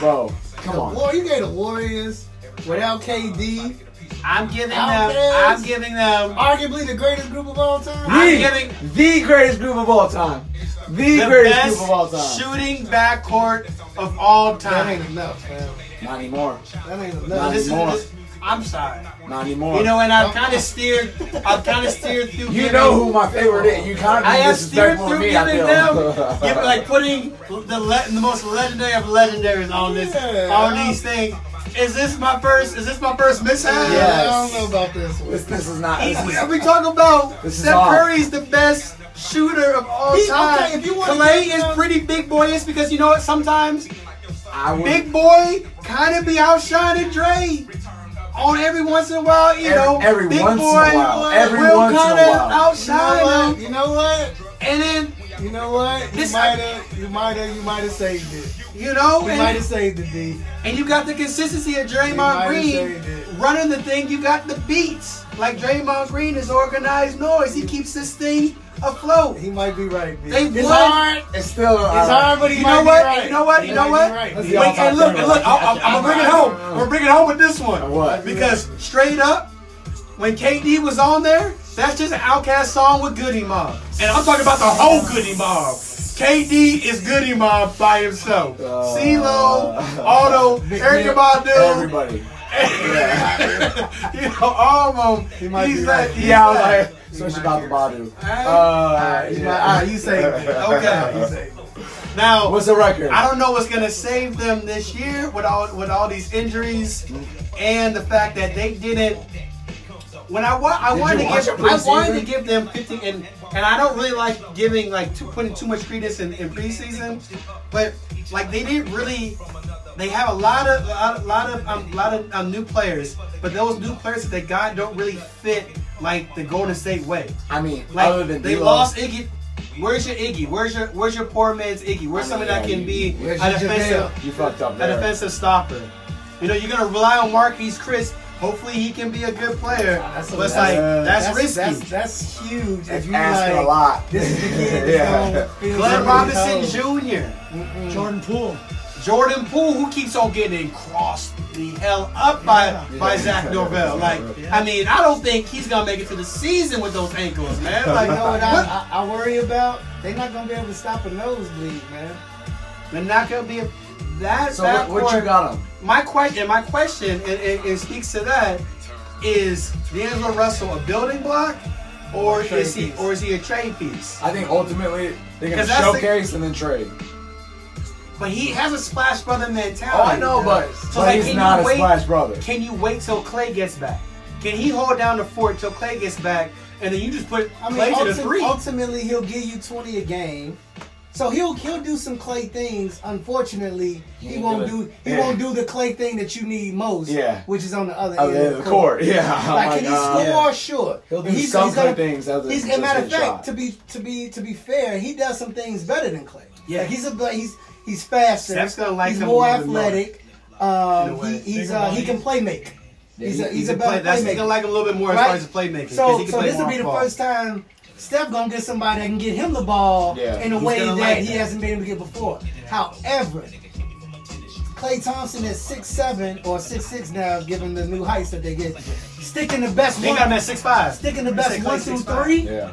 [SPEAKER 2] bro. Come on.
[SPEAKER 3] War, you gave the Warriors without KD,
[SPEAKER 1] I'm giving them.
[SPEAKER 3] Outcast.
[SPEAKER 1] I'm giving them.
[SPEAKER 3] arguably the greatest group of all time.
[SPEAKER 1] I'm
[SPEAKER 2] The,
[SPEAKER 1] giving-
[SPEAKER 2] the greatest group of all time. The,
[SPEAKER 1] The
[SPEAKER 2] greatest
[SPEAKER 1] best
[SPEAKER 2] group of all time.
[SPEAKER 1] shooting backcourt of all
[SPEAKER 3] That
[SPEAKER 1] time.
[SPEAKER 3] ain't enough, man.
[SPEAKER 2] Not anymore.
[SPEAKER 3] That ain't enough.
[SPEAKER 2] Nah,
[SPEAKER 1] This is,
[SPEAKER 2] anymore.
[SPEAKER 1] this, I'm sorry.
[SPEAKER 2] Not anymore.
[SPEAKER 1] You know, and I've kind of steered. I've kind of steered through.
[SPEAKER 2] You
[SPEAKER 1] giving-
[SPEAKER 2] know who my favorite is. You kind of
[SPEAKER 1] I have steered
[SPEAKER 2] disrespectful to
[SPEAKER 1] through
[SPEAKER 2] me. I
[SPEAKER 1] giving
[SPEAKER 2] feel.
[SPEAKER 1] them, give, like putting the le- the most legendary of legendaries on this,
[SPEAKER 3] Yeah.
[SPEAKER 1] on these things. Is this my first? Is this my first mishap?
[SPEAKER 2] Yeah.
[SPEAKER 3] I don't know about this one.
[SPEAKER 2] this, this is not.
[SPEAKER 1] He's-
[SPEAKER 2] This is,
[SPEAKER 1] Are we talking about
[SPEAKER 2] This is
[SPEAKER 1] Steph
[SPEAKER 2] off.
[SPEAKER 1] Curry's the best shooter of all
[SPEAKER 3] He- okay,
[SPEAKER 1] time?
[SPEAKER 3] if you wanna
[SPEAKER 1] Clay
[SPEAKER 3] give
[SPEAKER 1] is
[SPEAKER 3] him-
[SPEAKER 1] pretty big boyish because you know what? Sometimes
[SPEAKER 2] I would,
[SPEAKER 1] big boy kind of be outshining Dre. On every once in a while, you
[SPEAKER 2] Every-
[SPEAKER 1] know,
[SPEAKER 2] every
[SPEAKER 1] big
[SPEAKER 2] once in a
[SPEAKER 1] boy uh,
[SPEAKER 2] while. Every
[SPEAKER 1] will
[SPEAKER 2] once in a
[SPEAKER 1] kind of
[SPEAKER 2] while.
[SPEAKER 3] You know
[SPEAKER 1] outshine
[SPEAKER 3] what?
[SPEAKER 1] him,
[SPEAKER 3] You know what?
[SPEAKER 1] and then
[SPEAKER 3] You know what? You
[SPEAKER 1] This-
[SPEAKER 3] might have, you might have, you might have saved it.
[SPEAKER 1] you know,
[SPEAKER 3] You might have
[SPEAKER 1] and,
[SPEAKER 3] saved it, D.
[SPEAKER 1] and you got the consistency of
[SPEAKER 3] might
[SPEAKER 1] Draymond
[SPEAKER 3] have
[SPEAKER 1] Green
[SPEAKER 3] saved it.
[SPEAKER 1] running the thing. You got the beats like Draymond Green is organized noise. He keeps this thing afloat.
[SPEAKER 3] He might be right, B.
[SPEAKER 1] They
[SPEAKER 3] it's
[SPEAKER 1] won. uh,
[SPEAKER 3] hard.
[SPEAKER 2] It's still.
[SPEAKER 3] It's hard, but he
[SPEAKER 1] You
[SPEAKER 3] might
[SPEAKER 1] know
[SPEAKER 3] be
[SPEAKER 1] what?
[SPEAKER 3] right.
[SPEAKER 1] You know what?
[SPEAKER 3] He
[SPEAKER 1] You know
[SPEAKER 3] might
[SPEAKER 1] what?
[SPEAKER 3] be right.
[SPEAKER 2] Let's
[SPEAKER 1] Wait,
[SPEAKER 2] be all
[SPEAKER 1] hey,
[SPEAKER 2] top
[SPEAKER 1] look,
[SPEAKER 2] three.
[SPEAKER 1] look, I'm, I'm, I'm gonna bring it home. I'm gonna bring it home with this one.
[SPEAKER 2] What?
[SPEAKER 1] Because straight up, when KD was on there, that's just an outcast song with Goody Mob. And I'm talking about the whole Goody Mob. KD is Goody Mob by himself. CeeLo, Auto, Eric Badu.
[SPEAKER 2] Uh, Everybody.
[SPEAKER 1] you know, all of them.
[SPEAKER 3] He might
[SPEAKER 1] he's
[SPEAKER 3] be
[SPEAKER 1] like,
[SPEAKER 3] right.
[SPEAKER 1] he's
[SPEAKER 2] Yeah, I was
[SPEAKER 1] like,
[SPEAKER 2] like, especially about the Badu.
[SPEAKER 1] Alright.
[SPEAKER 2] Uh,
[SPEAKER 3] You
[SPEAKER 2] yeah.
[SPEAKER 3] might- ah, you saved it. Okay, you
[SPEAKER 2] uh,
[SPEAKER 3] saved it.
[SPEAKER 1] now.
[SPEAKER 2] What's the record?
[SPEAKER 1] I don't know what's gonna save them this year with all with all these injuries and the fact that they didn't. When I wa- I
[SPEAKER 2] Did
[SPEAKER 1] wanted to
[SPEAKER 2] you watch
[SPEAKER 1] give
[SPEAKER 2] your
[SPEAKER 1] I wanted
[SPEAKER 2] preseason?
[SPEAKER 1] to give them 50 and and I don't really like giving like too, putting too much credence in, in preseason, but like they didn't really. They have a lot of a lot of um, lot of um, new players, but those new players that they got don't really fit like the Golden State way.
[SPEAKER 2] I mean,
[SPEAKER 1] Like
[SPEAKER 2] other than
[SPEAKER 1] they
[SPEAKER 2] D'Lo,
[SPEAKER 1] lost Iggy. Where's your Iggy? Where's your Where's your poor man's Iggy? Where's someone that can be a
[SPEAKER 2] Where's
[SPEAKER 3] your
[SPEAKER 1] defensive
[SPEAKER 3] Javale?
[SPEAKER 2] You fucked up
[SPEAKER 1] a
[SPEAKER 2] there.
[SPEAKER 1] defensive stopper? You know you're gonna rely on Marquise Chris. Hopefully he can be a good player.
[SPEAKER 3] That's a-
[SPEAKER 1] but it's like that's,
[SPEAKER 3] that's,
[SPEAKER 1] risky.
[SPEAKER 3] That's, that's huge.
[SPEAKER 2] It's
[SPEAKER 3] If you
[SPEAKER 2] asking
[SPEAKER 3] like,
[SPEAKER 2] a lot.
[SPEAKER 3] This is the kid that's
[SPEAKER 2] Yeah.
[SPEAKER 3] gonna feel
[SPEAKER 1] Glenn
[SPEAKER 3] really
[SPEAKER 1] Robinson
[SPEAKER 3] cold.
[SPEAKER 1] Jr.
[SPEAKER 4] Jordan Poole.
[SPEAKER 1] Jordan Poole, who keeps on getting crossed the hell up by by
[SPEAKER 2] Yeah.
[SPEAKER 1] Zach Norvell. Like, I mean, I don't think he's gonna make it to the season with those ankles, man. Like,
[SPEAKER 3] You know
[SPEAKER 1] what?
[SPEAKER 3] what I, I, I worry about? They're not gonna be able to stop a nosebleed, man.
[SPEAKER 1] They're not gonna be a, that.
[SPEAKER 2] So what, what you
[SPEAKER 1] backcourt-
[SPEAKER 2] got him?
[SPEAKER 1] My question, and my question, and, and, and speaks to that, is D'Angelo Russell a building block, or
[SPEAKER 3] Trade
[SPEAKER 1] is he,
[SPEAKER 3] piece.
[SPEAKER 1] or is he a trade piece?
[SPEAKER 2] I think ultimately they're gonna
[SPEAKER 1] 'Cause that's the-
[SPEAKER 2] showcase and then trade.
[SPEAKER 1] But he has a splash brother mentality.
[SPEAKER 2] Oh, I know, but,
[SPEAKER 1] So,
[SPEAKER 2] but
[SPEAKER 1] like,
[SPEAKER 2] he's
[SPEAKER 1] can
[SPEAKER 2] not
[SPEAKER 1] you
[SPEAKER 2] a
[SPEAKER 1] wait-
[SPEAKER 2] splash brother.
[SPEAKER 1] Can you wait till Clay gets back? Can he hold down the fort till Clay gets back, and then you just put
[SPEAKER 3] I mean,
[SPEAKER 1] Clay to the
[SPEAKER 3] ulti-
[SPEAKER 1] three?
[SPEAKER 3] ultimately he'll give you twenty a game. So he'll he'll do some clay things. Unfortunately, he
[SPEAKER 2] ain't
[SPEAKER 3] won't
[SPEAKER 2] good.
[SPEAKER 3] do he
[SPEAKER 2] Yeah.
[SPEAKER 3] won't do the clay thing that you need most.
[SPEAKER 2] Yeah.
[SPEAKER 3] which is on the other
[SPEAKER 2] Other
[SPEAKER 3] end
[SPEAKER 2] than
[SPEAKER 3] of
[SPEAKER 2] the court, yeah. Oh
[SPEAKER 3] Like,
[SPEAKER 2] my
[SPEAKER 3] can he
[SPEAKER 2] God.
[SPEAKER 3] score? Sure.
[SPEAKER 2] He'll do
[SPEAKER 3] he's,
[SPEAKER 2] some
[SPEAKER 3] he's gonna,
[SPEAKER 2] good things other than
[SPEAKER 3] he's,
[SPEAKER 2] just
[SPEAKER 3] and matter of
[SPEAKER 2] hit
[SPEAKER 3] fact,
[SPEAKER 2] shots.
[SPEAKER 3] to be to be to be fair, he does some things better than Clay.
[SPEAKER 1] Yeah.
[SPEAKER 3] Like, he's a but he's he's faster.
[SPEAKER 1] Steph's gonna like
[SPEAKER 3] he's
[SPEAKER 1] him
[SPEAKER 3] more
[SPEAKER 1] a little bit
[SPEAKER 3] athletic.
[SPEAKER 1] In a
[SPEAKER 3] Um,
[SPEAKER 1] way.
[SPEAKER 3] he, he's
[SPEAKER 4] Think
[SPEAKER 3] uh,
[SPEAKER 4] about
[SPEAKER 3] he
[SPEAKER 4] it.
[SPEAKER 3] can play make. He's
[SPEAKER 2] Yeah,
[SPEAKER 3] a
[SPEAKER 2] he-
[SPEAKER 3] he's
[SPEAKER 2] he
[SPEAKER 3] a
[SPEAKER 2] can
[SPEAKER 1] Play-
[SPEAKER 3] better
[SPEAKER 1] that's he's
[SPEAKER 3] playmaker.
[SPEAKER 1] gonna like him a little bit more
[SPEAKER 3] Right?
[SPEAKER 1] as far as playmaking.
[SPEAKER 3] So, so
[SPEAKER 1] play
[SPEAKER 3] this will
[SPEAKER 1] more
[SPEAKER 3] be the
[SPEAKER 1] off ball.
[SPEAKER 3] first time Steph gonna get somebody that can get him the ball
[SPEAKER 2] Yeah.
[SPEAKER 3] in a
[SPEAKER 1] He's
[SPEAKER 3] way
[SPEAKER 1] gonna
[SPEAKER 3] that
[SPEAKER 1] like
[SPEAKER 3] he
[SPEAKER 1] that.
[SPEAKER 3] hasn't been able to get before. However, Klay Thompson is six seven or six six now, given the new heights that they get. Sticking the best
[SPEAKER 1] They
[SPEAKER 3] one,
[SPEAKER 1] got him at six five.
[SPEAKER 3] sticking the
[SPEAKER 1] Say
[SPEAKER 3] best
[SPEAKER 1] Clay
[SPEAKER 3] one through
[SPEAKER 1] 6'5".
[SPEAKER 3] three,
[SPEAKER 2] Yeah.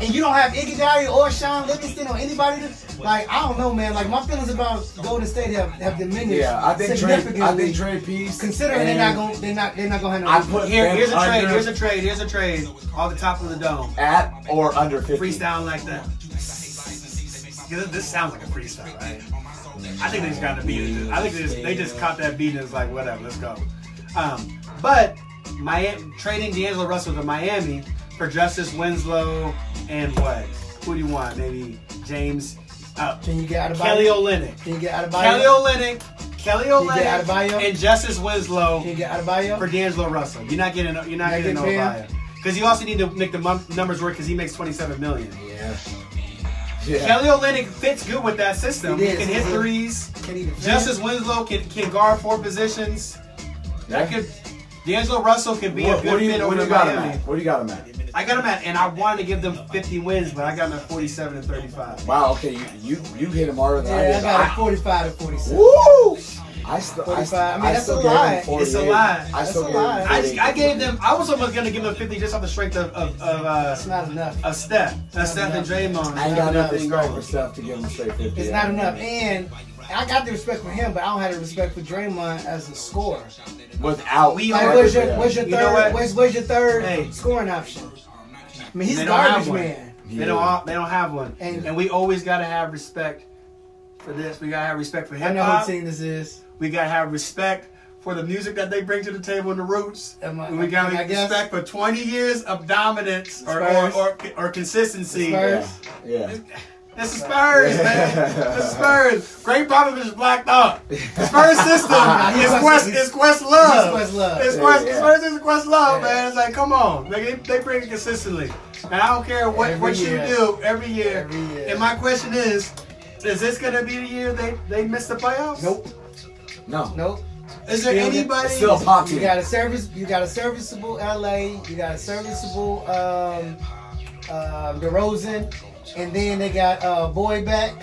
[SPEAKER 3] and you don't have Iguodala or Sean Livingston or anybody. To, Like I don't know, man. Like my feelings about Golden State have, have diminished
[SPEAKER 2] Yeah, I think
[SPEAKER 3] significantly.
[SPEAKER 2] Trey. I think Trey Peace.
[SPEAKER 3] considering they're
[SPEAKER 2] and
[SPEAKER 3] not going, they're not, they're not going to
[SPEAKER 2] I
[SPEAKER 3] have no.
[SPEAKER 2] put
[SPEAKER 1] Here,
[SPEAKER 2] them
[SPEAKER 1] here's a trade.
[SPEAKER 2] under-
[SPEAKER 1] Here's a trade. Here's a trade. Off the top of the dome.
[SPEAKER 2] at or under fifty.
[SPEAKER 1] Freestyle like that. Yeah, this- This sounds like a freestyle, right? I think they just got the beat. it. I think they just, they just caught that beat and it's like, whatever, let's go. Um, but Miami, trading D'Angelo Russell to Miami for Justice Winslow and what? Who do you want? Maybe James? Uh,
[SPEAKER 3] Can you get out of
[SPEAKER 1] Kelly Olynyk.
[SPEAKER 3] Can you get out of
[SPEAKER 1] Kelly Olynyk. Kelly
[SPEAKER 3] get Adebayo?
[SPEAKER 1] Olynyk and Justice Winslow
[SPEAKER 3] Can you get out of
[SPEAKER 1] for D'Angelo Russell. You're not getting you're not
[SPEAKER 3] Not
[SPEAKER 1] getting
[SPEAKER 3] getting
[SPEAKER 1] no
[SPEAKER 3] paid?
[SPEAKER 1] because you also need to make the mum- numbers work because he makes 27 million.
[SPEAKER 2] Yeah. Yeah.
[SPEAKER 1] Kelly Olynyk fits good with that system.
[SPEAKER 3] He
[SPEAKER 1] He
[SPEAKER 3] is,
[SPEAKER 1] can hit
[SPEAKER 3] he is.
[SPEAKER 1] threes.
[SPEAKER 3] Can he defend?
[SPEAKER 1] Justice Winslow can, can guard four positions.
[SPEAKER 2] Yeah.
[SPEAKER 1] That could D'Angelo Russell could be a
[SPEAKER 2] What,
[SPEAKER 1] good
[SPEAKER 2] what do
[SPEAKER 1] fit
[SPEAKER 2] you, what
[SPEAKER 1] over
[SPEAKER 2] do you
[SPEAKER 1] in
[SPEAKER 2] got him
[SPEAKER 1] Miami.
[SPEAKER 2] at? What do you got him at?
[SPEAKER 1] I got him at, and I wanted to give them 50 wins, but I got him at 47 and 35.
[SPEAKER 2] Wow. Okay, you you, you hit him harder than
[SPEAKER 3] Yeah, I
[SPEAKER 2] I did.
[SPEAKER 3] got a
[SPEAKER 2] I-
[SPEAKER 3] 45 to 47.
[SPEAKER 2] Woo! I still, I,
[SPEAKER 3] 45.
[SPEAKER 2] still,
[SPEAKER 3] I mean, that's
[SPEAKER 2] still
[SPEAKER 3] a
[SPEAKER 2] gave him
[SPEAKER 3] lie.
[SPEAKER 2] 48.
[SPEAKER 1] It's a lie.
[SPEAKER 2] I still
[SPEAKER 3] That's a
[SPEAKER 2] gave him
[SPEAKER 3] lie.
[SPEAKER 1] I just, I
[SPEAKER 2] 48.
[SPEAKER 1] gave them. I was almost gonna give them 50 just off the strength of of, of uh,
[SPEAKER 3] It's not enough.
[SPEAKER 1] a step, a step and Draymond.
[SPEAKER 2] I ain't got enough respect
[SPEAKER 1] going.
[SPEAKER 2] for stuff to give him straight 50.
[SPEAKER 3] It's not enough. And I got the respect for him, but I don't have the respect for Draymond as a scorer.
[SPEAKER 2] Without.
[SPEAKER 1] We
[SPEAKER 3] Like,
[SPEAKER 1] are-
[SPEAKER 3] where's your, where's your
[SPEAKER 1] You know what?
[SPEAKER 3] third, where's, where's your third
[SPEAKER 1] Hey.
[SPEAKER 3] scoring option? I mean, he's
[SPEAKER 1] They
[SPEAKER 3] a
[SPEAKER 1] don't have
[SPEAKER 3] garbage
[SPEAKER 1] one.
[SPEAKER 3] man.
[SPEAKER 1] They don't. all- They don't have one. And,
[SPEAKER 3] And-
[SPEAKER 1] we always gotta have respect for this. We gotta have respect for
[SPEAKER 3] I
[SPEAKER 1] hip
[SPEAKER 3] know what
[SPEAKER 1] hop.
[SPEAKER 3] team this is.
[SPEAKER 1] We gotta have respect for the music that they bring to the table and the roots.
[SPEAKER 3] Am I-
[SPEAKER 1] And we
[SPEAKER 3] I
[SPEAKER 1] gotta have
[SPEAKER 3] guess.
[SPEAKER 1] respect for 20 years of dominance or or,
[SPEAKER 3] Spurs.
[SPEAKER 1] or, or consistency.
[SPEAKER 3] Spurs.
[SPEAKER 2] Yeah.
[SPEAKER 1] This is Spurs, man. This is Spurs. Great Popovich is blacked up. The Spurs system
[SPEAKER 3] he's
[SPEAKER 1] is
[SPEAKER 3] West-
[SPEAKER 1] quest.
[SPEAKER 3] he's-
[SPEAKER 1] Is quest love.
[SPEAKER 3] he's Questlove.
[SPEAKER 1] It's quest.
[SPEAKER 2] Yeah, yeah.
[SPEAKER 1] Spurs is quest love,
[SPEAKER 3] Yeah.
[SPEAKER 1] man. It's like, come on, Like, they, they bring it consistently, and I don't care what,
[SPEAKER 3] Every
[SPEAKER 1] what you
[SPEAKER 3] year.
[SPEAKER 1] do every year.
[SPEAKER 3] Every year.
[SPEAKER 1] And my question is, is this gonna be the year they they miss the playoffs?
[SPEAKER 3] Nope.
[SPEAKER 2] No.
[SPEAKER 3] Nope.
[SPEAKER 1] Is there
[SPEAKER 3] Still-
[SPEAKER 1] anybody?
[SPEAKER 2] It's still a pop
[SPEAKER 3] You
[SPEAKER 2] team.
[SPEAKER 3] got a service. You got a serviceable LA. You got a serviceable um, uh, DeRozan, and then they got uh, Boyd back.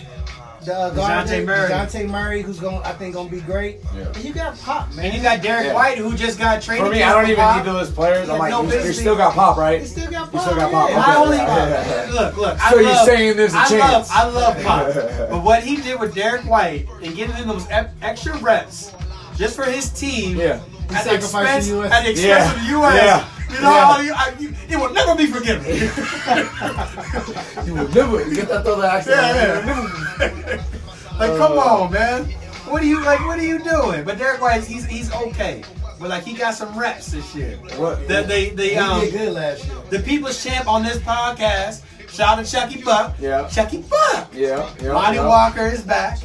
[SPEAKER 3] The uh,
[SPEAKER 1] DeJounte Murray.
[SPEAKER 3] Dejounte Murray, who's going, I think, gonna be great.
[SPEAKER 2] Yeah.
[SPEAKER 3] And you got Pop, man.
[SPEAKER 1] and you got Derek
[SPEAKER 2] Yeah.
[SPEAKER 1] White, who just got traded.
[SPEAKER 2] For me, I
[SPEAKER 1] against
[SPEAKER 2] don't
[SPEAKER 1] the
[SPEAKER 2] even
[SPEAKER 1] Pop.
[SPEAKER 2] need to list players. I'm
[SPEAKER 1] There's
[SPEAKER 2] like,
[SPEAKER 1] no
[SPEAKER 2] you, you
[SPEAKER 1] business.
[SPEAKER 2] still got pop, right?
[SPEAKER 3] You still got Pop.
[SPEAKER 2] You still got Pop.
[SPEAKER 3] yeah.
[SPEAKER 1] I only
[SPEAKER 2] Yeah.
[SPEAKER 1] look, look. I
[SPEAKER 2] So you're
[SPEAKER 1] love-
[SPEAKER 2] saying there's a
[SPEAKER 1] I Love,
[SPEAKER 2] chance.
[SPEAKER 1] I love Pop, but what he did with Derek White and getting in those ep- extra reps just for his team,
[SPEAKER 2] Yeah.
[SPEAKER 1] at
[SPEAKER 3] He
[SPEAKER 1] the
[SPEAKER 3] sacrificed
[SPEAKER 1] expense,
[SPEAKER 3] the US.
[SPEAKER 1] at the expense
[SPEAKER 2] Yeah.
[SPEAKER 1] of the U.S.
[SPEAKER 2] Yeah.
[SPEAKER 1] You know,
[SPEAKER 2] Yeah.
[SPEAKER 1] how you, I, you, it will never be forgiven.
[SPEAKER 2] You would never you get that other accent.
[SPEAKER 1] yeah, yeah. like, come on, man. What are you like? What are you doing? But Derek White, he's he's okay, but like he got some reps this year.
[SPEAKER 2] What-
[SPEAKER 1] The they
[SPEAKER 3] He
[SPEAKER 1] they um
[SPEAKER 3] did good last year.
[SPEAKER 1] the people's champ on this podcast. Shout out to Chucky Buck.
[SPEAKER 2] Yeah.
[SPEAKER 1] Chucky Buck.
[SPEAKER 2] Yeah. yeah
[SPEAKER 1] Lonnie
[SPEAKER 2] yeah.
[SPEAKER 1] Walker is back.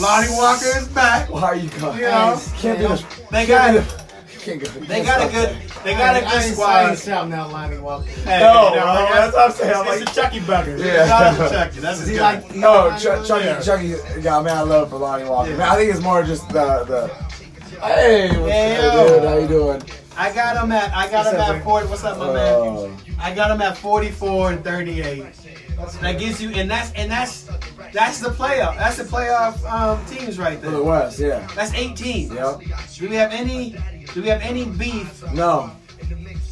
[SPEAKER 1] Lonnie Walker is back.
[SPEAKER 2] Why are you going?
[SPEAKER 1] Yeah.
[SPEAKER 2] Can't do this.
[SPEAKER 1] They
[SPEAKER 2] Can't do
[SPEAKER 1] got
[SPEAKER 2] this. Can't go.
[SPEAKER 1] they got a good they got a
[SPEAKER 3] I
[SPEAKER 1] good
[SPEAKER 3] ain't- I
[SPEAKER 1] squad.
[SPEAKER 3] ain't shouting out Lonnie Walker.
[SPEAKER 1] Hey,
[SPEAKER 2] No,
[SPEAKER 1] you know,
[SPEAKER 2] bro,
[SPEAKER 1] like,
[SPEAKER 2] that's what I'm saying. I'm
[SPEAKER 1] it's
[SPEAKER 2] like-
[SPEAKER 1] a Chucky Bucker.
[SPEAKER 2] Yeah.
[SPEAKER 1] Shout out to Chucky. That's his
[SPEAKER 3] He
[SPEAKER 1] guy.
[SPEAKER 3] like, he
[SPEAKER 2] No,
[SPEAKER 3] like
[SPEAKER 2] Chuck, Chucky,
[SPEAKER 1] Yeah.
[SPEAKER 2] Chucky, yeah, man, I love for Lonnie Walker.
[SPEAKER 1] Yeah.
[SPEAKER 2] Man, I think it's more just the, the hey, what's
[SPEAKER 1] Hey,
[SPEAKER 2] up,
[SPEAKER 1] yo.
[SPEAKER 2] dude? How you doing?
[SPEAKER 1] I got him at I got
[SPEAKER 3] What's
[SPEAKER 1] him
[SPEAKER 3] up,
[SPEAKER 1] at
[SPEAKER 3] man?
[SPEAKER 1] forty. What's up, my
[SPEAKER 2] Uh,
[SPEAKER 1] man? I got him at forty-four and thirty-eight. That gives you, and that's and that's that's the playoff. That's the playoff um, teams right
[SPEAKER 2] for the
[SPEAKER 1] there.
[SPEAKER 2] West, yeah.
[SPEAKER 1] That's eighteen.
[SPEAKER 2] Yep.
[SPEAKER 1] Do we have any? Do we have any beef
[SPEAKER 2] No,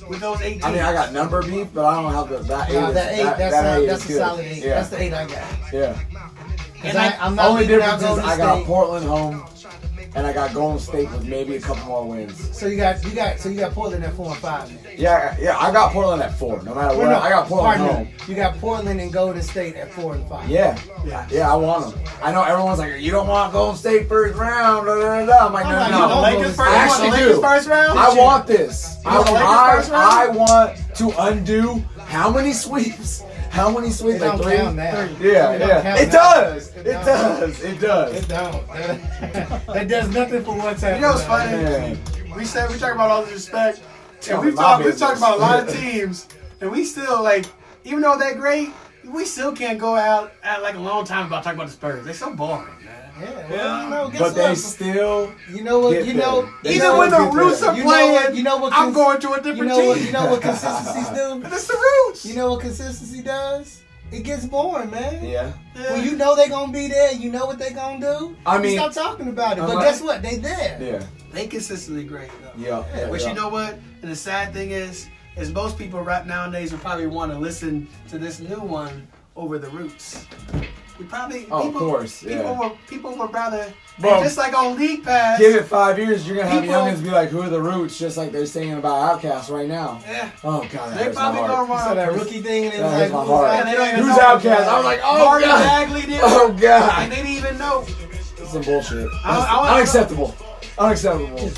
[SPEAKER 1] with those eighteen?
[SPEAKER 2] I mean, I got number beef, but I don't have the that eight.
[SPEAKER 3] Nah,
[SPEAKER 2] is-
[SPEAKER 3] that eight,
[SPEAKER 2] that,
[SPEAKER 3] that's,
[SPEAKER 2] that
[SPEAKER 3] a,
[SPEAKER 2] eight is
[SPEAKER 3] that's a
[SPEAKER 2] good.
[SPEAKER 3] solid eight.
[SPEAKER 2] Yeah,
[SPEAKER 3] That's the eight I got. 'Cause
[SPEAKER 2] yeah.
[SPEAKER 1] And
[SPEAKER 3] I,
[SPEAKER 1] like-
[SPEAKER 3] I'm not
[SPEAKER 2] Only
[SPEAKER 3] leaving out
[SPEAKER 2] difference is
[SPEAKER 3] Golden
[SPEAKER 2] I got
[SPEAKER 3] State.
[SPEAKER 2] Portland home, and I got Golden State with maybe a couple more wins.
[SPEAKER 3] So you got you got so you got Portland at four and five. Man.
[SPEAKER 2] Yeah, yeah, I got Portland at four. No matter what,
[SPEAKER 3] Well, no,
[SPEAKER 2] I got Portland
[SPEAKER 3] pardon
[SPEAKER 2] home.
[SPEAKER 3] me. You got Portland and Golden State at four and five.
[SPEAKER 2] Yeah, yeah, I want them. I know everyone's like, you don't want Golden State first round. Da, da, da, da. I'm like, no,
[SPEAKER 3] I'm like,
[SPEAKER 2] no,
[SPEAKER 1] You
[SPEAKER 2] no.
[SPEAKER 1] want
[SPEAKER 3] Lakers
[SPEAKER 1] Lakers
[SPEAKER 3] first-
[SPEAKER 1] first,
[SPEAKER 2] I
[SPEAKER 1] you want
[SPEAKER 2] actually
[SPEAKER 1] Lakers
[SPEAKER 2] do.
[SPEAKER 1] first round?
[SPEAKER 2] I want this. I,
[SPEAKER 1] want the Lakers first round?
[SPEAKER 2] I, I want to undo how many sweeps? How many sweeps?
[SPEAKER 3] It don't
[SPEAKER 2] like three?
[SPEAKER 3] count now.
[SPEAKER 2] Yeah,
[SPEAKER 3] It don't
[SPEAKER 2] yeah.
[SPEAKER 3] count
[SPEAKER 2] It
[SPEAKER 3] now.
[SPEAKER 2] does. It
[SPEAKER 3] It don't.
[SPEAKER 2] does. It does.
[SPEAKER 3] It don't. that does nothing for one time.
[SPEAKER 1] You know what's funny?
[SPEAKER 2] Man.
[SPEAKER 1] We said we talk about all the respect, and
[SPEAKER 2] Talking
[SPEAKER 1] we
[SPEAKER 2] my
[SPEAKER 1] talk we
[SPEAKER 2] business.
[SPEAKER 1] talk about a lot of teams, and we still like, even though they're great, we still can't go out at like a long time about talking about the Spurs. They're so boring. man.
[SPEAKER 3] Yeah, well, you know, guess
[SPEAKER 2] But they
[SPEAKER 3] what?
[SPEAKER 2] still.
[SPEAKER 3] you know what?
[SPEAKER 2] get
[SPEAKER 3] You know.
[SPEAKER 2] better. They
[SPEAKER 3] You
[SPEAKER 1] Even
[SPEAKER 3] know
[SPEAKER 2] still
[SPEAKER 1] when the
[SPEAKER 2] get better.
[SPEAKER 1] Roots are
[SPEAKER 3] You know
[SPEAKER 1] playing,
[SPEAKER 3] what- you know what
[SPEAKER 1] I'm
[SPEAKER 3] cons-
[SPEAKER 1] going to a
[SPEAKER 3] You
[SPEAKER 1] different
[SPEAKER 3] know what?
[SPEAKER 1] team.
[SPEAKER 3] You know what consistencies do?
[SPEAKER 1] But it's the Roots.
[SPEAKER 3] You know what consistency does? It gets boring, man.
[SPEAKER 2] Yeah.
[SPEAKER 1] Yeah.
[SPEAKER 3] When you know they're gonna be there, you know what they're gonna do.
[SPEAKER 2] I
[SPEAKER 3] you
[SPEAKER 2] mean-
[SPEAKER 3] stop talking about it.
[SPEAKER 2] I'm
[SPEAKER 3] But
[SPEAKER 2] like-
[SPEAKER 3] guess what? They there.
[SPEAKER 2] Yeah.
[SPEAKER 1] they consistently great though.
[SPEAKER 2] Yeah. yeah,
[SPEAKER 1] But
[SPEAKER 2] yeah.
[SPEAKER 1] you know what? And the sad thing is, is most people right nowadays would probably want to listen to this new one over the Roots. You probably
[SPEAKER 2] Oh, of
[SPEAKER 1] people,
[SPEAKER 2] course,
[SPEAKER 1] people
[SPEAKER 2] yeah.
[SPEAKER 1] would people would rather
[SPEAKER 2] Bro.
[SPEAKER 1] just like on League Pass.
[SPEAKER 2] Give it five years, you're gonna have
[SPEAKER 1] People-
[SPEAKER 2] youngins be like, "Who are the roots?" Just like they're singing about Outkast right now.
[SPEAKER 1] Yeah.
[SPEAKER 2] Oh god, that
[SPEAKER 1] They
[SPEAKER 2] hurts my
[SPEAKER 1] probably
[SPEAKER 2] heart.
[SPEAKER 1] gonna
[SPEAKER 3] saw
[SPEAKER 1] want
[SPEAKER 3] that rookie thing and it
[SPEAKER 2] That
[SPEAKER 3] was
[SPEAKER 2] hurts
[SPEAKER 3] like,
[SPEAKER 2] my
[SPEAKER 3] who's
[SPEAKER 2] heart.
[SPEAKER 3] out
[SPEAKER 1] they don't even
[SPEAKER 2] Who's
[SPEAKER 1] know.
[SPEAKER 2] Outkast? I was like, "Oh
[SPEAKER 1] Marvin
[SPEAKER 2] god,
[SPEAKER 1] Bagley did.
[SPEAKER 2] oh
[SPEAKER 1] And
[SPEAKER 2] god,
[SPEAKER 1] they didn't even know.
[SPEAKER 2] some bullshit.
[SPEAKER 1] I- I wanna-
[SPEAKER 2] Unacceptable, unacceptable.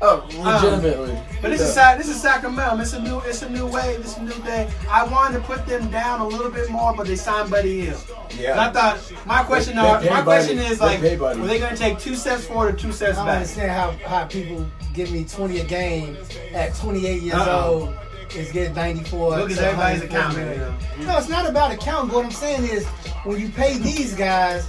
[SPEAKER 2] Oh, legitimately.
[SPEAKER 1] Um, But this is
[SPEAKER 2] Yeah.
[SPEAKER 1] Sac- this is Sacramento. It's a new it's a new wave. It's a new day. I wanted to put them down a little bit more, but they signed Buddy Hill.
[SPEAKER 2] Yeah.
[SPEAKER 1] And I thought my question
[SPEAKER 2] They-
[SPEAKER 1] are,
[SPEAKER 2] they
[SPEAKER 1] my
[SPEAKER 2] pay
[SPEAKER 1] question
[SPEAKER 2] Buddy.
[SPEAKER 1] is
[SPEAKER 2] They
[SPEAKER 1] like,
[SPEAKER 2] pay Buddy.
[SPEAKER 1] were they gonna take two steps forward or two steps
[SPEAKER 3] I don't
[SPEAKER 1] back?
[SPEAKER 3] understand how, how people give me 20 a game at 28 years
[SPEAKER 2] Uh-uh.
[SPEAKER 1] Uh-oh.
[SPEAKER 3] old is getting 94.
[SPEAKER 1] Look at
[SPEAKER 3] to
[SPEAKER 1] everybody's
[SPEAKER 3] 104
[SPEAKER 1] account,
[SPEAKER 3] million.
[SPEAKER 1] man.
[SPEAKER 3] No, it's not about accounting. What I'm saying is when you pay these guys,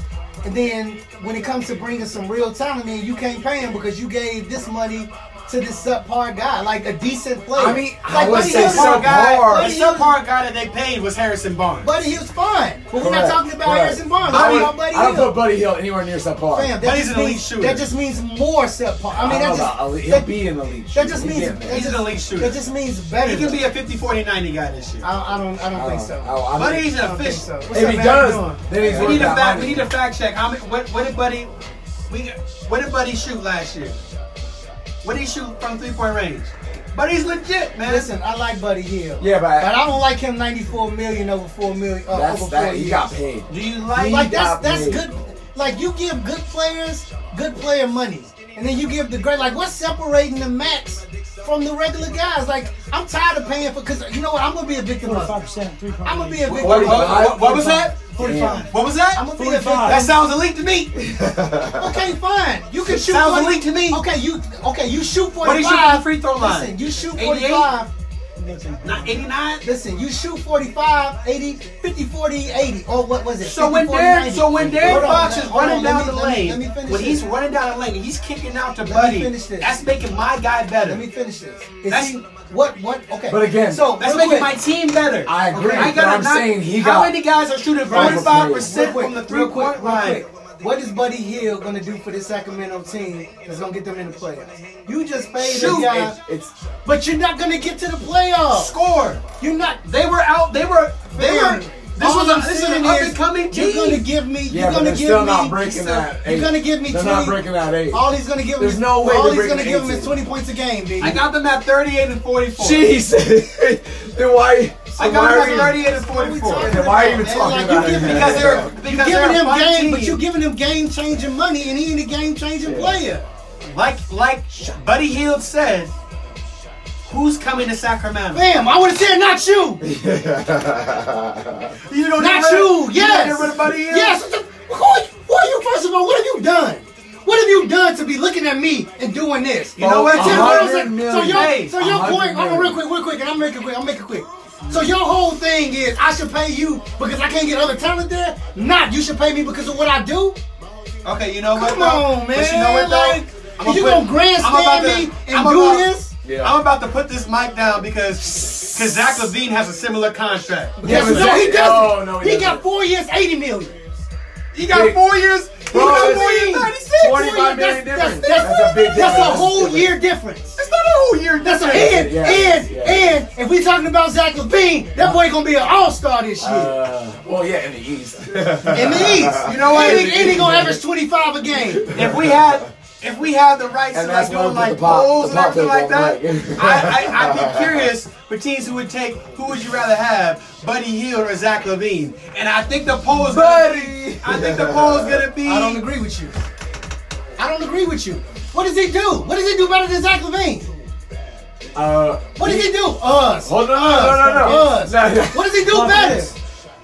[SPEAKER 3] and then when it comes to bringing some real talent in, you can't pay them because you gave this money to this subpar guy, like a decent player.
[SPEAKER 2] I mean, I
[SPEAKER 3] like,
[SPEAKER 2] wouldn't
[SPEAKER 3] Buddy
[SPEAKER 2] say
[SPEAKER 3] Hield's-
[SPEAKER 1] subpar guy,
[SPEAKER 3] Buddy
[SPEAKER 1] the
[SPEAKER 3] Hield's-
[SPEAKER 1] subpar guy that they paid was Harrison Barnes.
[SPEAKER 3] Buddy Hill's fine, but we're not
[SPEAKER 2] Correct,
[SPEAKER 3] talking about
[SPEAKER 2] correct.
[SPEAKER 3] Harrison Barnes.
[SPEAKER 1] I
[SPEAKER 3] We're
[SPEAKER 1] would-
[SPEAKER 3] talking about Buddy
[SPEAKER 2] I don't
[SPEAKER 3] Hield.
[SPEAKER 2] put Buddy Hill anywhere near subpar.
[SPEAKER 3] Fam,
[SPEAKER 1] But
[SPEAKER 3] that
[SPEAKER 1] he's
[SPEAKER 3] just,
[SPEAKER 1] an elite
[SPEAKER 3] means,
[SPEAKER 1] shooter.
[SPEAKER 3] that just means more subpar.
[SPEAKER 2] I
[SPEAKER 3] I mean,
[SPEAKER 2] don't
[SPEAKER 3] that
[SPEAKER 2] know
[SPEAKER 3] just,
[SPEAKER 2] about elite.
[SPEAKER 3] that,
[SPEAKER 2] He'll be in elite.
[SPEAKER 3] that just
[SPEAKER 2] He's
[SPEAKER 3] means
[SPEAKER 2] getting
[SPEAKER 3] that
[SPEAKER 2] there.
[SPEAKER 1] He's an
[SPEAKER 3] just,
[SPEAKER 1] elite shooter.
[SPEAKER 3] That just means better.
[SPEAKER 1] he can be a 50-40-90 guy this year.
[SPEAKER 3] I, I don't. I don't think so.
[SPEAKER 2] I- I-
[SPEAKER 1] But he's
[SPEAKER 3] I
[SPEAKER 1] an
[SPEAKER 3] don't think
[SPEAKER 1] official.
[SPEAKER 3] so. What's
[SPEAKER 2] If
[SPEAKER 3] up,
[SPEAKER 2] he
[SPEAKER 3] man? How
[SPEAKER 2] does,
[SPEAKER 3] you doing?
[SPEAKER 2] then he's
[SPEAKER 1] We
[SPEAKER 2] worth
[SPEAKER 1] need a
[SPEAKER 2] that
[SPEAKER 1] fact. We
[SPEAKER 2] money.
[SPEAKER 1] need a fact check. How many? What? What did Buddy? We what did Buddy shoot last year? What did he shoot from three point range? Buddy's legit, man.
[SPEAKER 3] Listen, I like Buddy Hill.
[SPEAKER 2] Yeah, but-
[SPEAKER 3] I don't like him 94 million over four million. Uh,
[SPEAKER 2] That's
[SPEAKER 3] over four
[SPEAKER 2] that.
[SPEAKER 3] years.
[SPEAKER 2] He got paid.
[SPEAKER 1] do you like?
[SPEAKER 3] Like that's
[SPEAKER 2] got
[SPEAKER 3] that's
[SPEAKER 2] paid.
[SPEAKER 3] good. Like you give good players good player money, and then you give the great. Like what's separating the max from the regular guys? Like I'm tired of paying for because you know what? I'm gonna be a victim of.
[SPEAKER 4] Forty-five percent, three point.
[SPEAKER 3] I'm gonna be a victim.
[SPEAKER 2] Forty-
[SPEAKER 1] what,
[SPEAKER 3] of
[SPEAKER 1] what- what was that?
[SPEAKER 4] Forty-five.
[SPEAKER 1] What was that?
[SPEAKER 3] I'm gonna be a victim.
[SPEAKER 4] 45.
[SPEAKER 1] that sounds elite to me.
[SPEAKER 3] Okay, fine. You can shoot.
[SPEAKER 1] Sounds
[SPEAKER 3] 40
[SPEAKER 1] elite to me.
[SPEAKER 3] Okay, you okay? You shoot
[SPEAKER 1] What did he
[SPEAKER 3] 45.
[SPEAKER 1] shoot from the free throw line?
[SPEAKER 3] Listen, you shoot
[SPEAKER 1] 88?
[SPEAKER 3] 45.
[SPEAKER 1] Not 89.
[SPEAKER 3] Listen, you shoot 45, 80, 50, 40, 80. Or Oh, what was it?
[SPEAKER 1] So
[SPEAKER 3] 50,
[SPEAKER 1] when
[SPEAKER 3] 40,
[SPEAKER 1] Darren,
[SPEAKER 3] 90.
[SPEAKER 1] so when Darren
[SPEAKER 3] Hold on,
[SPEAKER 1] Fox is
[SPEAKER 3] hold on,
[SPEAKER 1] running
[SPEAKER 3] let
[SPEAKER 1] down
[SPEAKER 3] me-
[SPEAKER 1] the
[SPEAKER 3] let me-
[SPEAKER 1] lane,
[SPEAKER 3] Let me finish
[SPEAKER 1] when he's
[SPEAKER 3] this.
[SPEAKER 1] running down the lane, and he's kicking out to
[SPEAKER 3] me
[SPEAKER 1] Buddy.
[SPEAKER 3] finish this.
[SPEAKER 1] That's making my guy better.
[SPEAKER 3] Let me finish this. Is
[SPEAKER 1] That's-
[SPEAKER 3] he, what, what, okay.
[SPEAKER 2] But again,
[SPEAKER 3] so
[SPEAKER 1] That's
[SPEAKER 3] real
[SPEAKER 1] making
[SPEAKER 3] quick,
[SPEAKER 1] my team better.
[SPEAKER 2] I agree,
[SPEAKER 1] I
[SPEAKER 2] but
[SPEAKER 1] gotta
[SPEAKER 2] I'm
[SPEAKER 1] knock-
[SPEAKER 2] saying he
[SPEAKER 1] how
[SPEAKER 2] got-
[SPEAKER 1] many guys are shooting
[SPEAKER 2] Right.
[SPEAKER 1] 45
[SPEAKER 3] real
[SPEAKER 1] percent
[SPEAKER 3] quick,
[SPEAKER 1] from the
[SPEAKER 3] real
[SPEAKER 1] three
[SPEAKER 3] quick,
[SPEAKER 1] point
[SPEAKER 3] real
[SPEAKER 1] line?
[SPEAKER 3] quick. What is Buddy Hill gonna do for this Sacramento team that's gonna get them in the playoffs? You just paid
[SPEAKER 1] Shoot.
[SPEAKER 3] a guy,
[SPEAKER 2] It- It's
[SPEAKER 3] but you're not gonna get to the playoffs.
[SPEAKER 1] Score.
[SPEAKER 3] You're not.
[SPEAKER 1] They were out. They were. They were. This
[SPEAKER 3] All
[SPEAKER 1] was
[SPEAKER 3] I'm
[SPEAKER 1] a, this is
[SPEAKER 3] saying
[SPEAKER 1] an up and coming
[SPEAKER 3] You're gonna
[SPEAKER 1] team.
[SPEAKER 3] give me.
[SPEAKER 2] yeah, but
[SPEAKER 3] You're gonna
[SPEAKER 2] they're
[SPEAKER 3] give
[SPEAKER 2] still
[SPEAKER 3] me.
[SPEAKER 2] not breaking that.
[SPEAKER 3] You're
[SPEAKER 2] eight.
[SPEAKER 3] gonna give me
[SPEAKER 2] They're
[SPEAKER 3] 20.
[SPEAKER 2] not breaking that eight.
[SPEAKER 3] All he's gonna give
[SPEAKER 2] There's
[SPEAKER 3] is
[SPEAKER 2] no way
[SPEAKER 3] all
[SPEAKER 2] they're
[SPEAKER 3] he's gonna
[SPEAKER 2] breaking
[SPEAKER 3] give him
[SPEAKER 2] 18.
[SPEAKER 3] is 20 points a game, B.
[SPEAKER 1] I got them at 38 and 44.
[SPEAKER 2] Jeez, then why?
[SPEAKER 1] I
[SPEAKER 2] then why
[SPEAKER 1] got
[SPEAKER 2] are
[SPEAKER 1] them
[SPEAKER 2] you-
[SPEAKER 1] at 38 and
[SPEAKER 3] talking
[SPEAKER 1] 44.
[SPEAKER 2] Then why are you even
[SPEAKER 3] Man,
[SPEAKER 2] talking
[SPEAKER 3] like, you
[SPEAKER 2] about
[SPEAKER 3] give-
[SPEAKER 2] it?
[SPEAKER 1] Because they're
[SPEAKER 2] Yeah.
[SPEAKER 1] because
[SPEAKER 3] you're
[SPEAKER 1] they're
[SPEAKER 3] giving
[SPEAKER 1] a
[SPEAKER 3] him
[SPEAKER 1] fun
[SPEAKER 3] game,
[SPEAKER 1] team.
[SPEAKER 3] but you're giving him game changing money, and he ain't a game changing player.
[SPEAKER 1] like like Buddy Hield said. Who's coming to Sacramento?
[SPEAKER 3] Bam! I would have said not you,
[SPEAKER 1] You don't get
[SPEAKER 3] not
[SPEAKER 1] rid of-
[SPEAKER 3] you.
[SPEAKER 1] You don't
[SPEAKER 3] Yes.
[SPEAKER 1] get rid of Buddy Hield.
[SPEAKER 3] Yes. What the- Who? are you- Who are you? First of all, what have you done? What have you done to be looking at me and doing this?
[SPEAKER 1] You know what?
[SPEAKER 2] A
[SPEAKER 3] Tim
[SPEAKER 2] hundred
[SPEAKER 3] Wilson- So
[SPEAKER 2] million.
[SPEAKER 1] Hey,
[SPEAKER 3] your so
[SPEAKER 2] a
[SPEAKER 3] your
[SPEAKER 2] hundred
[SPEAKER 3] point. Hold on,
[SPEAKER 2] million.
[SPEAKER 3] real quick, real quick, and I'm making quick. I'm making quick. So your whole thing is I should pay you because I can't get other talent there. Not you should pay me because of what I do.
[SPEAKER 1] Okay, you know what?
[SPEAKER 3] Come
[SPEAKER 1] though?
[SPEAKER 3] on,
[SPEAKER 1] But you
[SPEAKER 3] man,
[SPEAKER 1] know what, though?
[SPEAKER 3] like,
[SPEAKER 1] I'ma
[SPEAKER 3] you
[SPEAKER 1] put-
[SPEAKER 3] gonna grandstand
[SPEAKER 1] I'm about
[SPEAKER 3] me and
[SPEAKER 1] I'm
[SPEAKER 3] do
[SPEAKER 1] about-
[SPEAKER 3] this?
[SPEAKER 2] Yeah.
[SPEAKER 1] I'm about to put this mic down because because Zach Levine has a similar contract.
[SPEAKER 2] Yeah,
[SPEAKER 3] Yes,
[SPEAKER 2] but
[SPEAKER 3] no,
[SPEAKER 2] that-
[SPEAKER 3] he doesn't.
[SPEAKER 2] oh, no, he
[SPEAKER 3] he got
[SPEAKER 2] doesn't.
[SPEAKER 3] four years, eighty million.
[SPEAKER 1] He got
[SPEAKER 2] Wait.
[SPEAKER 1] four years. He
[SPEAKER 2] Bro,
[SPEAKER 1] got
[SPEAKER 2] it's
[SPEAKER 1] four years. Ninety six.
[SPEAKER 2] 25 million
[SPEAKER 3] That's,
[SPEAKER 2] difference.
[SPEAKER 3] that's, that's,
[SPEAKER 2] That's a big
[SPEAKER 3] that's a
[SPEAKER 2] difference.
[SPEAKER 3] whole year difference.
[SPEAKER 1] It's not a whole year.
[SPEAKER 3] That's a
[SPEAKER 1] difference.
[SPEAKER 3] and
[SPEAKER 2] Yeah,
[SPEAKER 3] and
[SPEAKER 2] yeah.
[SPEAKER 3] and if we talking about Zach Levine, that boy gonna be an all star this year.
[SPEAKER 2] Uh, well, yeah, in the East.
[SPEAKER 3] in the East,
[SPEAKER 1] You know what?
[SPEAKER 3] And he, and he gonna average twenty five a game.
[SPEAKER 1] If we had. If we had the rights to
[SPEAKER 2] And
[SPEAKER 1] like
[SPEAKER 2] that's why
[SPEAKER 1] doing
[SPEAKER 2] we put
[SPEAKER 1] like
[SPEAKER 2] the pop-
[SPEAKER 1] polls
[SPEAKER 2] the
[SPEAKER 1] and everything like
[SPEAKER 2] pop
[SPEAKER 1] that,
[SPEAKER 2] filter on
[SPEAKER 1] I, I, I'd be curious for teams who would take who would you rather have, Buddy Hield or Zach Levine? And I think the poll is gonna be,
[SPEAKER 2] Buddy!
[SPEAKER 1] I think the poll is gonna be
[SPEAKER 3] I don't agree with you. I don't agree with you. What does he do? What does he do better than Zach Levine?
[SPEAKER 2] Uh,
[SPEAKER 3] What does he do? Us.
[SPEAKER 2] hold on, no, no, no.
[SPEAKER 3] Us.
[SPEAKER 2] No, no.
[SPEAKER 3] What does he do
[SPEAKER 4] Buckets.
[SPEAKER 3] better?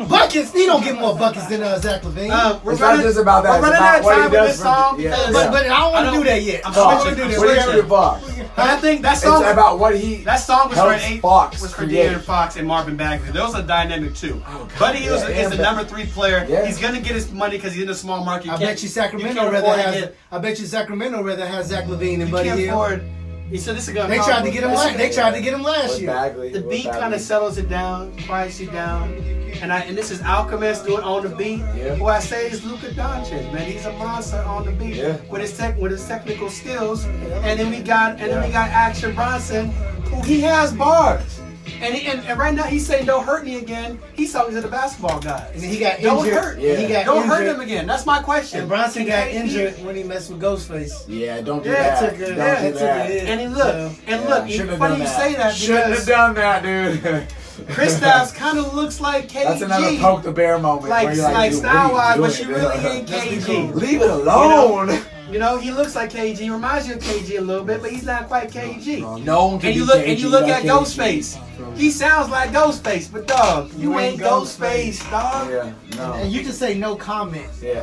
[SPEAKER 3] Buckets. He don't get more buckets than uh, Zach Levine.
[SPEAKER 1] Uh, we're
[SPEAKER 2] It's not
[SPEAKER 1] running,
[SPEAKER 2] just about that,
[SPEAKER 1] We're running
[SPEAKER 2] it's about
[SPEAKER 1] out of
[SPEAKER 2] what he
[SPEAKER 1] time with
[SPEAKER 2] does
[SPEAKER 1] this
[SPEAKER 2] for-
[SPEAKER 1] song
[SPEAKER 2] yeah,
[SPEAKER 1] because,
[SPEAKER 3] but, but I don't
[SPEAKER 1] I
[SPEAKER 3] want to
[SPEAKER 1] don't-
[SPEAKER 3] do that yet.
[SPEAKER 1] I'm
[SPEAKER 3] I don't
[SPEAKER 1] switching-
[SPEAKER 3] want to do
[SPEAKER 1] I'm switching.
[SPEAKER 2] What do
[SPEAKER 3] that.
[SPEAKER 2] you
[SPEAKER 3] Wait,
[SPEAKER 2] have
[SPEAKER 3] wait,
[SPEAKER 2] with Fox?
[SPEAKER 1] but I think that
[SPEAKER 2] It's
[SPEAKER 1] song
[SPEAKER 2] about what he.
[SPEAKER 1] that song was for
[SPEAKER 2] helps
[SPEAKER 1] eight,
[SPEAKER 2] Fox
[SPEAKER 1] was for
[SPEAKER 2] create. Oh,
[SPEAKER 1] De'Aaron Fox and Marvin Bagley. Those are dynamic too.
[SPEAKER 2] God,
[SPEAKER 1] Buddy Hughes
[SPEAKER 2] yeah,
[SPEAKER 1] is
[SPEAKER 2] and
[SPEAKER 1] the
[SPEAKER 2] Ba-
[SPEAKER 1] number three player.
[SPEAKER 2] Yeah.
[SPEAKER 1] He's gonna get his money because he's in a small market.
[SPEAKER 3] I
[SPEAKER 1] can't-
[SPEAKER 3] bet you
[SPEAKER 1] you
[SPEAKER 3] Sacramento
[SPEAKER 1] can't
[SPEAKER 3] rather
[SPEAKER 1] afford to
[SPEAKER 3] has.
[SPEAKER 1] get-
[SPEAKER 3] I bet you Sacramento rather has Zach Levine and
[SPEAKER 1] You
[SPEAKER 3] Buddy
[SPEAKER 1] can't
[SPEAKER 3] Hill.
[SPEAKER 1] afford. He said this is gonna.
[SPEAKER 3] They
[SPEAKER 1] cost
[SPEAKER 3] tried to
[SPEAKER 1] me.
[SPEAKER 3] get him. Last, they tried to get him last
[SPEAKER 2] With
[SPEAKER 3] year.
[SPEAKER 2] Bagley,
[SPEAKER 1] The
[SPEAKER 2] with
[SPEAKER 1] beat
[SPEAKER 2] Bagley.
[SPEAKER 1] kind of settles it down, quiets you down, and I and this is Alchemist doing on the beat.
[SPEAKER 2] Yeah.
[SPEAKER 1] Who I say is Luka Doncic, man. He's a monster on the beat
[SPEAKER 2] Yeah.
[SPEAKER 1] with his tech with his technical skills. And then we got and then we got Action Bronson, who he has bars. And, he, and and right now he's saying don't hurt me again. He's talking to the basketball guys.
[SPEAKER 3] And he got
[SPEAKER 1] Don't
[SPEAKER 3] injured.
[SPEAKER 1] hurt.
[SPEAKER 2] Yeah.
[SPEAKER 3] He got
[SPEAKER 1] don't
[SPEAKER 3] injured.
[SPEAKER 1] hurt him again. That's my question.
[SPEAKER 3] And Bronson
[SPEAKER 1] He
[SPEAKER 3] got
[SPEAKER 1] can't- he-
[SPEAKER 3] injured when he messed with Ghostface.
[SPEAKER 2] Yeah, don't do
[SPEAKER 1] Yeah,
[SPEAKER 2] that.
[SPEAKER 3] took a-
[SPEAKER 2] don't
[SPEAKER 3] yeah,
[SPEAKER 2] do
[SPEAKER 3] took a
[SPEAKER 2] that.
[SPEAKER 3] hit.
[SPEAKER 1] And he look
[SPEAKER 3] So,
[SPEAKER 1] and
[SPEAKER 2] yeah,
[SPEAKER 1] look.
[SPEAKER 2] shouldn't have
[SPEAKER 1] Funny
[SPEAKER 2] done
[SPEAKER 1] you
[SPEAKER 2] that.
[SPEAKER 1] say that
[SPEAKER 2] Shouldn't have
[SPEAKER 1] because
[SPEAKER 2] done that, dude.
[SPEAKER 1] Kristaps kind of looks like KG.
[SPEAKER 2] That's another poke the bear moment.
[SPEAKER 1] Like-
[SPEAKER 2] where you're
[SPEAKER 1] like
[SPEAKER 2] dude, what
[SPEAKER 1] style
[SPEAKER 2] are you
[SPEAKER 1] wise, but
[SPEAKER 2] doing?
[SPEAKER 1] she really ain't
[SPEAKER 2] Just leave
[SPEAKER 1] KG.
[SPEAKER 2] it- Leave it alone.
[SPEAKER 1] You know, he looks like KG. Reminds you of KG a little bit, but he's not quite KG.
[SPEAKER 2] No one can
[SPEAKER 1] And you
[SPEAKER 2] be
[SPEAKER 1] look
[SPEAKER 2] KG
[SPEAKER 1] and you look
[SPEAKER 2] like
[SPEAKER 1] at
[SPEAKER 2] KG.
[SPEAKER 1] Ghostface. He sounds like Ghostface, but dog, you,
[SPEAKER 3] You
[SPEAKER 1] ain't
[SPEAKER 3] ain't
[SPEAKER 1] Ghostface, dog. Yeah,
[SPEAKER 2] Yeah, no.
[SPEAKER 3] And you just say no comment.
[SPEAKER 2] Yeah.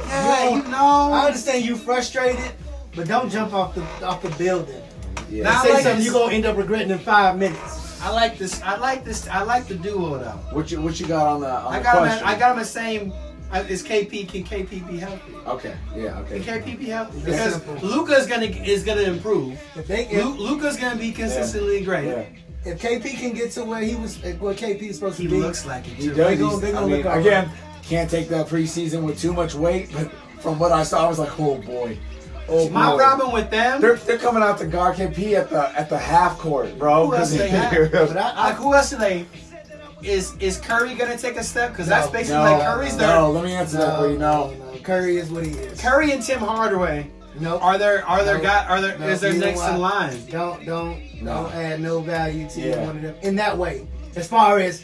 [SPEAKER 1] you know.
[SPEAKER 3] I understand you frustrated, but don't jump off the off the building.
[SPEAKER 2] yeah.
[SPEAKER 1] Nah, I
[SPEAKER 3] Say
[SPEAKER 1] like
[SPEAKER 3] something
[SPEAKER 1] this.
[SPEAKER 3] you're gonna end up regretting in five minutes.
[SPEAKER 1] I like this. I like this. I like the duo though.
[SPEAKER 2] What you what you got on the on
[SPEAKER 1] I
[SPEAKER 2] the
[SPEAKER 1] got him. At,
[SPEAKER 2] question?
[SPEAKER 1] I got him the same. uh, Is KP can KP be healthy?
[SPEAKER 2] Okay. Yeah.
[SPEAKER 1] Can
[SPEAKER 2] Okay.
[SPEAKER 1] KP be healthy?
[SPEAKER 3] That's
[SPEAKER 1] Because
[SPEAKER 3] simple.
[SPEAKER 1] Luca is gonna is gonna improve.
[SPEAKER 3] If they
[SPEAKER 1] Lu,
[SPEAKER 3] if,
[SPEAKER 1] Luca's gonna be consistently great.
[SPEAKER 2] Yeah.
[SPEAKER 3] if KP can get to where he was, where KP is supposed
[SPEAKER 1] He
[SPEAKER 3] to be,
[SPEAKER 1] looks like it
[SPEAKER 2] He
[SPEAKER 1] too.
[SPEAKER 2] does.
[SPEAKER 3] gonna-
[SPEAKER 2] He's-
[SPEAKER 3] they
[SPEAKER 2] I
[SPEAKER 3] gonna
[SPEAKER 2] mean,
[SPEAKER 3] look all
[SPEAKER 2] again, can't take that preseason with too much weight. But from what I saw, I was like, oh boy. Oh
[SPEAKER 1] My
[SPEAKER 2] boy.
[SPEAKER 1] problem with them.
[SPEAKER 2] They're, they're coming out to guard KP at the at the half court, bro.
[SPEAKER 1] Who else they have?
[SPEAKER 3] but I,
[SPEAKER 1] Like
[SPEAKER 3] I,
[SPEAKER 1] who else do they? Is is Curry gonna take a step? Because that's basically
[SPEAKER 2] no,
[SPEAKER 1] like Curry's their
[SPEAKER 2] no, let me answer that for you. No,
[SPEAKER 3] no, Curry is what he is.
[SPEAKER 1] Curry and Tim Hardaway
[SPEAKER 3] no,
[SPEAKER 1] are there are there
[SPEAKER 3] No.
[SPEAKER 1] guy are there
[SPEAKER 3] No,
[SPEAKER 1] is their
[SPEAKER 3] you know
[SPEAKER 1] next
[SPEAKER 3] why?
[SPEAKER 1] in line.
[SPEAKER 3] Don't don't
[SPEAKER 2] No.
[SPEAKER 3] don't add no value to
[SPEAKER 2] Yeah.
[SPEAKER 3] one of them in that way. As far as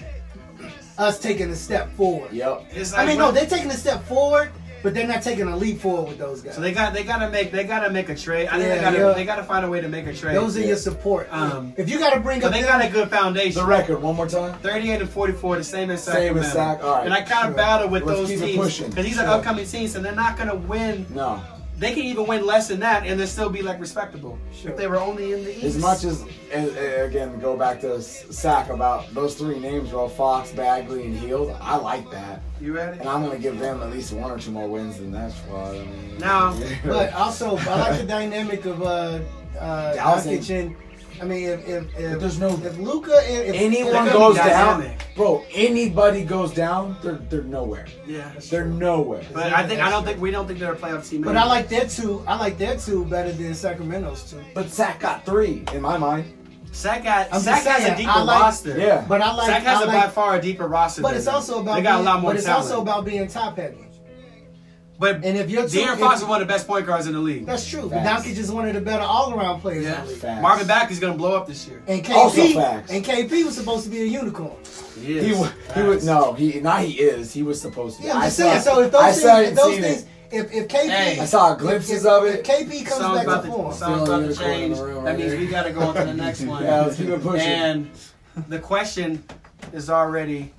[SPEAKER 3] us taking a step forward.
[SPEAKER 2] Yep.
[SPEAKER 1] It's
[SPEAKER 3] I
[SPEAKER 1] like
[SPEAKER 3] mean, no,
[SPEAKER 1] what-
[SPEAKER 3] they're taking a step forward, but they're not taking a leap forward with those guys.
[SPEAKER 1] so they got they gotta make they gotta make a trade. I think they
[SPEAKER 3] Yeah,
[SPEAKER 1] gotta
[SPEAKER 3] yeah.
[SPEAKER 1] they gotta find a way to make a trade.
[SPEAKER 3] those are your support.
[SPEAKER 1] Um,
[SPEAKER 3] if you got to bring
[SPEAKER 1] but
[SPEAKER 3] up,
[SPEAKER 1] they
[SPEAKER 3] them-
[SPEAKER 1] got a good
[SPEAKER 2] The
[SPEAKER 1] foundation.
[SPEAKER 2] record one more time.
[SPEAKER 1] 38 and 44, the same as
[SPEAKER 2] Same
[SPEAKER 1] Sacramento.
[SPEAKER 2] as Sac- all right.
[SPEAKER 1] And I kind of
[SPEAKER 2] Sure.
[SPEAKER 1] battle with
[SPEAKER 2] Let's
[SPEAKER 1] those
[SPEAKER 2] keep it
[SPEAKER 1] teams
[SPEAKER 2] pushing.
[SPEAKER 1] because these are
[SPEAKER 2] Sure.
[SPEAKER 1] upcoming teams, and they're not going to win.
[SPEAKER 2] No,
[SPEAKER 1] They can even win less than that, and they'll still be like respectable
[SPEAKER 3] Sure.
[SPEAKER 1] if they were only in the East.
[SPEAKER 2] as much as, as again go back to Sack about those three names, bro. Fox, Bagley, and Heald. I like that,
[SPEAKER 1] you ready?
[SPEAKER 2] and I'm gonna give them at least one or two more wins than that squad. I mean,
[SPEAKER 1] Now,
[SPEAKER 3] but also I like the dynamic of uh, uh,
[SPEAKER 2] Dallas ain't-
[SPEAKER 3] Jokic and I mean, if if, if
[SPEAKER 2] there's no-
[SPEAKER 3] if Luca and if
[SPEAKER 2] anyone
[SPEAKER 1] They're gonna
[SPEAKER 2] goes
[SPEAKER 1] be
[SPEAKER 2] down,
[SPEAKER 1] dynamic.
[SPEAKER 2] bro. Anybody goes down, they're they're nowhere.
[SPEAKER 1] yeah.
[SPEAKER 2] They're nowhere.
[SPEAKER 1] But I think I don't think we don't think they're a playoff team.
[SPEAKER 3] But I like their two. I like their two better than Sacramento's two.
[SPEAKER 2] But Sack got three in my mind.
[SPEAKER 1] Sack got
[SPEAKER 3] I'm
[SPEAKER 1] Sack
[SPEAKER 3] just
[SPEAKER 1] has a
[SPEAKER 3] saying,
[SPEAKER 1] deeper
[SPEAKER 3] I like-
[SPEAKER 1] roster.
[SPEAKER 2] Yeah.
[SPEAKER 3] But I like.
[SPEAKER 1] Sack has
[SPEAKER 3] I
[SPEAKER 1] a
[SPEAKER 3] like,
[SPEAKER 1] by far a deeper roster.
[SPEAKER 3] But
[SPEAKER 1] than
[SPEAKER 3] it's
[SPEAKER 1] them.
[SPEAKER 3] also about
[SPEAKER 1] they got
[SPEAKER 3] being,
[SPEAKER 1] a lot more
[SPEAKER 3] But it's
[SPEAKER 1] talent.
[SPEAKER 3] also about being top heavy.
[SPEAKER 1] but
[SPEAKER 3] and if you're too-
[SPEAKER 1] De'Aaron
[SPEAKER 3] if-
[SPEAKER 1] Fox is one of the best point guards in the league.
[SPEAKER 3] That's true.
[SPEAKER 2] Facts.
[SPEAKER 3] But Doncic is one of the better all around players
[SPEAKER 1] Yeah.
[SPEAKER 3] in the league.
[SPEAKER 2] Facts.
[SPEAKER 1] Marvin Back is gonna blow up this year.
[SPEAKER 3] And KP,
[SPEAKER 2] Also facts.
[SPEAKER 3] and KP was supposed to be a unicorn.
[SPEAKER 1] He,
[SPEAKER 2] He wa- he was no he not he is he was supposed to.
[SPEAKER 3] Yeah, I'm
[SPEAKER 2] I
[SPEAKER 3] just
[SPEAKER 2] saw-
[SPEAKER 3] saying. So if
[SPEAKER 2] I
[SPEAKER 3] those
[SPEAKER 2] saw
[SPEAKER 3] things,
[SPEAKER 2] it
[SPEAKER 3] if
[SPEAKER 2] and
[SPEAKER 3] those
[SPEAKER 2] seen
[SPEAKER 3] things,
[SPEAKER 2] it.
[SPEAKER 3] if if KP,
[SPEAKER 1] Hey.
[SPEAKER 2] I saw glimpses of
[SPEAKER 3] if
[SPEAKER 2] it.
[SPEAKER 3] KP comes
[SPEAKER 1] Song's
[SPEAKER 3] back
[SPEAKER 1] about
[SPEAKER 3] to
[SPEAKER 1] to,
[SPEAKER 3] form,
[SPEAKER 1] song's
[SPEAKER 2] Feeling
[SPEAKER 1] about to
[SPEAKER 2] unicorn in the
[SPEAKER 1] change.
[SPEAKER 2] room
[SPEAKER 1] that
[SPEAKER 2] right
[SPEAKER 1] means
[SPEAKER 2] there.
[SPEAKER 1] we gotta go on to the next one.
[SPEAKER 2] Yeah, let's keep it pushing.
[SPEAKER 1] And the question is already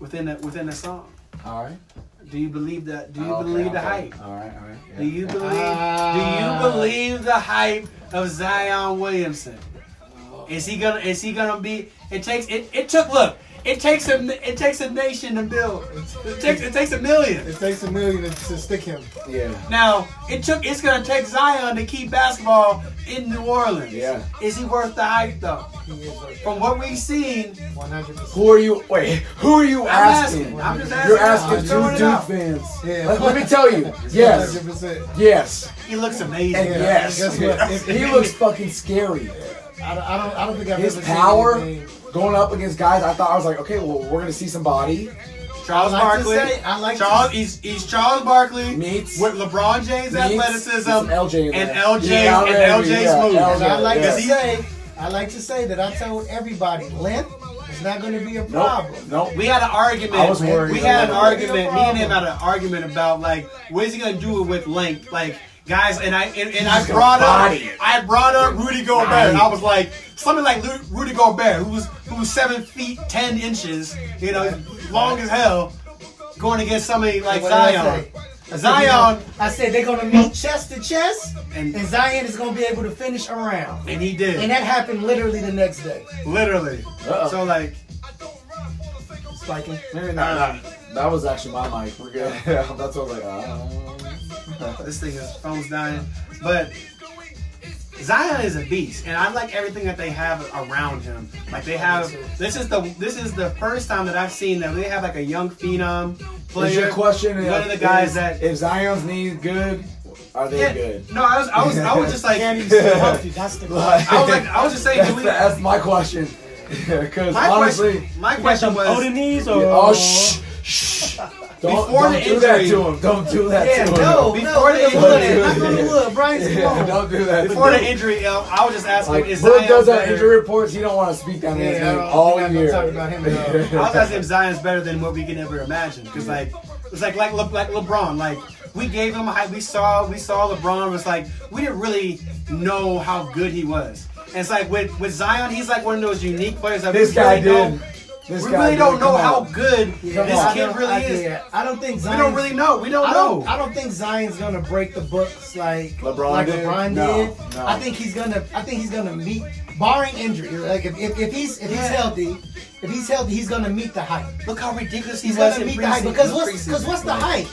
[SPEAKER 1] within the within the song.
[SPEAKER 2] all right.
[SPEAKER 1] Do you believe that? Do you
[SPEAKER 2] Okay,
[SPEAKER 1] believe the
[SPEAKER 2] okay.
[SPEAKER 1] hype?
[SPEAKER 2] All right, all right. yeah.
[SPEAKER 1] Do you believe?
[SPEAKER 3] Ah.
[SPEAKER 1] do you believe the hype of Zion Williamson? Is he gonna? Is he gonna be? It takes. It, it took. Look. It takes a. It takes a nation to build. It takes. It takes a million.
[SPEAKER 3] it takes a million to, to stick him.
[SPEAKER 2] Yeah.
[SPEAKER 1] Now it took. It's gonna take Zion to keep basketball in New Orleans.
[SPEAKER 2] Yeah.
[SPEAKER 1] Is he worth the hype though?
[SPEAKER 3] He is like
[SPEAKER 1] From what we've seen,
[SPEAKER 3] 100. percent
[SPEAKER 2] Who are you? Wait, who are you
[SPEAKER 1] I'm
[SPEAKER 2] asking?
[SPEAKER 1] asking. I'm just
[SPEAKER 2] You're
[SPEAKER 1] asking.
[SPEAKER 2] asking
[SPEAKER 1] I'm throwing
[SPEAKER 2] two
[SPEAKER 1] it
[SPEAKER 2] Duke
[SPEAKER 1] out.
[SPEAKER 2] fans.
[SPEAKER 3] Yeah.
[SPEAKER 2] Let, let me tell you. Yes,
[SPEAKER 3] 100%.
[SPEAKER 2] yes,
[SPEAKER 1] He looks amazing.
[SPEAKER 2] and yes.
[SPEAKER 3] Guess what? If-
[SPEAKER 2] he looks fucking scary.
[SPEAKER 3] I don't, I don't, I don't think I've
[SPEAKER 2] His
[SPEAKER 3] ever seen
[SPEAKER 2] power
[SPEAKER 3] anything.
[SPEAKER 2] going up against guys. I thought I was like, okay, well, we're gonna see some body.
[SPEAKER 1] Charles
[SPEAKER 3] I like to
[SPEAKER 1] Barkley.
[SPEAKER 3] say- I like to-
[SPEAKER 1] Charles. he's, he's Charles Barkley
[SPEAKER 2] Meets-
[SPEAKER 1] with LeBron James' athleticism
[SPEAKER 2] some LJ in
[SPEAKER 1] and
[SPEAKER 2] there.
[SPEAKER 1] LJ's
[SPEAKER 2] Yeah,
[SPEAKER 1] and
[SPEAKER 2] yeah,
[SPEAKER 1] LJ's
[SPEAKER 2] yeah,
[SPEAKER 1] moves.
[SPEAKER 2] LJ,
[SPEAKER 3] And I like
[SPEAKER 2] yeah.
[SPEAKER 3] to say, I like to say that I told everybody length is not going to be a
[SPEAKER 2] Nope.
[SPEAKER 3] problem.
[SPEAKER 2] Nope.
[SPEAKER 1] We had an argument.
[SPEAKER 2] I was worried.
[SPEAKER 1] We had an
[SPEAKER 2] That might
[SPEAKER 3] be a
[SPEAKER 1] argument. Me and him had
[SPEAKER 3] problem.
[SPEAKER 1] an argument about like what is he gonna do with length, like. Guys, and I and, and I
[SPEAKER 2] just gonna
[SPEAKER 1] brought up
[SPEAKER 2] body it.
[SPEAKER 1] I brought up Rudy Gobert. And I was like something like Lu- Rudy Gobert, who was who was seven feet ten inches, you know, long as hell, going against somebody like
[SPEAKER 3] What did I
[SPEAKER 1] Zion.
[SPEAKER 3] say?
[SPEAKER 1] Zion,
[SPEAKER 3] I said they're going to meet chest to chest,
[SPEAKER 1] And-
[SPEAKER 3] and, Zion is going to be able to finish around.
[SPEAKER 1] and he did.
[SPEAKER 3] And that happened literally the next day.
[SPEAKER 1] Literally.
[SPEAKER 2] Uh-oh.
[SPEAKER 1] So like,
[SPEAKER 3] Spiking.
[SPEAKER 2] Maybe not. That was actually my mic. We're good. That's what I was like. Uh,
[SPEAKER 1] this thing is phone's dying, but Zion is a beast, and I like everything that they have around him. Like they have this is the this is the first time that I've seen that they have like a young phenom player.
[SPEAKER 2] is your question?
[SPEAKER 1] One
[SPEAKER 2] if-
[SPEAKER 1] of the guys
[SPEAKER 2] is-
[SPEAKER 1] that.
[SPEAKER 2] if Zion's knees good, are they
[SPEAKER 1] Yeah,
[SPEAKER 2] good?
[SPEAKER 1] No, I was I was I was just like
[SPEAKER 4] Can't even stay healthy. That's the
[SPEAKER 2] Like-
[SPEAKER 1] I was like I was just saying.
[SPEAKER 2] That's,
[SPEAKER 1] do we,
[SPEAKER 2] that's my question. Because
[SPEAKER 1] My
[SPEAKER 2] honestly,
[SPEAKER 1] question, my
[SPEAKER 4] You got
[SPEAKER 1] question
[SPEAKER 4] some
[SPEAKER 1] was.
[SPEAKER 4] Odin knees or
[SPEAKER 2] oh shh, shh. Don't,
[SPEAKER 1] Before
[SPEAKER 2] don't
[SPEAKER 1] the
[SPEAKER 2] do that
[SPEAKER 1] injury-
[SPEAKER 2] to him. Don't do that
[SPEAKER 3] Yeah,
[SPEAKER 2] to him.
[SPEAKER 3] no,
[SPEAKER 1] Before
[SPEAKER 3] no,
[SPEAKER 1] the
[SPEAKER 3] knock on
[SPEAKER 2] injury.
[SPEAKER 3] the wood, knock on the wood, Brian
[SPEAKER 2] Yeah,
[SPEAKER 3] Simone.
[SPEAKER 2] don't do that.
[SPEAKER 1] Before
[SPEAKER 2] to
[SPEAKER 1] the
[SPEAKER 2] him.
[SPEAKER 1] injury, um, I was just asking.
[SPEAKER 2] like
[SPEAKER 1] is
[SPEAKER 2] Brooke
[SPEAKER 1] Zion
[SPEAKER 2] does that
[SPEAKER 1] better-
[SPEAKER 2] injury reports. He don't want to speak down his
[SPEAKER 3] Yeah, I
[SPEAKER 2] name
[SPEAKER 3] don't-
[SPEAKER 2] all
[SPEAKER 3] we're not gonna
[SPEAKER 2] year.
[SPEAKER 3] talk about him at all.
[SPEAKER 1] I was asking if Zion's better than what we can ever imagine. Because like it's like like, Le- like LeBron, like we gave him a hype. We saw we saw LeBron was like we didn't really know how good he was. And it's like with with Zion, he's like one of those unique players that
[SPEAKER 2] this
[SPEAKER 1] we
[SPEAKER 2] guy
[SPEAKER 1] really don't-
[SPEAKER 2] did. This
[SPEAKER 1] we
[SPEAKER 2] guy
[SPEAKER 1] really
[SPEAKER 2] did.
[SPEAKER 1] don't know
[SPEAKER 2] Come
[SPEAKER 1] how
[SPEAKER 2] on.
[SPEAKER 1] good
[SPEAKER 2] Come
[SPEAKER 1] this
[SPEAKER 2] on.
[SPEAKER 1] kid really
[SPEAKER 3] I,
[SPEAKER 1] is.
[SPEAKER 3] yeah, I don't think
[SPEAKER 1] We
[SPEAKER 3] Zion.
[SPEAKER 1] don't really know. We don't
[SPEAKER 3] I
[SPEAKER 1] know.
[SPEAKER 3] don't, I don't think Zion's gonna break the books like
[SPEAKER 2] LeBron
[SPEAKER 3] like
[SPEAKER 2] did?
[SPEAKER 3] LeBron
[SPEAKER 2] No,
[SPEAKER 3] did.
[SPEAKER 2] no.
[SPEAKER 3] I think he's gonna. I think he's gonna meet, barring injury. Like if, if, if he's if he's
[SPEAKER 1] Yeah.
[SPEAKER 3] healthy, if he's healthy, he's gonna meet the hype.
[SPEAKER 1] Look how ridiculous he
[SPEAKER 3] He's
[SPEAKER 1] was
[SPEAKER 3] gonna
[SPEAKER 1] in
[SPEAKER 3] meet the hype
[SPEAKER 1] preseason.
[SPEAKER 3] because what's
[SPEAKER 1] preseason.
[SPEAKER 3] because what's the hype?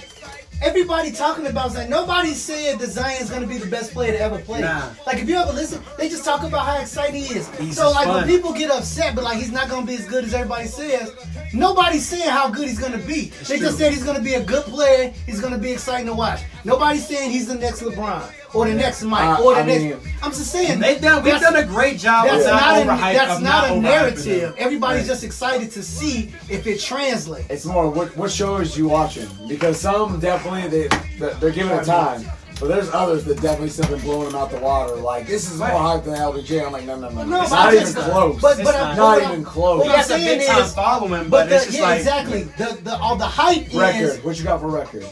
[SPEAKER 3] Everybody talking about Zion. Nobody said that Zion's gonna be the best player to ever play.
[SPEAKER 1] Nah.
[SPEAKER 3] Like if you ever listen, they just talk about how exciting he is.
[SPEAKER 1] He's
[SPEAKER 3] so
[SPEAKER 1] just
[SPEAKER 3] like
[SPEAKER 1] fun.
[SPEAKER 3] when people get upset, but like he's not gonna be as good as everybody says. Nobody's saying how good he's gonna be. they
[SPEAKER 1] true.
[SPEAKER 3] just said he's gonna be a good player. He's gonna be exciting to watch. Nobody's saying he's the next LeBron or the next Mike
[SPEAKER 2] I-
[SPEAKER 3] or the
[SPEAKER 2] I
[SPEAKER 3] next.
[SPEAKER 2] mean-
[SPEAKER 3] I'm just saying
[SPEAKER 1] Uh, They've done. We've
[SPEAKER 3] that's-
[SPEAKER 1] done a great job.
[SPEAKER 3] that's
[SPEAKER 1] of
[SPEAKER 3] not, a,
[SPEAKER 1] overhype-
[SPEAKER 3] that's
[SPEAKER 1] of
[SPEAKER 3] not a
[SPEAKER 1] overhyping
[SPEAKER 3] narrative.
[SPEAKER 1] them.
[SPEAKER 3] Everybody's
[SPEAKER 1] Right.
[SPEAKER 3] just excited to see if it translates.
[SPEAKER 2] It's more what what show is you watching? Because some definitely they they're- they're giving it time, but there's others that definitely simply blowing them out the water. Like this is more hype than LBJ. I'm like no no no.
[SPEAKER 3] No,
[SPEAKER 2] it's
[SPEAKER 3] but
[SPEAKER 2] not
[SPEAKER 3] I'm
[SPEAKER 2] even
[SPEAKER 3] just-
[SPEAKER 2] close.
[SPEAKER 3] But,
[SPEAKER 1] It's
[SPEAKER 3] but
[SPEAKER 1] not.
[SPEAKER 3] I'm,
[SPEAKER 2] Not
[SPEAKER 3] but I'm-
[SPEAKER 2] even close.
[SPEAKER 3] What
[SPEAKER 1] He
[SPEAKER 3] I'm
[SPEAKER 1] has a
[SPEAKER 3] saying
[SPEAKER 1] big time
[SPEAKER 3] is,
[SPEAKER 1] following,
[SPEAKER 3] but
[SPEAKER 1] but
[SPEAKER 3] the,
[SPEAKER 1] it's just
[SPEAKER 3] yeah,
[SPEAKER 1] like
[SPEAKER 3] exactly. The the all the hype is
[SPEAKER 2] record. What you got for record?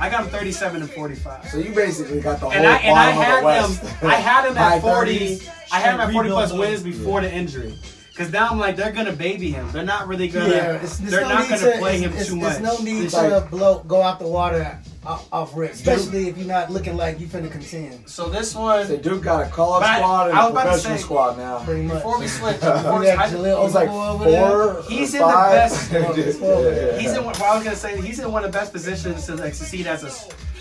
[SPEAKER 1] I got him 37 and 45.
[SPEAKER 2] So you basically got the whole
[SPEAKER 1] and I and I
[SPEAKER 2] bottom of
[SPEAKER 1] had
[SPEAKER 2] the West.
[SPEAKER 1] them. I had him
[SPEAKER 2] High
[SPEAKER 1] at forty.
[SPEAKER 2] 30s.
[SPEAKER 1] I had him at
[SPEAKER 4] Straight
[SPEAKER 1] forty plus
[SPEAKER 4] rebuild
[SPEAKER 1] wins before the injury. Because now I'm like, they're gonna baby him. They're not really gonna.
[SPEAKER 3] Yeah, it's, there's
[SPEAKER 1] they're
[SPEAKER 3] no
[SPEAKER 1] not
[SPEAKER 3] need
[SPEAKER 1] gonna
[SPEAKER 3] to,
[SPEAKER 1] play
[SPEAKER 3] it's-
[SPEAKER 1] him
[SPEAKER 3] it's-
[SPEAKER 1] too much.
[SPEAKER 3] there's no need
[SPEAKER 2] It's
[SPEAKER 3] to
[SPEAKER 2] like-
[SPEAKER 3] blow, go out the water uh, off, off rip, especially if you're not looking like you finna contend.
[SPEAKER 1] So this one,
[SPEAKER 2] So Duke got a call up
[SPEAKER 1] But I-
[SPEAKER 2] squad and
[SPEAKER 1] I was
[SPEAKER 2] a
[SPEAKER 1] about to
[SPEAKER 2] professional
[SPEAKER 1] say-
[SPEAKER 2] squad now.
[SPEAKER 3] Pretty much.
[SPEAKER 1] before we switch,
[SPEAKER 3] You
[SPEAKER 1] before we,
[SPEAKER 3] got
[SPEAKER 1] I,
[SPEAKER 3] Jaleel
[SPEAKER 2] It's like
[SPEAKER 3] Okafor over there.
[SPEAKER 2] four.
[SPEAKER 1] He's in the
[SPEAKER 2] five.
[SPEAKER 1] best-
[SPEAKER 2] Just-
[SPEAKER 3] Well,
[SPEAKER 2] yeah.
[SPEAKER 1] he's in. What well, I was gonna say he's in one of the best positions to like succeed as a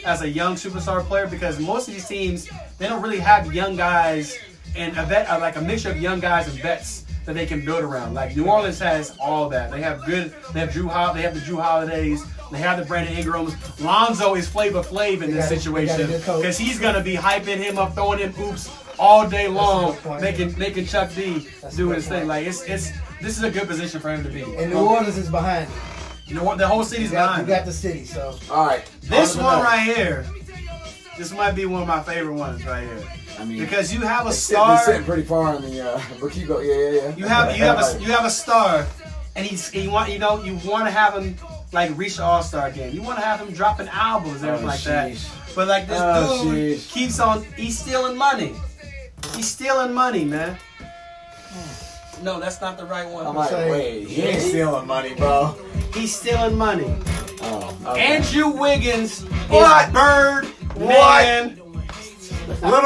[SPEAKER 1] as a young superstar player because most of these teams they don't really have young guys and a vet uh, like a mixture of young guys and vets that they can build around. Like New Orleans has all that. They have good. They have Drew. Hol- they have the Drew Holidays. They have the Brandon Ingrams. Lonzo is Flavor Flav in this
[SPEAKER 3] got a- they got a
[SPEAKER 1] situation
[SPEAKER 3] good coach.
[SPEAKER 1] because he's gonna be hyping him up, throwing him oops all day long,
[SPEAKER 3] good point.
[SPEAKER 1] making making Chuck D
[SPEAKER 3] That's a
[SPEAKER 1] do
[SPEAKER 3] good
[SPEAKER 1] his thing.
[SPEAKER 3] point.
[SPEAKER 1] Like it's it's this is a good position for him to be.
[SPEAKER 3] And New Orleans is behind. it.
[SPEAKER 1] You know what? The whole city's
[SPEAKER 3] You got, you
[SPEAKER 1] behind.
[SPEAKER 3] got the city, so
[SPEAKER 2] All right.
[SPEAKER 1] this
[SPEAKER 2] on to the
[SPEAKER 1] one
[SPEAKER 2] next.
[SPEAKER 1] right here. This might be one of my favorite ones right here
[SPEAKER 2] I mean,
[SPEAKER 1] because you have a
[SPEAKER 2] They sit- They're sitting
[SPEAKER 1] star.
[SPEAKER 2] pretty far on the uh, but keep going. Yeah, yeah, yeah.
[SPEAKER 1] You have you have a you have a star, and he's he want you know you want to have him like reach the All Star game. You want to have him dropping albums and everything
[SPEAKER 2] Oh,
[SPEAKER 1] like that.
[SPEAKER 2] sheesh.
[SPEAKER 1] But like this
[SPEAKER 2] Oh,
[SPEAKER 1] dude
[SPEAKER 2] sheesh.
[SPEAKER 1] keeps on he's stealing money. He's stealing money, man. No, that's not the right one.
[SPEAKER 2] I'm like,
[SPEAKER 3] Say-
[SPEAKER 2] wait, he ain't stealing money, bro.
[SPEAKER 1] He's stealing money.
[SPEAKER 2] Oh, okay.
[SPEAKER 1] Andrew Wiggins
[SPEAKER 2] What?
[SPEAKER 1] is Bird
[SPEAKER 2] What?
[SPEAKER 1] Man. Little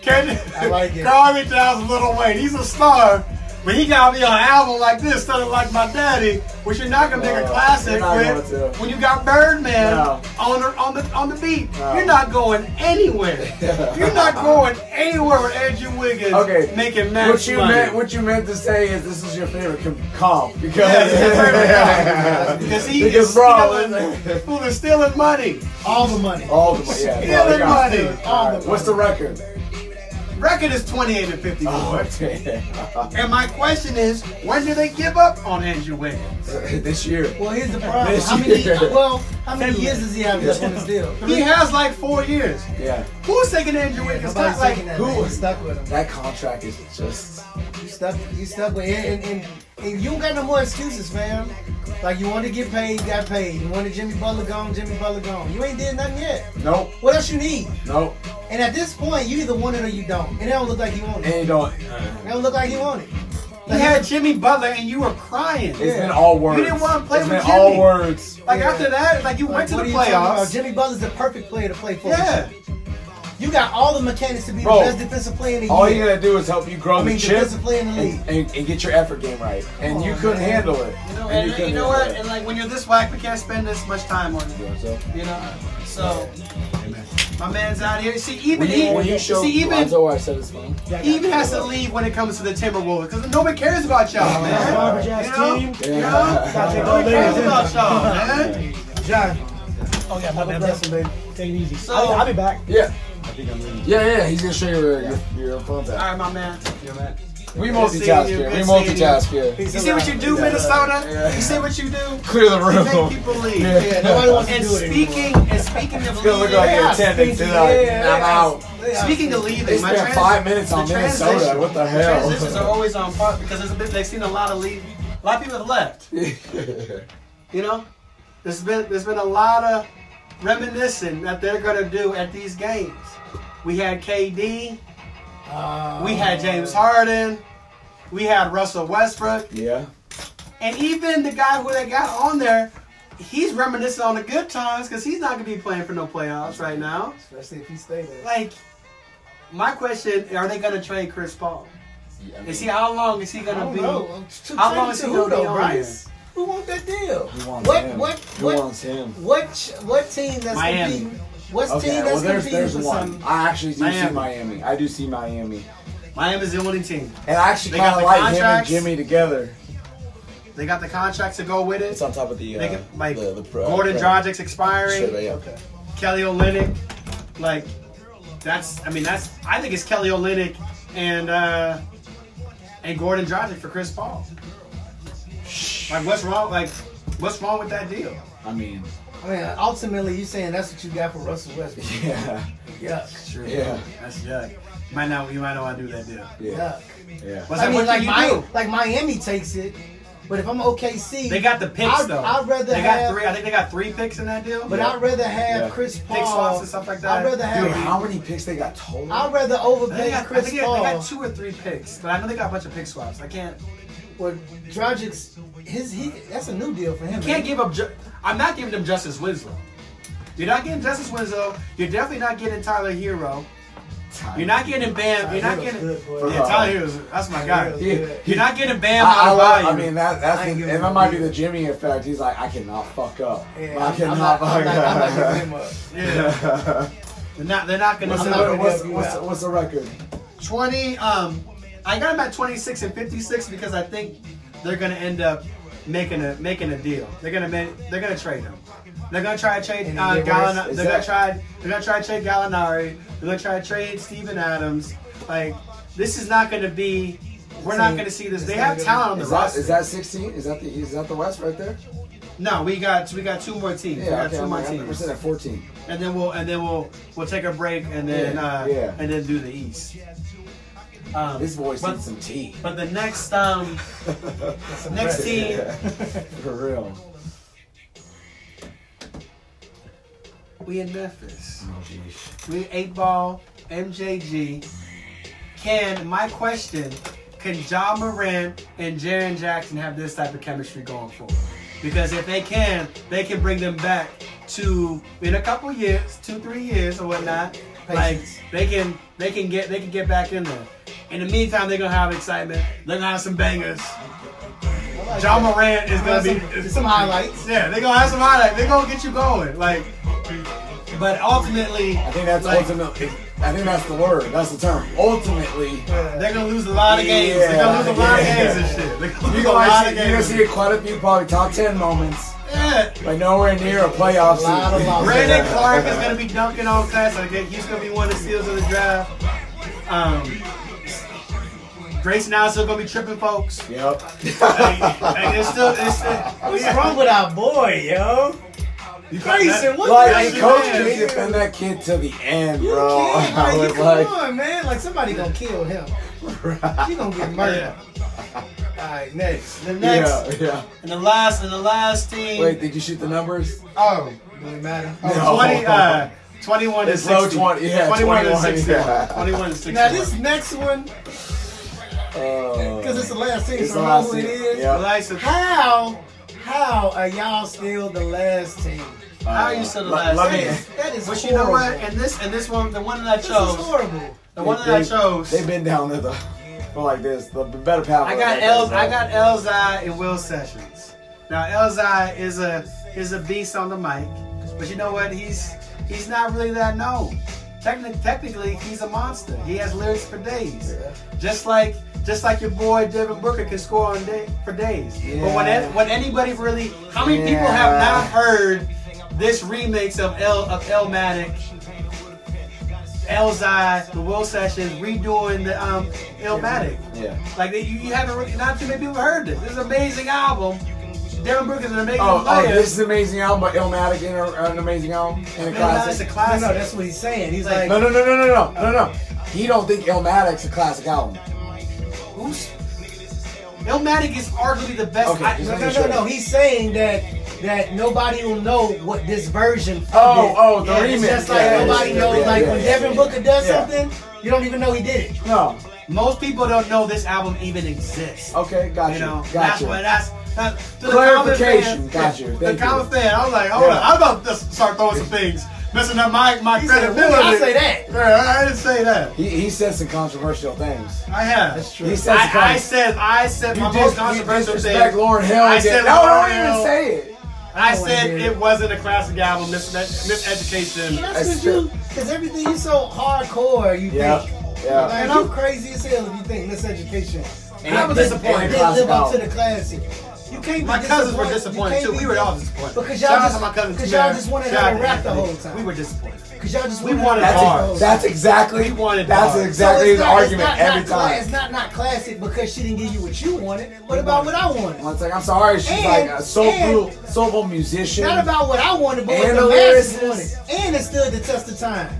[SPEAKER 1] Can you
[SPEAKER 3] I like it.
[SPEAKER 1] Carly Towns Little Wayne? He's a star. But he got me on an album like this, sounding like my daddy, which you're not gonna make a
[SPEAKER 2] No,
[SPEAKER 1] classic
[SPEAKER 2] you're not going
[SPEAKER 1] with
[SPEAKER 2] to.
[SPEAKER 1] when you got Birdman
[SPEAKER 2] No.
[SPEAKER 1] on the on the on the beat.
[SPEAKER 2] No.
[SPEAKER 1] You're not going anywhere. you're not going anywhere with Andrew Wiggins
[SPEAKER 2] Okay.
[SPEAKER 1] making match
[SPEAKER 2] What you
[SPEAKER 1] money.
[SPEAKER 2] meant, what you meant to say is this is your favorite com- comp because
[SPEAKER 1] Yes, his favorite because he
[SPEAKER 2] Because,
[SPEAKER 1] is
[SPEAKER 2] bro,
[SPEAKER 1] stealing, who is stealing money.
[SPEAKER 3] all the money.
[SPEAKER 2] all the money. Yeah,
[SPEAKER 1] Stealing
[SPEAKER 2] bro, they got-
[SPEAKER 1] money.
[SPEAKER 2] All right, What's the record?
[SPEAKER 1] Record is 28 and 54.
[SPEAKER 2] Oh, damn.
[SPEAKER 1] And my question is, when do they give up on Andrew Wiggins?
[SPEAKER 2] this year.
[SPEAKER 3] Well, here's the problem.
[SPEAKER 2] This
[SPEAKER 3] How many?
[SPEAKER 2] year.
[SPEAKER 3] Well, how many years does he have left on his deal?
[SPEAKER 1] He has like four years.
[SPEAKER 2] Yeah,
[SPEAKER 1] Who's taking Andrew Wiggins?
[SPEAKER 3] Nobody's
[SPEAKER 1] like,
[SPEAKER 3] taking that.
[SPEAKER 2] who-
[SPEAKER 3] man. You stuck with him.
[SPEAKER 2] that contract is just.
[SPEAKER 3] You stuck. You stuck with it, and, and, and you don't got no more excuses, fam. Like you want to get paid, you got paid. You wanted Jimmy Butler gone, Jimmy Butler gone. You ain't did nothing yet.
[SPEAKER 2] Nope,
[SPEAKER 3] What else you need?
[SPEAKER 2] nope.
[SPEAKER 3] And at this point, you either want it or you don't. And it don't look like you want
[SPEAKER 2] And
[SPEAKER 3] it.
[SPEAKER 2] you don't.
[SPEAKER 3] It don't look like you want it.
[SPEAKER 1] he had Jimmy Butler and you were crying.
[SPEAKER 2] It's been all words.
[SPEAKER 1] You didn't wanna play
[SPEAKER 2] It's
[SPEAKER 1] with
[SPEAKER 2] been all
[SPEAKER 1] Jimmy.
[SPEAKER 2] words.
[SPEAKER 1] Like
[SPEAKER 3] Yeah.
[SPEAKER 1] after that, like you
[SPEAKER 3] Like,
[SPEAKER 1] went to the
[SPEAKER 3] what are you talking about?
[SPEAKER 1] playoffs.
[SPEAKER 3] Jimmy Butler's the perfect player to play for.
[SPEAKER 1] Yeah.
[SPEAKER 3] You got all the mechanics to be
[SPEAKER 2] Bro,
[SPEAKER 3] the best defensive player in the
[SPEAKER 2] All you
[SPEAKER 3] year.
[SPEAKER 2] gotta do is help you grow
[SPEAKER 3] I mean,
[SPEAKER 2] the chip
[SPEAKER 3] defensive player in the league.
[SPEAKER 2] and, and, and get your effort game right. And
[SPEAKER 3] Come
[SPEAKER 2] you
[SPEAKER 3] on,
[SPEAKER 2] couldn't
[SPEAKER 3] man.
[SPEAKER 2] handle it.
[SPEAKER 1] You know,
[SPEAKER 2] And
[SPEAKER 1] and,
[SPEAKER 2] couldn't
[SPEAKER 1] you know
[SPEAKER 2] handle
[SPEAKER 1] what?
[SPEAKER 2] it.
[SPEAKER 1] And like when you're this whack, we can't spend this much time on it. You know, so my man's out here. See, even
[SPEAKER 2] When you, when
[SPEAKER 1] he,
[SPEAKER 2] you show
[SPEAKER 1] see, even
[SPEAKER 2] Lonzo I said it's fine.
[SPEAKER 1] he even has to leave when it comes to the Timberwolves because nobody cares about y'all, man.
[SPEAKER 4] Garbage
[SPEAKER 1] You
[SPEAKER 4] ass
[SPEAKER 1] know?
[SPEAKER 4] team.
[SPEAKER 1] You know?
[SPEAKER 2] Yeah.
[SPEAKER 1] Nobody cares about y'all, man.
[SPEAKER 3] John,
[SPEAKER 4] Oh yeah, my bad.
[SPEAKER 3] bless him, baby.
[SPEAKER 4] Take it easy.
[SPEAKER 1] So-
[SPEAKER 4] I'll, I'll be back.
[SPEAKER 2] Yeah. Yeah, yeah, he's gonna show you your, your, your phone
[SPEAKER 1] All right, my man. Your man.
[SPEAKER 2] We
[SPEAKER 1] Good seeing you.
[SPEAKER 2] multitask here.
[SPEAKER 1] Good
[SPEAKER 2] We
[SPEAKER 1] seeing
[SPEAKER 2] multitask here.
[SPEAKER 1] You see what you do,
[SPEAKER 2] Yeah.
[SPEAKER 1] Minnesota?
[SPEAKER 2] Yeah.
[SPEAKER 1] You see what you do?
[SPEAKER 2] Clear the
[SPEAKER 1] You make
[SPEAKER 2] room.
[SPEAKER 1] people leave.
[SPEAKER 2] Yeah.
[SPEAKER 3] Yeah, nobody wants to
[SPEAKER 1] And
[SPEAKER 3] do it
[SPEAKER 1] speaking,
[SPEAKER 3] anymore.
[SPEAKER 1] and speaking of
[SPEAKER 2] It's gonna look
[SPEAKER 1] leaving,
[SPEAKER 2] like
[SPEAKER 4] Yeah,
[SPEAKER 2] an attendant
[SPEAKER 4] speaking-
[SPEAKER 2] tonight.
[SPEAKER 4] yeah,
[SPEAKER 2] I'm
[SPEAKER 4] yeah.
[SPEAKER 2] out.
[SPEAKER 1] speaking of leaving,
[SPEAKER 2] They
[SPEAKER 1] my
[SPEAKER 2] spent
[SPEAKER 1] trans-
[SPEAKER 2] five minutes on
[SPEAKER 1] the
[SPEAKER 2] Minnesota.
[SPEAKER 1] transition-
[SPEAKER 2] What the
[SPEAKER 1] the
[SPEAKER 2] hell?
[SPEAKER 1] Transitions are always on par because there's a bit, they've seen a lot of leave. A lot of people have left. You know, there's been there's been a lot of reminiscing that they're gonna do at these games. We had KD, we had James Harden, we had Russell Westbrook,
[SPEAKER 2] Yeah.
[SPEAKER 1] and even the guy who they got on there, he's reminiscing on the good times because he's not gonna be playing for no playoffs right now.
[SPEAKER 3] Especially if he stay there.
[SPEAKER 1] Like, my question: Are they gonna trade Chris Paul?
[SPEAKER 5] Yeah, I
[SPEAKER 1] Is he
[SPEAKER 5] mean,
[SPEAKER 1] how long is he
[SPEAKER 3] I
[SPEAKER 1] gonna
[SPEAKER 3] don't
[SPEAKER 1] be?
[SPEAKER 3] know. To
[SPEAKER 1] How
[SPEAKER 3] trade
[SPEAKER 1] long is
[SPEAKER 3] to
[SPEAKER 1] he
[SPEAKER 3] who
[SPEAKER 1] gonna be
[SPEAKER 3] though,
[SPEAKER 1] on
[SPEAKER 3] Bryce? Who want that deal?
[SPEAKER 2] Who wants
[SPEAKER 3] What-
[SPEAKER 2] him?
[SPEAKER 3] what-
[SPEAKER 2] Who
[SPEAKER 3] what-
[SPEAKER 2] wants him?
[SPEAKER 3] What ch- what team that's
[SPEAKER 1] Miami.
[SPEAKER 3] competing? What
[SPEAKER 2] Okay,
[SPEAKER 3] team
[SPEAKER 2] well,
[SPEAKER 3] that's
[SPEAKER 2] there's,
[SPEAKER 3] competing
[SPEAKER 2] there's
[SPEAKER 3] for
[SPEAKER 2] one.
[SPEAKER 3] something?
[SPEAKER 2] I actually do see
[SPEAKER 1] Miami.
[SPEAKER 2] Miami. I do see Miami.
[SPEAKER 1] Miami's the only team.
[SPEAKER 2] And I actually
[SPEAKER 1] They
[SPEAKER 2] kind
[SPEAKER 1] got
[SPEAKER 2] of
[SPEAKER 1] the
[SPEAKER 2] like
[SPEAKER 1] contracts.
[SPEAKER 2] him and Jimmy together.
[SPEAKER 1] They got the contracts to go with it.
[SPEAKER 2] It's on top of the. Uh,
[SPEAKER 1] They can, like
[SPEAKER 2] the, the pro-
[SPEAKER 1] Gordon
[SPEAKER 2] pro-
[SPEAKER 1] Dragic's expiring.
[SPEAKER 2] survey, yeah.
[SPEAKER 3] Okay.
[SPEAKER 1] Kelly Olynyk, like that's. I mean, that's. I think it's Kelly Olynyk and uh, and Gordon Dragic for Chris Paul. Like, what's wrong? Like, what's wrong with that deal?
[SPEAKER 2] I mean,
[SPEAKER 3] I mean, ultimately, you saying that's what you got for Russell Westbrook?
[SPEAKER 2] yeah,
[SPEAKER 3] Yuck.
[SPEAKER 1] Sure.
[SPEAKER 2] Yeah.
[SPEAKER 1] That's yeah. Might not. You might not want to do that deal.
[SPEAKER 2] yeah,
[SPEAKER 3] Yuck.
[SPEAKER 2] yeah.
[SPEAKER 1] What's
[SPEAKER 3] I mean,
[SPEAKER 1] what
[SPEAKER 3] like,
[SPEAKER 1] can
[SPEAKER 3] Mi-
[SPEAKER 1] you do?
[SPEAKER 3] like Miami takes it, but if I'm OKC,
[SPEAKER 1] They got the picks
[SPEAKER 3] I'd-
[SPEAKER 1] though.
[SPEAKER 3] I'd rather
[SPEAKER 1] they got
[SPEAKER 3] have-
[SPEAKER 1] three. I think they got three picks in that deal.
[SPEAKER 3] but I'd rather have
[SPEAKER 2] Yeah.
[SPEAKER 3] Chris Paul.
[SPEAKER 1] swaps and stuff like that.
[SPEAKER 3] I'd rather have.
[SPEAKER 2] Dude, how many picks they got total?
[SPEAKER 3] I'd rather
[SPEAKER 1] I think,
[SPEAKER 3] overpay
[SPEAKER 1] they got, I
[SPEAKER 3] Chris
[SPEAKER 1] think they got-
[SPEAKER 3] Paul.
[SPEAKER 1] they got two or three picks, but I know they got a bunch of pick swaps. I can't.
[SPEAKER 3] Well, Dragic's his he. That's a new deal for him.
[SPEAKER 1] You can't
[SPEAKER 3] man.
[SPEAKER 1] give up. Ju- I'm not giving them Justice Winslow. You're not getting Justice Winslow. You're definitely not getting Tyler Hero. You're not getting Bam. You're not
[SPEAKER 3] Tyler
[SPEAKER 1] getting.
[SPEAKER 3] Hero's good, boy.
[SPEAKER 1] Yeah, Tyler Hero's. That's my guy.
[SPEAKER 3] Tyler Hero's
[SPEAKER 2] Yeah.
[SPEAKER 1] You're not getting Bam
[SPEAKER 2] I, I,
[SPEAKER 1] out of
[SPEAKER 2] love- I
[SPEAKER 1] value.
[SPEAKER 2] mean, that, that's
[SPEAKER 3] I ain't
[SPEAKER 2] the,
[SPEAKER 3] giving
[SPEAKER 2] and that
[SPEAKER 3] him
[SPEAKER 2] might
[SPEAKER 3] a
[SPEAKER 2] be
[SPEAKER 3] deal.
[SPEAKER 2] the Jimmy effect. He's like, I cannot fuck up.
[SPEAKER 3] Yeah,
[SPEAKER 2] I
[SPEAKER 3] I'm- I'm
[SPEAKER 2] cannot
[SPEAKER 3] not-
[SPEAKER 2] fuck
[SPEAKER 3] I'm not- I'm not
[SPEAKER 2] up.
[SPEAKER 3] giving him up.
[SPEAKER 1] yeah. they're not. They're not gonna.
[SPEAKER 2] What's,
[SPEAKER 3] I'm
[SPEAKER 2] the,
[SPEAKER 3] not gonna
[SPEAKER 2] what's,
[SPEAKER 3] help you
[SPEAKER 2] what's,
[SPEAKER 3] out.
[SPEAKER 2] what's the record?
[SPEAKER 1] 20 um i got him at 26 and 56 because i think they're gonna end up making a making a deal they're gonna make, they're gonna trade him they're gonna try to trade
[SPEAKER 3] And
[SPEAKER 1] uh,
[SPEAKER 3] get
[SPEAKER 1] Gallinari.
[SPEAKER 3] worse.
[SPEAKER 2] Is
[SPEAKER 1] they're gonna
[SPEAKER 2] that-
[SPEAKER 1] try they're gonna try to trade Gallinari. They're gonna try to trade Steven Adams. Like this is not gonna be. We're not
[SPEAKER 3] ain't-
[SPEAKER 1] gonna see this.
[SPEAKER 3] this
[SPEAKER 1] They
[SPEAKER 3] ain't
[SPEAKER 1] have
[SPEAKER 3] gonna-
[SPEAKER 1] talent on the
[SPEAKER 2] Is that,
[SPEAKER 1] roster.
[SPEAKER 2] is that 16? Is that the is that the West right there?
[SPEAKER 1] no, we got we got two more teams. we
[SPEAKER 2] Yeah,
[SPEAKER 1] got
[SPEAKER 2] okay.
[SPEAKER 1] two
[SPEAKER 2] I'm
[SPEAKER 1] more
[SPEAKER 2] like,
[SPEAKER 1] teams,
[SPEAKER 2] 100% at 14.
[SPEAKER 1] and then we'll and then we'll we'll take a break and then
[SPEAKER 2] Yeah,
[SPEAKER 1] uh,
[SPEAKER 2] yeah.
[SPEAKER 1] and then do the East. Um,
[SPEAKER 2] This boy's
[SPEAKER 1] but,
[SPEAKER 2] needs some tea.
[SPEAKER 1] but the next um next team
[SPEAKER 2] For real.
[SPEAKER 1] We in Memphis.
[SPEAKER 2] Oh, jeez.
[SPEAKER 1] We eight ball, MJG. Can my question? Can John Moran and Jaron Jackson have this type of chemistry going forward? Because if they can, they can bring them back to in a couple years, two three years or whatnot. Like
[SPEAKER 3] Patience.
[SPEAKER 1] they can they can get they can get back in there. In the meantime, they're gonna have excitement. They're gonna have some bangers. John Moran is gonna be
[SPEAKER 3] some, some highlights.
[SPEAKER 1] yeah, they gonna have some highlight. They gonna get you going. Like, but ultimately,
[SPEAKER 2] I think that's
[SPEAKER 1] like,
[SPEAKER 2] ultimately. I think that's the word. That's the term. Ultimately,
[SPEAKER 1] they're gonna lose a lot of games. They're gonna lose a lot of games and shit. They're gonna
[SPEAKER 2] You're
[SPEAKER 1] lose a
[SPEAKER 2] gonna,
[SPEAKER 1] lot of
[SPEAKER 2] see, you're gonna
[SPEAKER 1] games.
[SPEAKER 2] see quite a few probably top ten moments,
[SPEAKER 1] Yeah.
[SPEAKER 2] but nowhere near a playoff
[SPEAKER 3] A lot of
[SPEAKER 2] season.
[SPEAKER 3] losses.
[SPEAKER 1] Brandon Clark is gonna be dunking on class. Again, he's gonna be one of the steals of the draft. Um, Grace now still gonna be tripping folks.
[SPEAKER 2] Yep.
[SPEAKER 1] Like, like, it's still, it's still,
[SPEAKER 3] What's wrong with our boy, yo?
[SPEAKER 1] you
[SPEAKER 3] Grayson, what
[SPEAKER 2] Like
[SPEAKER 1] Yes,
[SPEAKER 2] and
[SPEAKER 1] you
[SPEAKER 2] coach
[SPEAKER 1] can.
[SPEAKER 2] can defend that kid to the end,
[SPEAKER 3] You
[SPEAKER 2] bro.
[SPEAKER 3] can't, like,
[SPEAKER 2] I
[SPEAKER 3] you-
[SPEAKER 2] was
[SPEAKER 3] come
[SPEAKER 2] like,
[SPEAKER 3] on, man. Like somebody gonna kill him. He gonna get murdered. All right, next.
[SPEAKER 1] The next
[SPEAKER 2] yeah, yeah.
[SPEAKER 1] and the last and the last team.
[SPEAKER 2] Wait, did you shoot the numbers?
[SPEAKER 3] Oh, really matter.
[SPEAKER 2] No.
[SPEAKER 3] Oh,
[SPEAKER 1] 20, uh, 21
[SPEAKER 2] It's
[SPEAKER 1] to
[SPEAKER 2] low
[SPEAKER 1] 60.
[SPEAKER 2] 20, yeah,
[SPEAKER 1] 21 to
[SPEAKER 2] 21,
[SPEAKER 1] 60.
[SPEAKER 2] yeah.
[SPEAKER 1] 21 to 60.
[SPEAKER 3] Now this next one, because
[SPEAKER 2] Because
[SPEAKER 3] it's the last team,
[SPEAKER 2] It's
[SPEAKER 3] so
[SPEAKER 2] the
[SPEAKER 3] I
[SPEAKER 2] last
[SPEAKER 3] know who it
[SPEAKER 2] team.
[SPEAKER 3] is.
[SPEAKER 2] Yeah.
[SPEAKER 1] License.
[SPEAKER 3] How, how are y'all still the last team?
[SPEAKER 1] How are you still the last
[SPEAKER 2] Let
[SPEAKER 1] team?
[SPEAKER 2] me.
[SPEAKER 3] That is
[SPEAKER 1] But you
[SPEAKER 3] horrible.
[SPEAKER 1] know what? And this and this one, the one that I
[SPEAKER 3] This is
[SPEAKER 1] chose,
[SPEAKER 3] horrible.
[SPEAKER 1] the one that I chose,
[SPEAKER 2] They've been down there the, for like this. The better power.
[SPEAKER 1] I got
[SPEAKER 2] like
[SPEAKER 1] Elz,
[SPEAKER 2] that,
[SPEAKER 1] I
[SPEAKER 2] bro.
[SPEAKER 1] got Elzai and Will Sessions. Now Elzai is a is a beast on the mic, but you know what? He's he's not really that known. Technically, technically, he's a monster. He has lyrics for days, just like just like your boy Devin Booker can score on day, for days. But when
[SPEAKER 2] Yeah.
[SPEAKER 1] an- when anybody really, how many people
[SPEAKER 2] Yeah.
[SPEAKER 1] have not heard this remix of El of Elmatic Elzai, the Will Sessions redoing the um, Illmatic.
[SPEAKER 2] Yeah.
[SPEAKER 1] Like they, you, you haven't really, not too many people have heard this. This is an amazing album. Darren Brooks is an amazing
[SPEAKER 2] Oh, oh,
[SPEAKER 1] player.
[SPEAKER 2] this is an amazing album, but Illmatic and a- an amazing album and a
[SPEAKER 1] Man, nah, it's
[SPEAKER 2] classic.
[SPEAKER 1] a
[SPEAKER 3] No,
[SPEAKER 1] classic.
[SPEAKER 3] no, that's what he's saying. He's like,
[SPEAKER 2] No, no, no, no, no, no, no, no. He don't think Illmatic's a classic album.
[SPEAKER 1] Who's- Illmatic is arguably the best.
[SPEAKER 2] Okay,
[SPEAKER 1] I-
[SPEAKER 2] just
[SPEAKER 3] no,
[SPEAKER 2] making
[SPEAKER 3] no, no, no. He's saying that that nobody will know what this version. of
[SPEAKER 2] Oh,
[SPEAKER 3] it.
[SPEAKER 2] oh, the
[SPEAKER 3] yeah, It's
[SPEAKER 2] remix.
[SPEAKER 3] just like
[SPEAKER 2] Yeah,
[SPEAKER 3] nobody
[SPEAKER 2] yeah,
[SPEAKER 3] knows.
[SPEAKER 2] yeah,
[SPEAKER 3] like
[SPEAKER 2] yeah,
[SPEAKER 3] when
[SPEAKER 2] yeah,
[SPEAKER 3] Devin Booker does
[SPEAKER 2] Yeah.
[SPEAKER 3] something, you don't even know he did it.
[SPEAKER 2] No.
[SPEAKER 1] most people don't know this album even exists.
[SPEAKER 2] Okay, Oh, gotcha.
[SPEAKER 1] You know, that's
[SPEAKER 2] gotcha.
[SPEAKER 1] what that's. that's to the
[SPEAKER 2] Clarification,
[SPEAKER 1] common fan-
[SPEAKER 2] gotcha,
[SPEAKER 1] The
[SPEAKER 2] thank
[SPEAKER 1] common
[SPEAKER 2] you.
[SPEAKER 1] fan, I was like, hold
[SPEAKER 2] Yeah.
[SPEAKER 1] on, I'm about to start throwing some things, messing up my, my
[SPEAKER 3] He said, "Who did
[SPEAKER 1] credibility.
[SPEAKER 3] I say that?
[SPEAKER 1] Yeah, I didn't say that.
[SPEAKER 2] he, he said some controversial things.
[SPEAKER 1] I have.
[SPEAKER 3] That's true.
[SPEAKER 2] He said some
[SPEAKER 1] I, I
[SPEAKER 2] con-
[SPEAKER 1] said, I said
[SPEAKER 2] you
[SPEAKER 1] my
[SPEAKER 2] dis-
[SPEAKER 1] most
[SPEAKER 2] you
[SPEAKER 1] controversial
[SPEAKER 2] disrespect
[SPEAKER 1] thing.
[SPEAKER 2] Lauren Hill.
[SPEAKER 1] I
[SPEAKER 2] and
[SPEAKER 1] said
[SPEAKER 2] did- no,
[SPEAKER 1] Lauryn
[SPEAKER 2] don't even
[SPEAKER 1] Hill.
[SPEAKER 2] say it.
[SPEAKER 1] I
[SPEAKER 3] Oh, I
[SPEAKER 1] said
[SPEAKER 3] hear
[SPEAKER 1] it
[SPEAKER 3] it.
[SPEAKER 1] wasn't a classic album. Mis- miseducation.
[SPEAKER 3] That's because
[SPEAKER 2] That's
[SPEAKER 3] you, because everything you so hardcore. You
[SPEAKER 2] Yeah,
[SPEAKER 3] think.
[SPEAKER 2] yeah.
[SPEAKER 3] Like,
[SPEAKER 1] And I'm-
[SPEAKER 3] you crazy as hell if you think miseducation.
[SPEAKER 2] And-
[SPEAKER 1] I was
[SPEAKER 2] and-
[SPEAKER 1] disappointed.
[SPEAKER 2] and
[SPEAKER 3] Didn't live up to
[SPEAKER 2] album.
[SPEAKER 3] the classic. You can't. be
[SPEAKER 1] My cousins were
[SPEAKER 3] disappointed. You
[SPEAKER 1] disappointed
[SPEAKER 3] can't
[SPEAKER 1] too.
[SPEAKER 3] be
[SPEAKER 1] We were all
[SPEAKER 3] dis-
[SPEAKER 1] disappointed.
[SPEAKER 3] Because y'all
[SPEAKER 1] Shout out
[SPEAKER 3] just-
[SPEAKER 1] to my cousins.
[SPEAKER 3] because y'all
[SPEAKER 1] too,
[SPEAKER 3] just wanted
[SPEAKER 1] man.
[SPEAKER 3] her to
[SPEAKER 1] Shout out
[SPEAKER 3] rap
[SPEAKER 1] them.
[SPEAKER 3] the whole time.
[SPEAKER 1] We were disappointed.
[SPEAKER 3] Because y'all just
[SPEAKER 1] We
[SPEAKER 3] wanted
[SPEAKER 1] wanted
[SPEAKER 3] to
[SPEAKER 1] hard.
[SPEAKER 3] have those-
[SPEAKER 2] That's, that's exactly
[SPEAKER 1] We wanted
[SPEAKER 2] that's
[SPEAKER 1] hard.
[SPEAKER 3] So
[SPEAKER 2] exactly
[SPEAKER 3] it's
[SPEAKER 2] the
[SPEAKER 3] not- it's
[SPEAKER 2] argument
[SPEAKER 3] not-
[SPEAKER 2] every
[SPEAKER 3] not cla-
[SPEAKER 2] time.
[SPEAKER 3] it's not not classic because she didn't give you what you wanted. What about what I wanted?
[SPEAKER 2] Well, it's like I'm sorry, she's
[SPEAKER 3] And-
[SPEAKER 2] like a soulful
[SPEAKER 3] and-
[SPEAKER 2] soulful musician.
[SPEAKER 3] Not about what I wanted, but what
[SPEAKER 2] And
[SPEAKER 3] the
[SPEAKER 2] the
[SPEAKER 3] masses
[SPEAKER 2] lyricist.
[SPEAKER 3] wanted. And it stood the test of time.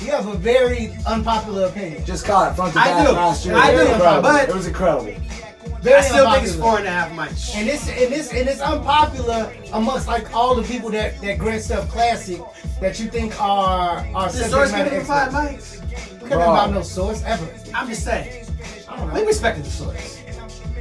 [SPEAKER 3] You have a very unpopular opinion.
[SPEAKER 2] just caught it front to
[SPEAKER 1] I
[SPEAKER 2] back
[SPEAKER 1] do.
[SPEAKER 2] last year.
[SPEAKER 1] I
[SPEAKER 2] It was
[SPEAKER 1] do,
[SPEAKER 2] incredible.
[SPEAKER 1] but-
[SPEAKER 2] it was incredible.
[SPEAKER 3] Very
[SPEAKER 1] I still think it's
[SPEAKER 3] unpopular.
[SPEAKER 1] four and a half mics.
[SPEAKER 3] And it's and it's and it's unpopular amongst like all the people that that grand stuff classic that you think are are
[SPEAKER 1] The
[SPEAKER 3] subject
[SPEAKER 1] source
[SPEAKER 3] matter
[SPEAKER 1] gave him five
[SPEAKER 3] experts.
[SPEAKER 1] mics.
[SPEAKER 3] We don't know about no source ever.
[SPEAKER 1] I'm just saying.
[SPEAKER 3] I don't know.
[SPEAKER 1] We respected the source.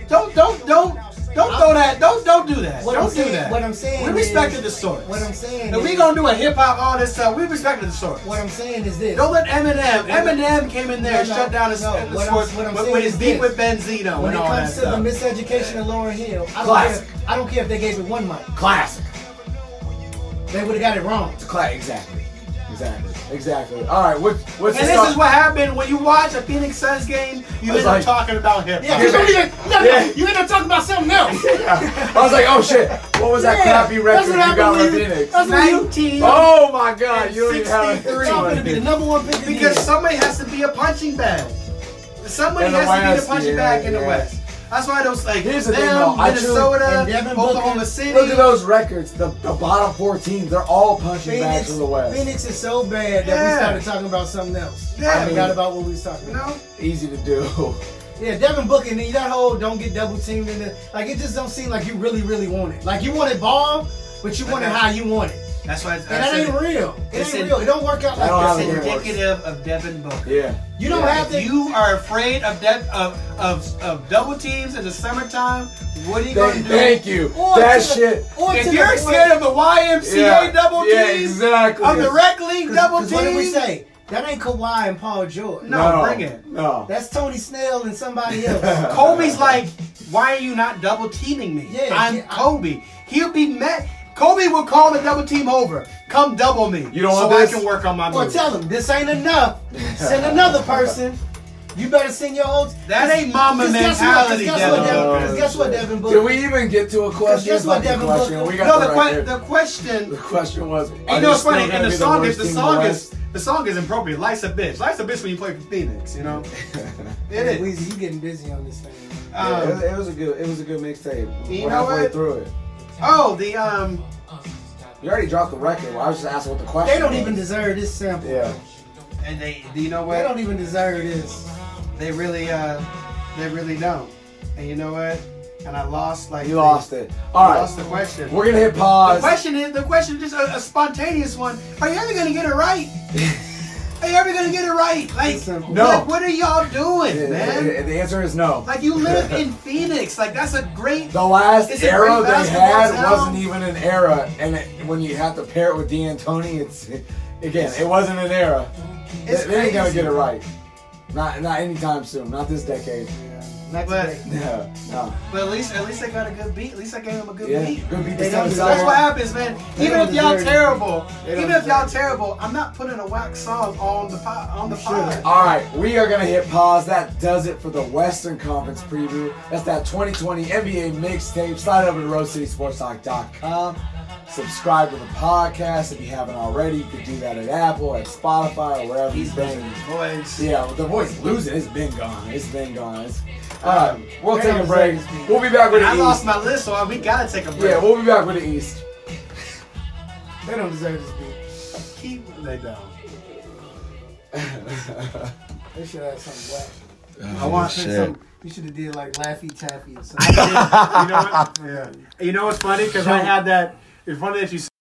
[SPEAKER 1] Don't don't don't don't throw that. Don't don't do that.
[SPEAKER 3] What
[SPEAKER 1] don't
[SPEAKER 3] I'm
[SPEAKER 1] do
[SPEAKER 3] saying-
[SPEAKER 1] that.
[SPEAKER 3] what I'm saying
[SPEAKER 1] We
[SPEAKER 3] is-
[SPEAKER 1] respected the source.
[SPEAKER 3] What I'm saying.
[SPEAKER 1] If
[SPEAKER 3] is-
[SPEAKER 1] we gonna do a hip hop all this stuff, we respected the source.
[SPEAKER 3] What I'm saying is this.
[SPEAKER 1] Don't let Eminem. Eminem came in there,
[SPEAKER 3] No,
[SPEAKER 1] and
[SPEAKER 3] no,
[SPEAKER 1] shut down his,
[SPEAKER 3] no.
[SPEAKER 1] the
[SPEAKER 3] What I'm-
[SPEAKER 1] source
[SPEAKER 3] what I'm
[SPEAKER 1] with,
[SPEAKER 3] saying
[SPEAKER 1] with his
[SPEAKER 3] is
[SPEAKER 1] beef
[SPEAKER 3] this.
[SPEAKER 1] with Benzino
[SPEAKER 3] When
[SPEAKER 1] and
[SPEAKER 3] it
[SPEAKER 1] all that
[SPEAKER 3] comes to the
[SPEAKER 1] stuff.
[SPEAKER 3] miseducation of Lauren Hill, I don't,
[SPEAKER 2] Classic.
[SPEAKER 3] care, I don't care if they gave it one mic.
[SPEAKER 2] Classic.
[SPEAKER 3] They would have got it wrong.
[SPEAKER 2] Classic. Exactly. Exactly. Exactly. All right. What, what's
[SPEAKER 1] and
[SPEAKER 2] the
[SPEAKER 1] this
[SPEAKER 2] song-
[SPEAKER 1] is what happened when you watch a Phoenix Suns game. You
[SPEAKER 2] I was
[SPEAKER 1] end up
[SPEAKER 2] like-
[SPEAKER 1] talking about hip
[SPEAKER 3] Yeah,
[SPEAKER 1] hop.
[SPEAKER 3] 'cause you don't even. No, no,
[SPEAKER 2] Yeah.
[SPEAKER 3] you end up talking about something else.
[SPEAKER 2] I was like, oh shit. What was that
[SPEAKER 3] Yeah,
[SPEAKER 2] crappy record
[SPEAKER 3] that's what
[SPEAKER 2] you got
[SPEAKER 3] happened
[SPEAKER 2] from
[SPEAKER 3] when you-
[SPEAKER 2] Phoenix?
[SPEAKER 3] that's what you-
[SPEAKER 2] Oh my god. You don't even have
[SPEAKER 3] It's all gonna be the
[SPEAKER 2] a
[SPEAKER 3] number one pick of the
[SPEAKER 1] Because
[SPEAKER 3] year.
[SPEAKER 1] somebody has to be a punching bag. Somebody
[SPEAKER 2] In the
[SPEAKER 1] has to be
[SPEAKER 2] West,
[SPEAKER 1] the punching
[SPEAKER 2] yeah,
[SPEAKER 1] bag in the
[SPEAKER 2] yeah.
[SPEAKER 1] West. That's why those like
[SPEAKER 2] Here's the
[SPEAKER 1] them,
[SPEAKER 2] thing, though. I choose-
[SPEAKER 1] Minnesota,
[SPEAKER 3] and Devin Booker-
[SPEAKER 1] Oklahoma City.
[SPEAKER 2] Look at those records. The, the bottom 14. They're all punching bags
[SPEAKER 3] Phoenix,
[SPEAKER 2] from the West.
[SPEAKER 3] Phoenix is so bad that
[SPEAKER 1] Yeah.
[SPEAKER 3] we started talking about something else.
[SPEAKER 1] Yeah,
[SPEAKER 3] I
[SPEAKER 1] I
[SPEAKER 3] forgot
[SPEAKER 2] mean-
[SPEAKER 3] about what we was talking
[SPEAKER 1] You
[SPEAKER 3] about.
[SPEAKER 1] know?
[SPEAKER 2] Easy to do.
[SPEAKER 3] Yeah, Devin Booker and then that whole don't get double teamed in the like it just don't seem like you really really want it. Like you want it ball, but you want it
[SPEAKER 1] Okay.
[SPEAKER 3] how you want it,
[SPEAKER 1] That's why I, I
[SPEAKER 3] and that
[SPEAKER 1] said
[SPEAKER 3] ain't
[SPEAKER 1] it.
[SPEAKER 3] real. It
[SPEAKER 1] It's
[SPEAKER 3] ain't
[SPEAKER 1] in-
[SPEAKER 3] real. It don't work out
[SPEAKER 2] I
[SPEAKER 3] like
[SPEAKER 2] don't
[SPEAKER 3] that.
[SPEAKER 1] It's
[SPEAKER 2] how it works.
[SPEAKER 1] indicative of Devin Booker.
[SPEAKER 2] Yeah.
[SPEAKER 3] You don't
[SPEAKER 2] Yeah.
[SPEAKER 3] have to.
[SPEAKER 1] If you are afraid of, de- of of of double teams in the summertime, what are you going to
[SPEAKER 2] Thank,
[SPEAKER 1] do?
[SPEAKER 2] thank you.
[SPEAKER 3] Or
[SPEAKER 2] that
[SPEAKER 3] to the-
[SPEAKER 2] shit.
[SPEAKER 3] or to
[SPEAKER 1] If
[SPEAKER 3] the
[SPEAKER 1] you're
[SPEAKER 3] point-
[SPEAKER 1] scared of the YMCA
[SPEAKER 2] Yeah,
[SPEAKER 1] double teams,
[SPEAKER 2] yeah, exactly.
[SPEAKER 1] of the rec league
[SPEAKER 3] Cause,
[SPEAKER 1] double
[SPEAKER 3] 'cause
[SPEAKER 1] teams,
[SPEAKER 3] What did we say? That ain't Kawhi and Paul George.
[SPEAKER 1] No. bring it.
[SPEAKER 2] No.
[SPEAKER 3] That's Tony Snell and somebody else.
[SPEAKER 1] Kobe's like, why are you not double teaming me?
[SPEAKER 3] Yeah,
[SPEAKER 1] I'm
[SPEAKER 3] yeah, I-
[SPEAKER 1] Kobe. He'll be mad. Kobe will call the double team over. Come double me.
[SPEAKER 2] You don't
[SPEAKER 1] so
[SPEAKER 2] want
[SPEAKER 1] I
[SPEAKER 2] this?
[SPEAKER 1] can work on my
[SPEAKER 3] or
[SPEAKER 1] move.
[SPEAKER 3] tell him this ain't enough. Send another person. You better send your old.
[SPEAKER 1] That ain't mama
[SPEAKER 3] 'Cause guess what? 'Cause
[SPEAKER 1] mentality,
[SPEAKER 3] guess
[SPEAKER 1] Devin.
[SPEAKER 3] what, Devin-
[SPEAKER 1] Booker.
[SPEAKER 3] 'cause guess what, Devin Booker?
[SPEAKER 2] Did we even get to a question?
[SPEAKER 3] guess what,
[SPEAKER 2] Fucking
[SPEAKER 3] Devin
[SPEAKER 2] question.
[SPEAKER 3] Booker-
[SPEAKER 2] We
[SPEAKER 1] No,
[SPEAKER 2] got
[SPEAKER 1] the,
[SPEAKER 2] the,
[SPEAKER 1] que-
[SPEAKER 2] right
[SPEAKER 1] the
[SPEAKER 2] there.
[SPEAKER 1] question.
[SPEAKER 2] The question was. are
[SPEAKER 1] you know
[SPEAKER 2] they
[SPEAKER 1] what's
[SPEAKER 2] still
[SPEAKER 1] funny? And
[SPEAKER 2] gonna
[SPEAKER 1] the
[SPEAKER 2] be
[SPEAKER 1] song is
[SPEAKER 2] worst
[SPEAKER 1] the
[SPEAKER 2] team in
[SPEAKER 1] song
[SPEAKER 2] West?
[SPEAKER 1] is the song is appropriate. Life's a bitch. Life's a bitch when you play for Phoenix. You know, it is.
[SPEAKER 3] Weezy, you getting busy on this thing.
[SPEAKER 2] Yeah, it,
[SPEAKER 1] Um,
[SPEAKER 2] was, it was a good. It was a good mixtape.
[SPEAKER 1] You
[SPEAKER 2] We're
[SPEAKER 1] know
[SPEAKER 2] halfway
[SPEAKER 1] what?
[SPEAKER 2] through it.
[SPEAKER 1] oh, the um,
[SPEAKER 2] You already dropped the record. Well, I was just asking what the question.
[SPEAKER 3] They don't
[SPEAKER 2] was.
[SPEAKER 3] even deserve this sample.
[SPEAKER 2] Yeah.
[SPEAKER 1] and they. Do you know
[SPEAKER 3] They
[SPEAKER 1] what?
[SPEAKER 3] don't even deserve this.
[SPEAKER 1] They really, uh, they really don't. And you know what? And I lost like
[SPEAKER 2] You
[SPEAKER 1] the-
[SPEAKER 2] lost it. All
[SPEAKER 1] I
[SPEAKER 2] right.
[SPEAKER 1] lost the question.
[SPEAKER 2] We're gonna hit
[SPEAKER 1] The
[SPEAKER 2] pause.
[SPEAKER 1] question is the question is just a, a spontaneous one. Are you ever gonna get it right? Are you ever gonna get it right? Like,
[SPEAKER 3] Listen,
[SPEAKER 2] No.
[SPEAKER 1] like, what are y'all doing,
[SPEAKER 2] Yeah,
[SPEAKER 1] man?
[SPEAKER 2] yeah, The answer is no.
[SPEAKER 1] Like you live in Phoenix. Like that's a great.
[SPEAKER 2] The last
[SPEAKER 1] It's a
[SPEAKER 2] era
[SPEAKER 1] great
[SPEAKER 2] they
[SPEAKER 1] basketball
[SPEAKER 2] had
[SPEAKER 1] town.
[SPEAKER 2] wasn't even an era, and it, when you have to pair it with D'Antoni, it's again, it wasn't an era. They,
[SPEAKER 1] It's
[SPEAKER 2] they ain't gonna
[SPEAKER 1] crazy.
[SPEAKER 2] get it right. Not not anytime soon. Not this decade.
[SPEAKER 3] Not
[SPEAKER 1] But-
[SPEAKER 3] today.
[SPEAKER 2] No, no.
[SPEAKER 1] But at least at least they got a good beat. At least I gave them a good
[SPEAKER 2] Yeah,
[SPEAKER 1] beat.
[SPEAKER 2] good beat.
[SPEAKER 3] They
[SPEAKER 2] They
[SPEAKER 3] don't
[SPEAKER 2] don't
[SPEAKER 3] deserve
[SPEAKER 1] That's what happens, man.
[SPEAKER 3] They
[SPEAKER 1] even
[SPEAKER 3] don't
[SPEAKER 1] if y'all
[SPEAKER 3] deserve it.
[SPEAKER 1] terrible,
[SPEAKER 3] They don't
[SPEAKER 1] even if y'all
[SPEAKER 3] deserve it.
[SPEAKER 1] terrible, I'm not putting a whack song on the pod, on the
[SPEAKER 3] sure.
[SPEAKER 1] pod.
[SPEAKER 2] All right, we are gonna hit pause. That does it for the Western Conference preview. That's that 2020 NBA mixtape. Slide over to RoseCitySportsTalk.com. Subscribe to the podcast if you haven't already. You could do that at Apple, at Spotify, or wherever you've been.
[SPEAKER 1] Boys.
[SPEAKER 2] Yeah, well, the voice losing. It's been gone. It's been gone. It's, uh, we'll take a
[SPEAKER 3] Damn,
[SPEAKER 2] break.
[SPEAKER 3] Zach.
[SPEAKER 2] We'll be back with
[SPEAKER 1] And
[SPEAKER 2] the
[SPEAKER 1] I lost
[SPEAKER 2] East.
[SPEAKER 1] my list, so we gotta take a break.
[SPEAKER 2] Yeah, we'll be back with the East.
[SPEAKER 3] They don't deserve this beat.
[SPEAKER 1] keep they down.
[SPEAKER 3] They should have something whack.
[SPEAKER 1] I want some.
[SPEAKER 3] You should have did like Laffy Taffy or
[SPEAKER 1] I did-
[SPEAKER 3] something.
[SPEAKER 1] you know what? You know what's funny? Because I had that. It's funny that you